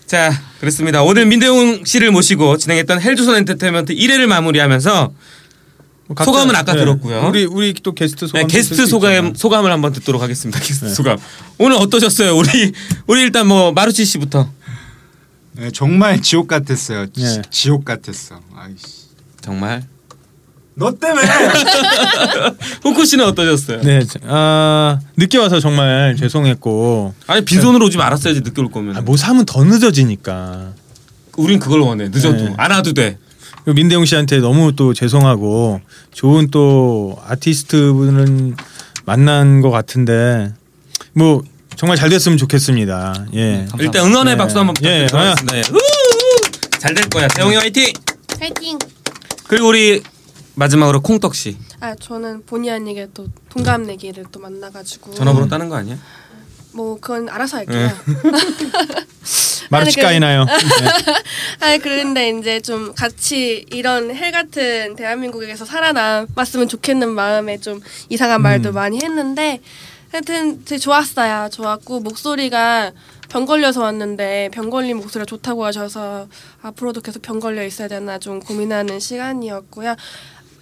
[SPEAKER 7] 자, 그렇습니다. 오늘 민대웅 씨를 모시고 진행했던 헬조선 엔터테인먼트 1회를 마무리하면서
[SPEAKER 6] 각자-
[SPEAKER 7] 소감은 아까
[SPEAKER 6] 네.
[SPEAKER 7] 들었고요.
[SPEAKER 6] 우리 우리 또 게스트 소감
[SPEAKER 7] 네, 게스트
[SPEAKER 6] 들을 수
[SPEAKER 7] 소감
[SPEAKER 6] 있잖아요.
[SPEAKER 7] 소감을 한번 듣도록 하겠습니다. 게스트
[SPEAKER 6] 네.
[SPEAKER 7] 소감. 오늘 어떠셨어요? 우리 우리 일단 뭐 마루치 씨부터.
[SPEAKER 3] 네, 정말 지옥 같았어요. 지-
[SPEAKER 6] 예.
[SPEAKER 3] 지옥 같았어. 아이씨.
[SPEAKER 7] 정말.
[SPEAKER 3] 너 때문에.
[SPEAKER 7] 홍코 씨는 어떠셨어요?
[SPEAKER 6] 네, 자, 아 늦게 와서 정말 죄송했고
[SPEAKER 7] 아니 빈손으로 오지 말았어야지 늦게 올 거면.
[SPEAKER 6] 아, 뭐 사면 더 늦어지니까
[SPEAKER 7] 우린 그걸 원해. 늦어도
[SPEAKER 6] 네.
[SPEAKER 7] 안 와도 돼.
[SPEAKER 6] 그리고 민대웅 씨한테 너무 또 죄송하고 좋은 또 아티스트 분을 만난 것 같은데 뭐 정말 잘 됐으면 좋겠습니다. 예.
[SPEAKER 8] 감사합니다.
[SPEAKER 7] 일단 응원의
[SPEAKER 6] 네.
[SPEAKER 7] 박수 한번
[SPEAKER 6] 예,
[SPEAKER 7] 부탁드리겠습니다. 잘될 거야. 대웅이 화이팅.
[SPEAKER 2] 파이팅.
[SPEAKER 7] 그리고 우리 마지막으로 콩떡 씨
[SPEAKER 2] 아 저는 본의 아니게 또 동갑내기를 또 만나가지고
[SPEAKER 7] 전화번호 따는 예. 거 아니야?
[SPEAKER 2] 뭐 그건 알아서 할게요. 그
[SPEAKER 6] 마르치카이나요.
[SPEAKER 2] 아 그런데 이제 좀 같이 이런 헬 같은 대한민국에서 살아남았으면 좋겠는 마음에 좀 이상한 말도 많이 했는데 하여튼 되게 좋았어요. 좋았고 목소리가 병 걸려서 왔는데 병 걸린 목소리가 좋다고 하셔서 앞으로도 계속 병 걸려 있어야 되나 좀 고민하는 시간이었고요.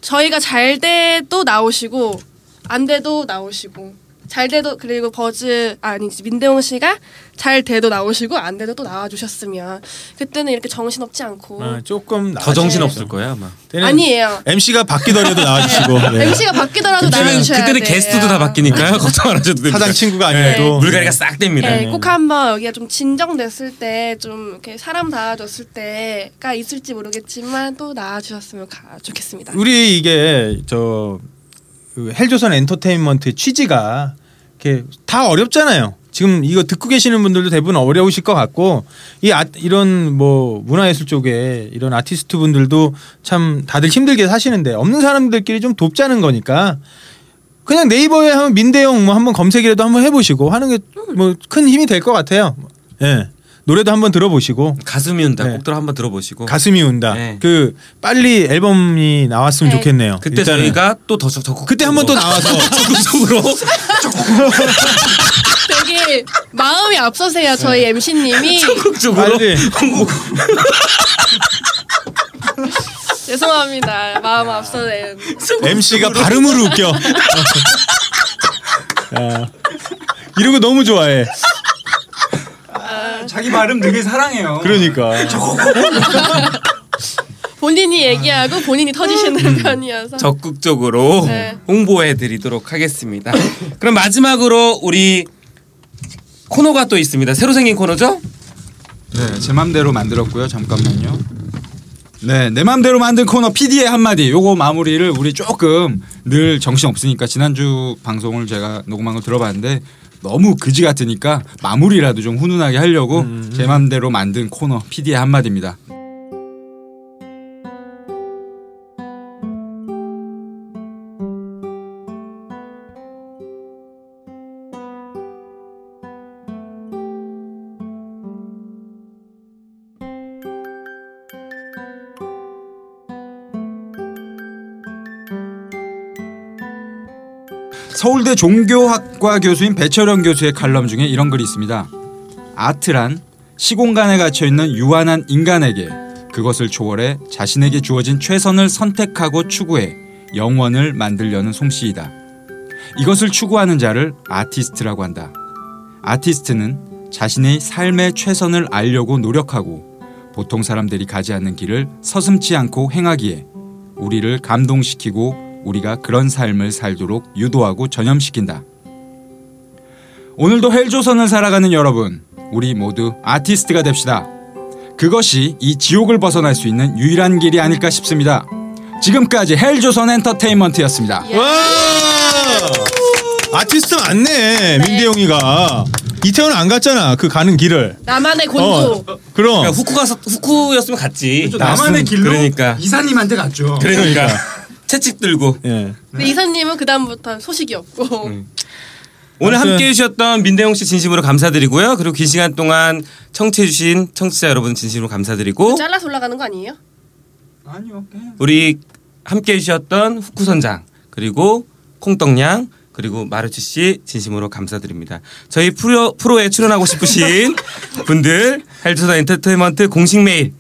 [SPEAKER 2] 저희가 잘 돼도 나오시고 안 돼도 나오시고 잘 돼도 그리고 버즈 아니지 민대웅 씨가 잘 돼도 나오시고 안 돼도 또 나와 주셨으면 그때는 이렇게 정신 없지 않고
[SPEAKER 6] 아, 조금
[SPEAKER 7] 더 정신
[SPEAKER 6] 나아지겠죠.
[SPEAKER 7] 없을 거야 아마.
[SPEAKER 6] 때는
[SPEAKER 2] 아니에요. 아,
[SPEAKER 6] MC가 바뀌더라도 나와주시고 예.
[SPEAKER 2] MC가 바뀌더라도
[SPEAKER 7] 네. 그때는,
[SPEAKER 2] 나와주셔야
[SPEAKER 7] 그때는
[SPEAKER 2] 돼요.
[SPEAKER 7] 게스트도 다 바뀌니까요. 걱정 안 하셔도 됩니다.
[SPEAKER 6] 사장 친구가 아니어도
[SPEAKER 7] 네. 물갈이가 싹 됩니다.
[SPEAKER 2] 네, 꼭 한번 여기가 좀 진정됐을 때 좀 이렇게 사람 닿아줬을 때가 있을지 모르겠지만 또 나와주셨으면 가- 좋겠습니다.
[SPEAKER 6] 우리 이게 저그 헬조선 엔터테인먼트의 취지가 이렇게 다 어렵잖아요. 지금 이거 듣고 계시는 분들도 대부분 어려우실 것 같고 이 아, 이런 뭐 문화예술 쪽에 이런 아티스트 분들도 참 다들 힘들게 사시는데 없는 사람들끼리 좀 돕자는 거니까 그냥 네이버에 하면 민대용 뭐 한번 검색이라도 한번 해보시고 하는 게 뭐 큰 힘이 될 것 같아요. 예 노래도 한번 들어보시고
[SPEAKER 7] 가슴이 운다.
[SPEAKER 6] 네.
[SPEAKER 7] 꼭 들어 한번 들어보시고.
[SPEAKER 6] 가슴이 운다.
[SPEAKER 7] 네.
[SPEAKER 6] 그 빨리 앨범이 나왔으면
[SPEAKER 2] 네.
[SPEAKER 6] 좋겠네요.
[SPEAKER 7] 그때
[SPEAKER 6] 일단은.
[SPEAKER 7] 저희가 또 더 적극.
[SPEAKER 6] 그때 한번 또 나와서
[SPEAKER 7] 적극적으로.
[SPEAKER 2] 되게 마음이 앞서세요 저희
[SPEAKER 7] 네.
[SPEAKER 2] MC님이
[SPEAKER 7] 적극적으로.
[SPEAKER 6] 빨리.
[SPEAKER 2] 죄송합니다 마음 앞서네요.
[SPEAKER 6] MC가 발음으로 웃겨. 어. 이런 거 너무 좋아해.
[SPEAKER 3] 자기 발음 되게 사랑해요.
[SPEAKER 6] 그러니까.
[SPEAKER 2] 본인이 얘기하고 본인이
[SPEAKER 7] 음.
[SPEAKER 2] 터지시는 편이어서
[SPEAKER 7] 적극적으로
[SPEAKER 2] 네.
[SPEAKER 7] 홍보해 드리도록 하겠습니다. 그럼 마지막으로 우리 코너가 또 있습니다. 새로 생긴 코너죠?
[SPEAKER 1] 네, 제 맘대로 만들었고요. 잠깐만요. 네, 내 맘대로 만든 코너 PD의 한마디. 요거 마무리를 우리 조금 늘 정신 없으니까 지난주 방송을 제가 녹음한 걸 들어봤는데 너무 그지 같으니까 마무리라도 좀 훈훈하게 하려고 제 맘대로 만든 코너 PD의 한마디입니다. 서울대 종교학과 교수인 배철현 교수의 칼럼 중에 이런 글이 있습니다. 아트란 시공간에 갇혀 있는 유한한 인간에게 그것을 초월해 자신에게 주어진 최선을 선택하고 추구해 영원을 만들려는 솜씨이다. 이것을 추구하는 자를 아티스트라고 한다. 아티스트는 자신의 삶의 최선을 알려고 노력하고 보통 사람들이 가지 않는 길을 서슴지 않고 행하기에 우리를 감동시키고 우리가 그런 삶을 살도록 유도하고 전염시킨다. 오늘도 헬조선을 살아가는 여러분, 우리 모두 아티스트가 됩시다. 그것이 이 지옥을 벗어날 수 있는 유일한 길이 아닐까 싶습니다. 지금까지 헬조선 엔터테인먼트였습니다.
[SPEAKER 2] 예.
[SPEAKER 7] 어?
[SPEAKER 6] 와! 아티스트 맞네. 민대용이가. 이태원 안 갔잖아. 그 가는 길을.
[SPEAKER 2] 나만의 곤조
[SPEAKER 6] 어. 그럼.
[SPEAKER 7] 그러니까 후쿠 가서 후쿠였으면 갔지.
[SPEAKER 3] 나만의 길로
[SPEAKER 7] 그러니까.
[SPEAKER 3] 이사님한테 갔죠.
[SPEAKER 7] 그러니까. 채찍 들고
[SPEAKER 6] 예.
[SPEAKER 2] 근데 이사님은 그 다음부터 소식이 없고
[SPEAKER 7] 오늘
[SPEAKER 6] 아무튼-
[SPEAKER 7] 함께 해주셨던 민대용 씨 진심으로 감사드리고요. 그리고 긴 시간 동안 청취해주신 청취자 여러분 진심으로 감사드리고
[SPEAKER 2] 뭐 잘라서 올라가는 거 아니에요?
[SPEAKER 3] 아니요. 그냥
[SPEAKER 7] 우리 함께 해주셨던 후쿠 선장 그리고 콩떡냥 그리고 마르치 씨 진심으로 감사드립니다. 저희 프로 프로에 출연하고 싶으신 분들 헬조선 엔터테인먼트 공식 메일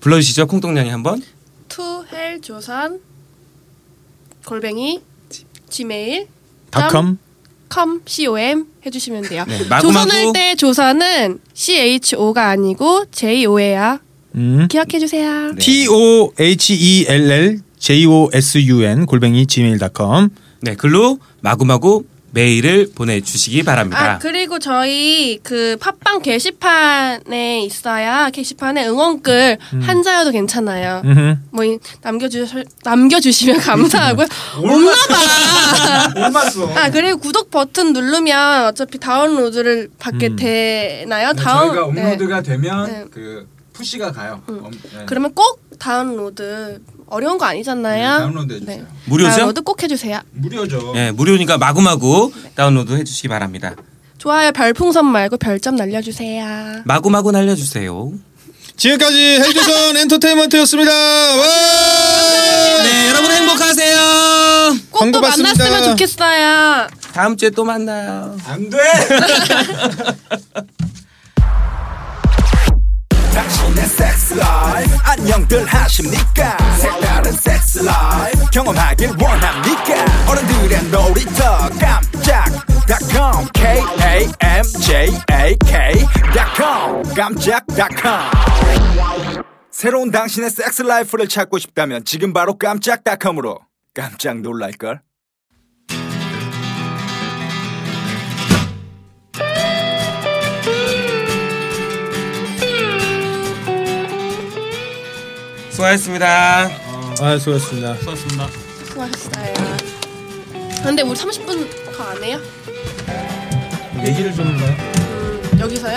[SPEAKER 7] 불러주시죠 콩떡냥이 한번
[SPEAKER 2] 투헬 조선 골뱅이 gmail
[SPEAKER 6] 닷컴.
[SPEAKER 2] com com 해주시면 돼요.
[SPEAKER 7] 네, 마구마구.
[SPEAKER 2] 조선을 때 조선은 c h o가 아니고 j o예요.
[SPEAKER 6] 음.
[SPEAKER 2] 기억해 주세요.
[SPEAKER 7] 네,
[SPEAKER 6] T O H E L L J O S U N 골뱅이 gmail.com.
[SPEAKER 7] 네 글로 마구마구 메일을 보내주시기 바랍니다.
[SPEAKER 2] 아 그리고 저희 그 팟빵 게시판에 있어요. 게시판에 응원글
[SPEAKER 7] 음.
[SPEAKER 2] 한자여도 괜찮아요.
[SPEAKER 6] 음흠.
[SPEAKER 2] 뭐 남겨주셔 남겨주시면 감사하고요. 올라봐.
[SPEAKER 3] 올맞어.
[SPEAKER 2] 아 그리고 구독 버튼 누르면 어차피 다운로드를 받게 되나요? 다운
[SPEAKER 3] 음. 네, 저희가 업로드가 되면
[SPEAKER 2] 네.
[SPEAKER 3] 그 푸시가 가요. 업- 네.
[SPEAKER 2] 네. 그러면 꼭 다운로드 어려운 거
[SPEAKER 3] 네,
[SPEAKER 2] 아니잖아요.
[SPEAKER 3] 다운로드 해주세요.
[SPEAKER 2] 네.
[SPEAKER 7] 무료죠?
[SPEAKER 2] 다운로드 꼭 해주세요.
[SPEAKER 3] 무료죠.
[SPEAKER 7] 네 무료니까 마구마구 다운로드 해주시기 바랍니다.
[SPEAKER 2] 좋아요 별풍선 말고 별점 날려주세요.
[SPEAKER 7] 마구마구 날려주세요.
[SPEAKER 6] 지금까지 헬조선 엔터테인먼트였습니다. 와!
[SPEAKER 7] 네, 여러분 행복하세요.
[SPEAKER 2] 꼭 또
[SPEAKER 6] 광고 받습니다.
[SPEAKER 2] 만났으면 좋겠어요.
[SPEAKER 7] 다음 주에 또 만나요.
[SPEAKER 10] 안 돼.
[SPEAKER 3] 당신의 섹스 라이프 안녕들 하십니까 색다른 섹스 라이프 경험하길 원합니까 어른들의 놀이터 깜짝 닷컴 K-A-M-J-A-K 닷컴 깜짝 닷컴 새로운 당신의 섹스 라이프를 찾고 싶다면 지금 바로 깜짝 닷컴으로 깜짝 놀랄걸
[SPEAKER 7] 수고하셨습니다.
[SPEAKER 6] 아 수고했습니다.
[SPEAKER 11] 수고하셨습니다.
[SPEAKER 2] 수고하셨어요. 근데 우리 30분 더 안 해요?
[SPEAKER 6] 얘기를 좀 해봐요.
[SPEAKER 2] 음, 여기서요?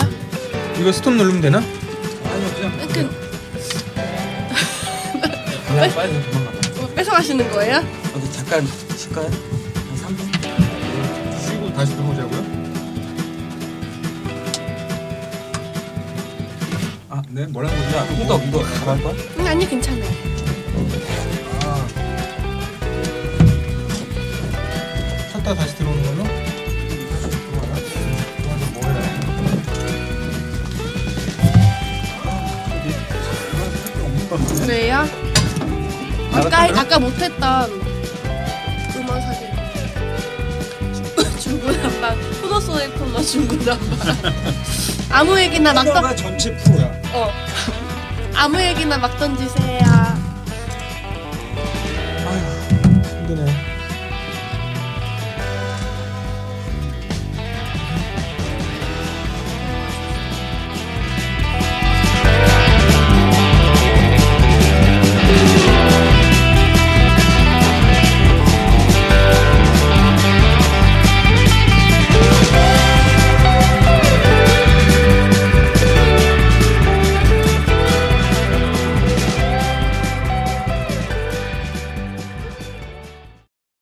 [SPEAKER 6] 이거 스톱 누르면 되나?
[SPEAKER 2] 그 그냥
[SPEAKER 7] 빨리 도망가.
[SPEAKER 2] 뭐 뺏어가시는 거예요?
[SPEAKER 7] 어디 잠깐 쉴까요? 한 3분?
[SPEAKER 10] 쉬고 다시 들어오자고요. 아, 네, 뭐라는 거죠?
[SPEAKER 7] 야, 이거 이거 가만 봐.
[SPEAKER 2] 음, 아니 괜찮아요. 아.
[SPEAKER 6] 쳤다 다시 들어오는 걸로?
[SPEAKER 2] 왜요? 아까 아까 못했던 음원 사기. 중국 남방 포도 소의 콜러 중국 남방 아무 얘기나 막 던,
[SPEAKER 10] 전체 프로야.
[SPEAKER 2] 어 아무 얘기나 막 던지세요.
[SPEAKER 6] 힘드네.